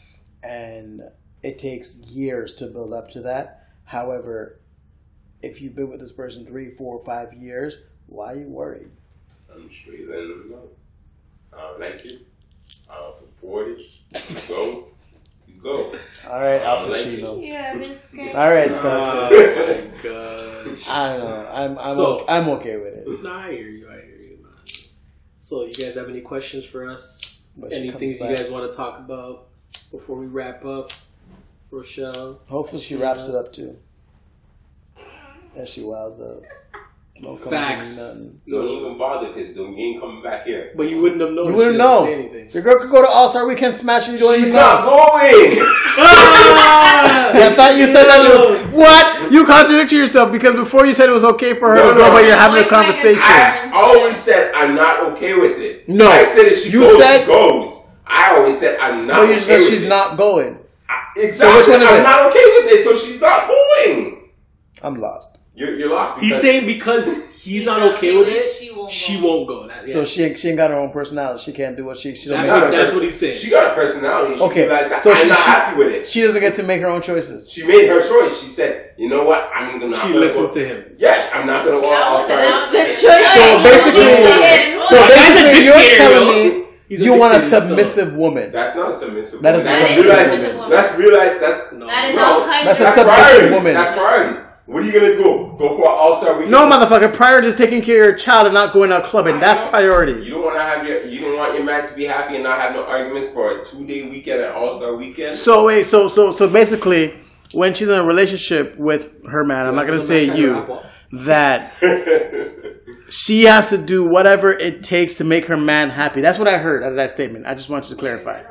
and it takes years to build up to that. However, if you've been with this person three, four, five years, why are you worried? I'm straight letting them know. I don't like it. I don't support it. You go. You go. All right, I Al like Pacino. Yeah, this guy. All right, Scarface. Oh my gosh. I don't know. I'm I'm, So- okay, I'm okay with it. Nah, I hear you. I hear you, man. So, you guys have any questions for us? But she any comes things you back. guys want to talk about before we wrap up? Rochelle, Hopefully she wraps it up too. And she wows up. Don't come facts. with nothing. Don't even bother because you ain't coming back here. But you wouldn't have known. You if wouldn't she didn't know. say anything. Your girl could go to All Star Weekend Smash and you don't even know. going! I thought you said that it was what you contradicted yourself because before you said it was okay for her No, to go, no. but you're having a Wait, wait, wait. conversation. I always said I'm not okay with it. No. I said if she You goes, said- she goes. I always said I'm not No, you okay just said with she's it. not going. I- Exactly. which one is I'm it? not okay with it, so she's not going. I'm lost. You're, you're lost. He's because- saying because he's She's not not okay with okay, it, she won't she go. won't go. That, yeah. So she ain't, she ain't got her own personality. She can't do what she she don't That's make what- her that's choices. what he's saying. She got a personality. She Okay, realized that so I'm she- not she- happy with it. She doesn't get to make her own choices. She made her choice. She said, "You know what? I'm gonna." she listened to him. Yes, I'm not gonna walk That all was stars. The choice. So basically, Yes. so That guy's a basically, you're dictator, telling yo. me He's a you want a dictator, so- submissive woman. That's not a submissive. That woman. is a that's submissive realize, woman. That's realize. That's No. That is No, all kind that's of a that's submissive priority. woman. That's priority. What are you gonna go? Go for all star weekend? No, motherfucker. Priority is taking care of your child and not going out clubbing. That's You priorities. don't want to have your. You don't want your man to be happy and not have no arguments for a two day weekend and all star weekend. So wait, so so so basically, when she's in a relationship with her man, I'm not gonna say you, that she has to do whatever it takes to make her man happy. That's what I heard out of that statement. I just want you to clarify.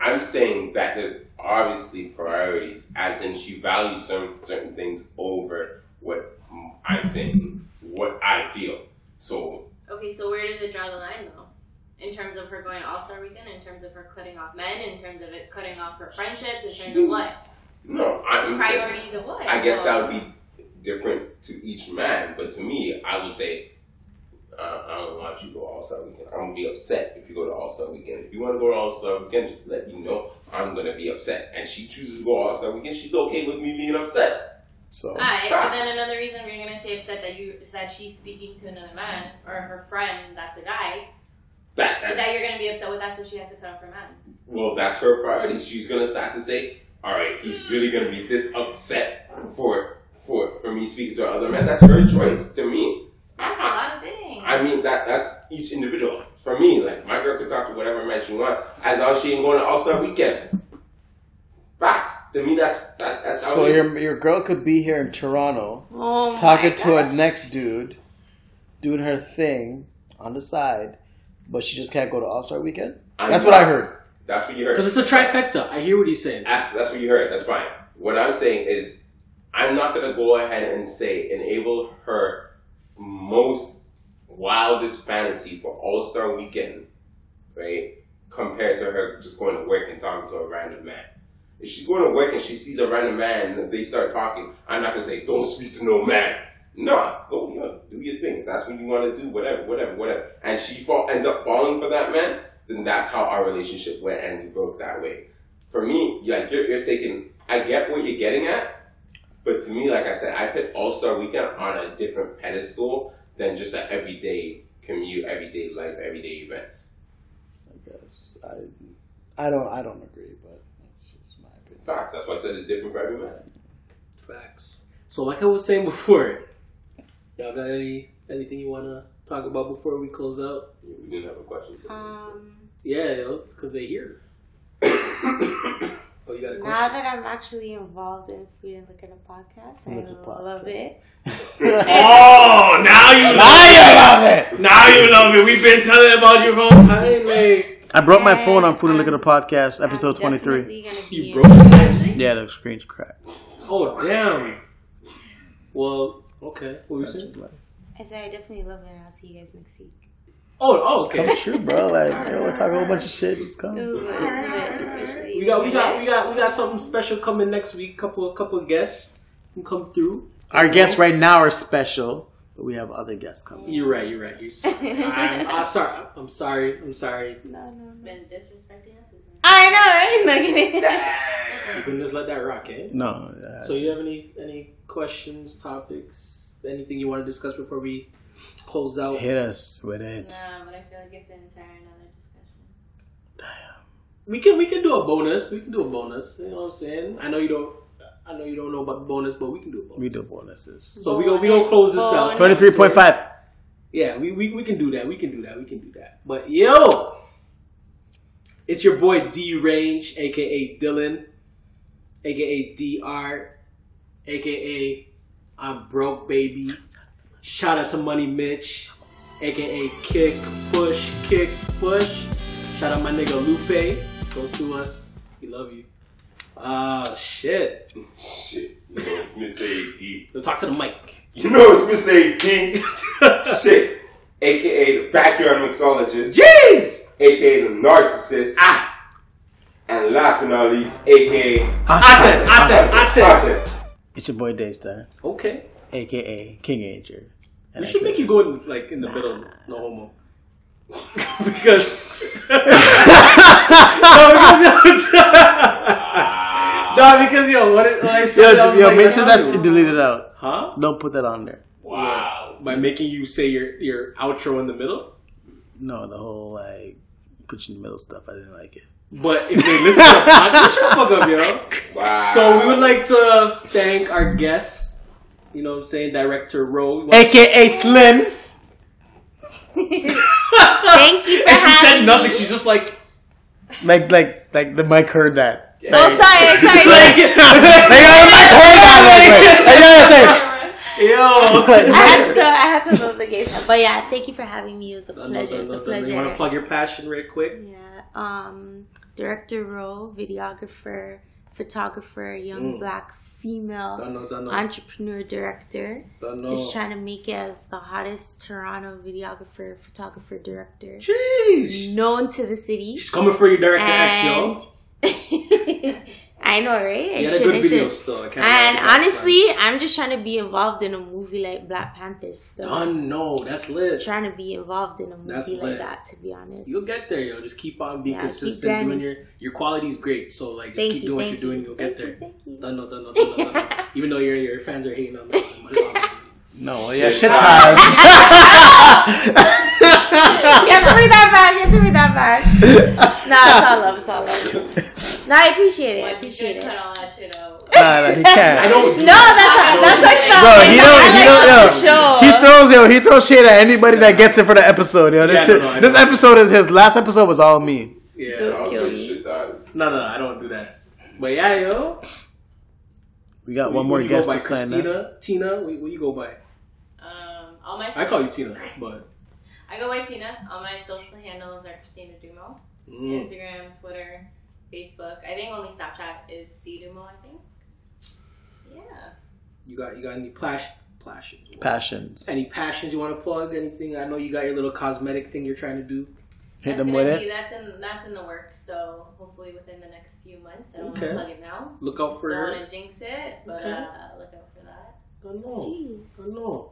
I'm saying that there's obviously priorities, as in she values some certain things over what I'm saying, what I feel. So Okay, so where does it draw the line though? In terms of her going All Star Weekend, in terms of her cutting off men, in terms of it cutting off her friendships, in terms of what no, I'm saying priorities of what? I guess that would be different to each man, but to me, I would say uh, I don't want you to go All Star Weekend. I'm gonna be upset if you go to All Star Weekend. If you want to go to All Star Weekend, just let me know. I'm gonna be upset, and she chooses to go All Star Weekend. She's okay with me being upset. So Alright, but Facts. then another reason we're gonna say upset that you that she's speaking to another man or her friend that's a guy, That, but that that you're gonna be upset with that, so she has to cut off her man. well, that's her priority. She's gonna start to say, "All right, he's really gonna be this upset for for for me speaking to other men." That's her choice. To me, That's a I- I- lot of things. I mean that that's each individual. For me, like my girl could talk to whatever man she want as long as she ain't going to All Star Weekend. Facts. To me, that's that, that's how so it is. your your girl could be here in Toronto Oh talking my to a gosh. next dude, doing her thing on the side, but she just can't go to All Star Weekend. I'm That's not- what I heard. That's what you Because heard. it's a trifecta. I hear what he's saying. That's that's what you heard. That's fine. What I'm saying is, I'm not gonna go ahead and say enable her most wildest fantasy for All Star Weekend, right? Compared to her just going to work and talking to a random man. If she's going to work and she sees a random man and they start talking, I'm not gonna say don't speak to no man. No, go you know, do your thing. If That's what you want to do. Whatever, whatever, whatever. And she fall, ends up falling for that man. Then that's how our relationship went, and we broke that way for me, like you're, you're taking. I get what you're getting at, but to me, like I said, I put All Star Weekend on a different pedestal than just an everyday commute, everyday life, everyday events. I guess I I don't I don't agree, but that's just my opinion. Facts. That's why I said it's different for every man. Facts. So, like I was saying before, y'all got any anything you wanna talk about before we close out? We didn't have a question. So Um, Yeah, because they hear. Oh, you got a question? now that I'm actually involved in Food and Look at a podcast, I Look at love podcast. it. Oh, now you I love it. Now you love it. We've been telling about you whole time. Anyway, I broke my Yes, phone on Food and Look I'm- at the Podcast, I'm episode definitely 23. gonna be you in- broke. it. Yeah, the screen's cracked. Oh damn. Well, okay. What were you saying? Come I said I definitely love it. and I'll see you guys next week. Oh, oh, okay. true, bro. Like, yo, we're talking a whole bunch of shit. Just It come. was nice, especially We got, we got, we got, we got something special coming next week. Couple, couple guests can come through. Our guests right now are special, but we have other guests coming. You're right. You're right. You're sorry. I'm, uh, sorry. I'm sorry. I'm sorry. No, no, It's no. been disrespecting us, isn't it? I know, right? Like, You can just let that rock, eh? No, uh, So, you have any any questions, topics, anything you want to discuss before we close out? hit us with it. No, but I feel like it's an entire another discussion. We can we can do a bonus. We can do a bonus. You know what I'm saying? I know you don't. I know you don't know about bonus, but we can do a bonus. We do bonuses. So we gonna we gonna close this out. Bonus. 23.5. Yeah, we, we, we can do that. We can do that. We can do that. But yo, it's your boy D Range, aka Dylan, aka DR, aka I'm broke baby. Shout out to Money Mitch, aka Kick Push Kick Push. Shout out my nigga Lupe. Go sue us. We love you. Uh shit. Shit, you know it's Miss A D. Yo, talk to the mic. You know it's Miss A D. Shit, aka the backyard mixologist, Jeez. aka the narcissist, Ah, and last but not least, aka Aten, Aten, Aten. Aten. It's your boy uh, Daystar, Okay. aka King Ager. And We I should said- make you go in, like in the middle, no homo. because no, because, no, because yo, what it, I Yo, said, I was yo, like, make sure that's how- deleted out. huh? Don't put that on there. Wow, by making you say your your outro in the middle. No, the whole like put you in the middle stuff. I didn't like it. But if they listen to the podcast, shut the fuck up, yo. Wow. So we would like to thank our guests. You know what I'm saying? Director Rowe. AKA Slims. Thank you for and she having said nothing. me. She's just like, Like, like, like the mic heard that. Oh, sorry, sorry. Like, yo, the mic heard that. Like, like, like, yo, yo, yo, yo. Yo. But- I had to go. I had to go to the gay stuff. But yeah, thank you for having me. It was a pleasure. It's a You want to pleasure. plug your passion real quick? Yeah. Um, director role, videographer, photographer, young Mm. black female Don't know, don't know, entrepreneur director. don't know. Just trying to make it as the hottest Toronto videographer, photographer, director Jeez. known to the city. She's coming for you, Director X, yo. And I know, right? I You had a should, I good video should. still. I can't And lie, that's honestly, I'm just trying to be involved in a movie like Black Panther fine. still. Done. No, that's lit. Trying to be involved in a movie That's like lit. that, to be honest. You'll get there, yo. Just keep on, be Yeah, keep consistent. Doing grinding. your your quality's great. So like, just Thank keep you, doing what you're thank doing. you. You'll get Thank there. you, thank you. Done, no, done, no, done, no, done. Even though your your fans are hating on me. No, yeah, shit times. you have to bring that back. You have to bring that back. Nah, it's all love. It's all love. Nah, I appreciate it. I Why did you appreciate it. cut all that shit out? Nah, nah, he I can't. don't. No, that's that's like the Bro, he don't. I He like don't. the Yo, show. He throws yo, He throws shade at anybody that gets it for the episode. Yo, Yeah, this, no, no, I this know. episode is his last episode was all me. Yeah. Don't I'll kill say me. shit dies. No, no, I don't do that. But yeah, yo. We got Who- one who more you go guest by? to sign eh? Christina, up. Tina. What, what you go by? Um, all my I call you Tina, but I go by Tina. All my social handles are Christina Dumo. mm, Instagram, Twitter, Facebook. I think only Snapchat is C Dumo. I think. Yeah. you got you got any plash plash Passions. any passions you want to plug? Anything? I know you got your little cosmetic thing you're trying to do. Hit That's them gonna with be- it. That's in that's in the works. So hopefully within the next few months. I don't Okay. want to plug it now. Look out for. Don't want to jinx it, but Okay. uh, look out for that. don't know. Don't know.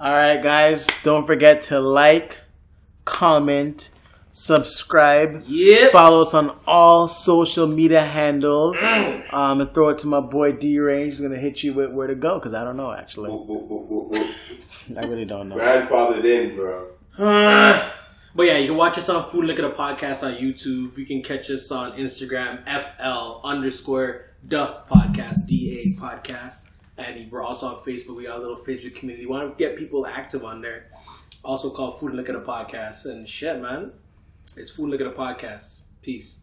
All right, guys. Don't forget to like, comment, subscribe. Yeah. Follow us on all social media handles. Um, and throw it to my boy D Range. He's gonna hit you with where to go because I don't know actually. Whoop, whoop, whoop, whoop, whoop. I really don't know. Grandfathered in, bro. Uh, but yeah, you can watch us on Food Look at a Podcast on YouTube. You can catch us on Instagram, FL underscore the podcast, DA podcast. And we're also on Facebook. We got a little Facebook community. We want to get people active on there. Also called Food Look at a Podcast. And shit, man. It's Food Look at a Podcast. Peace.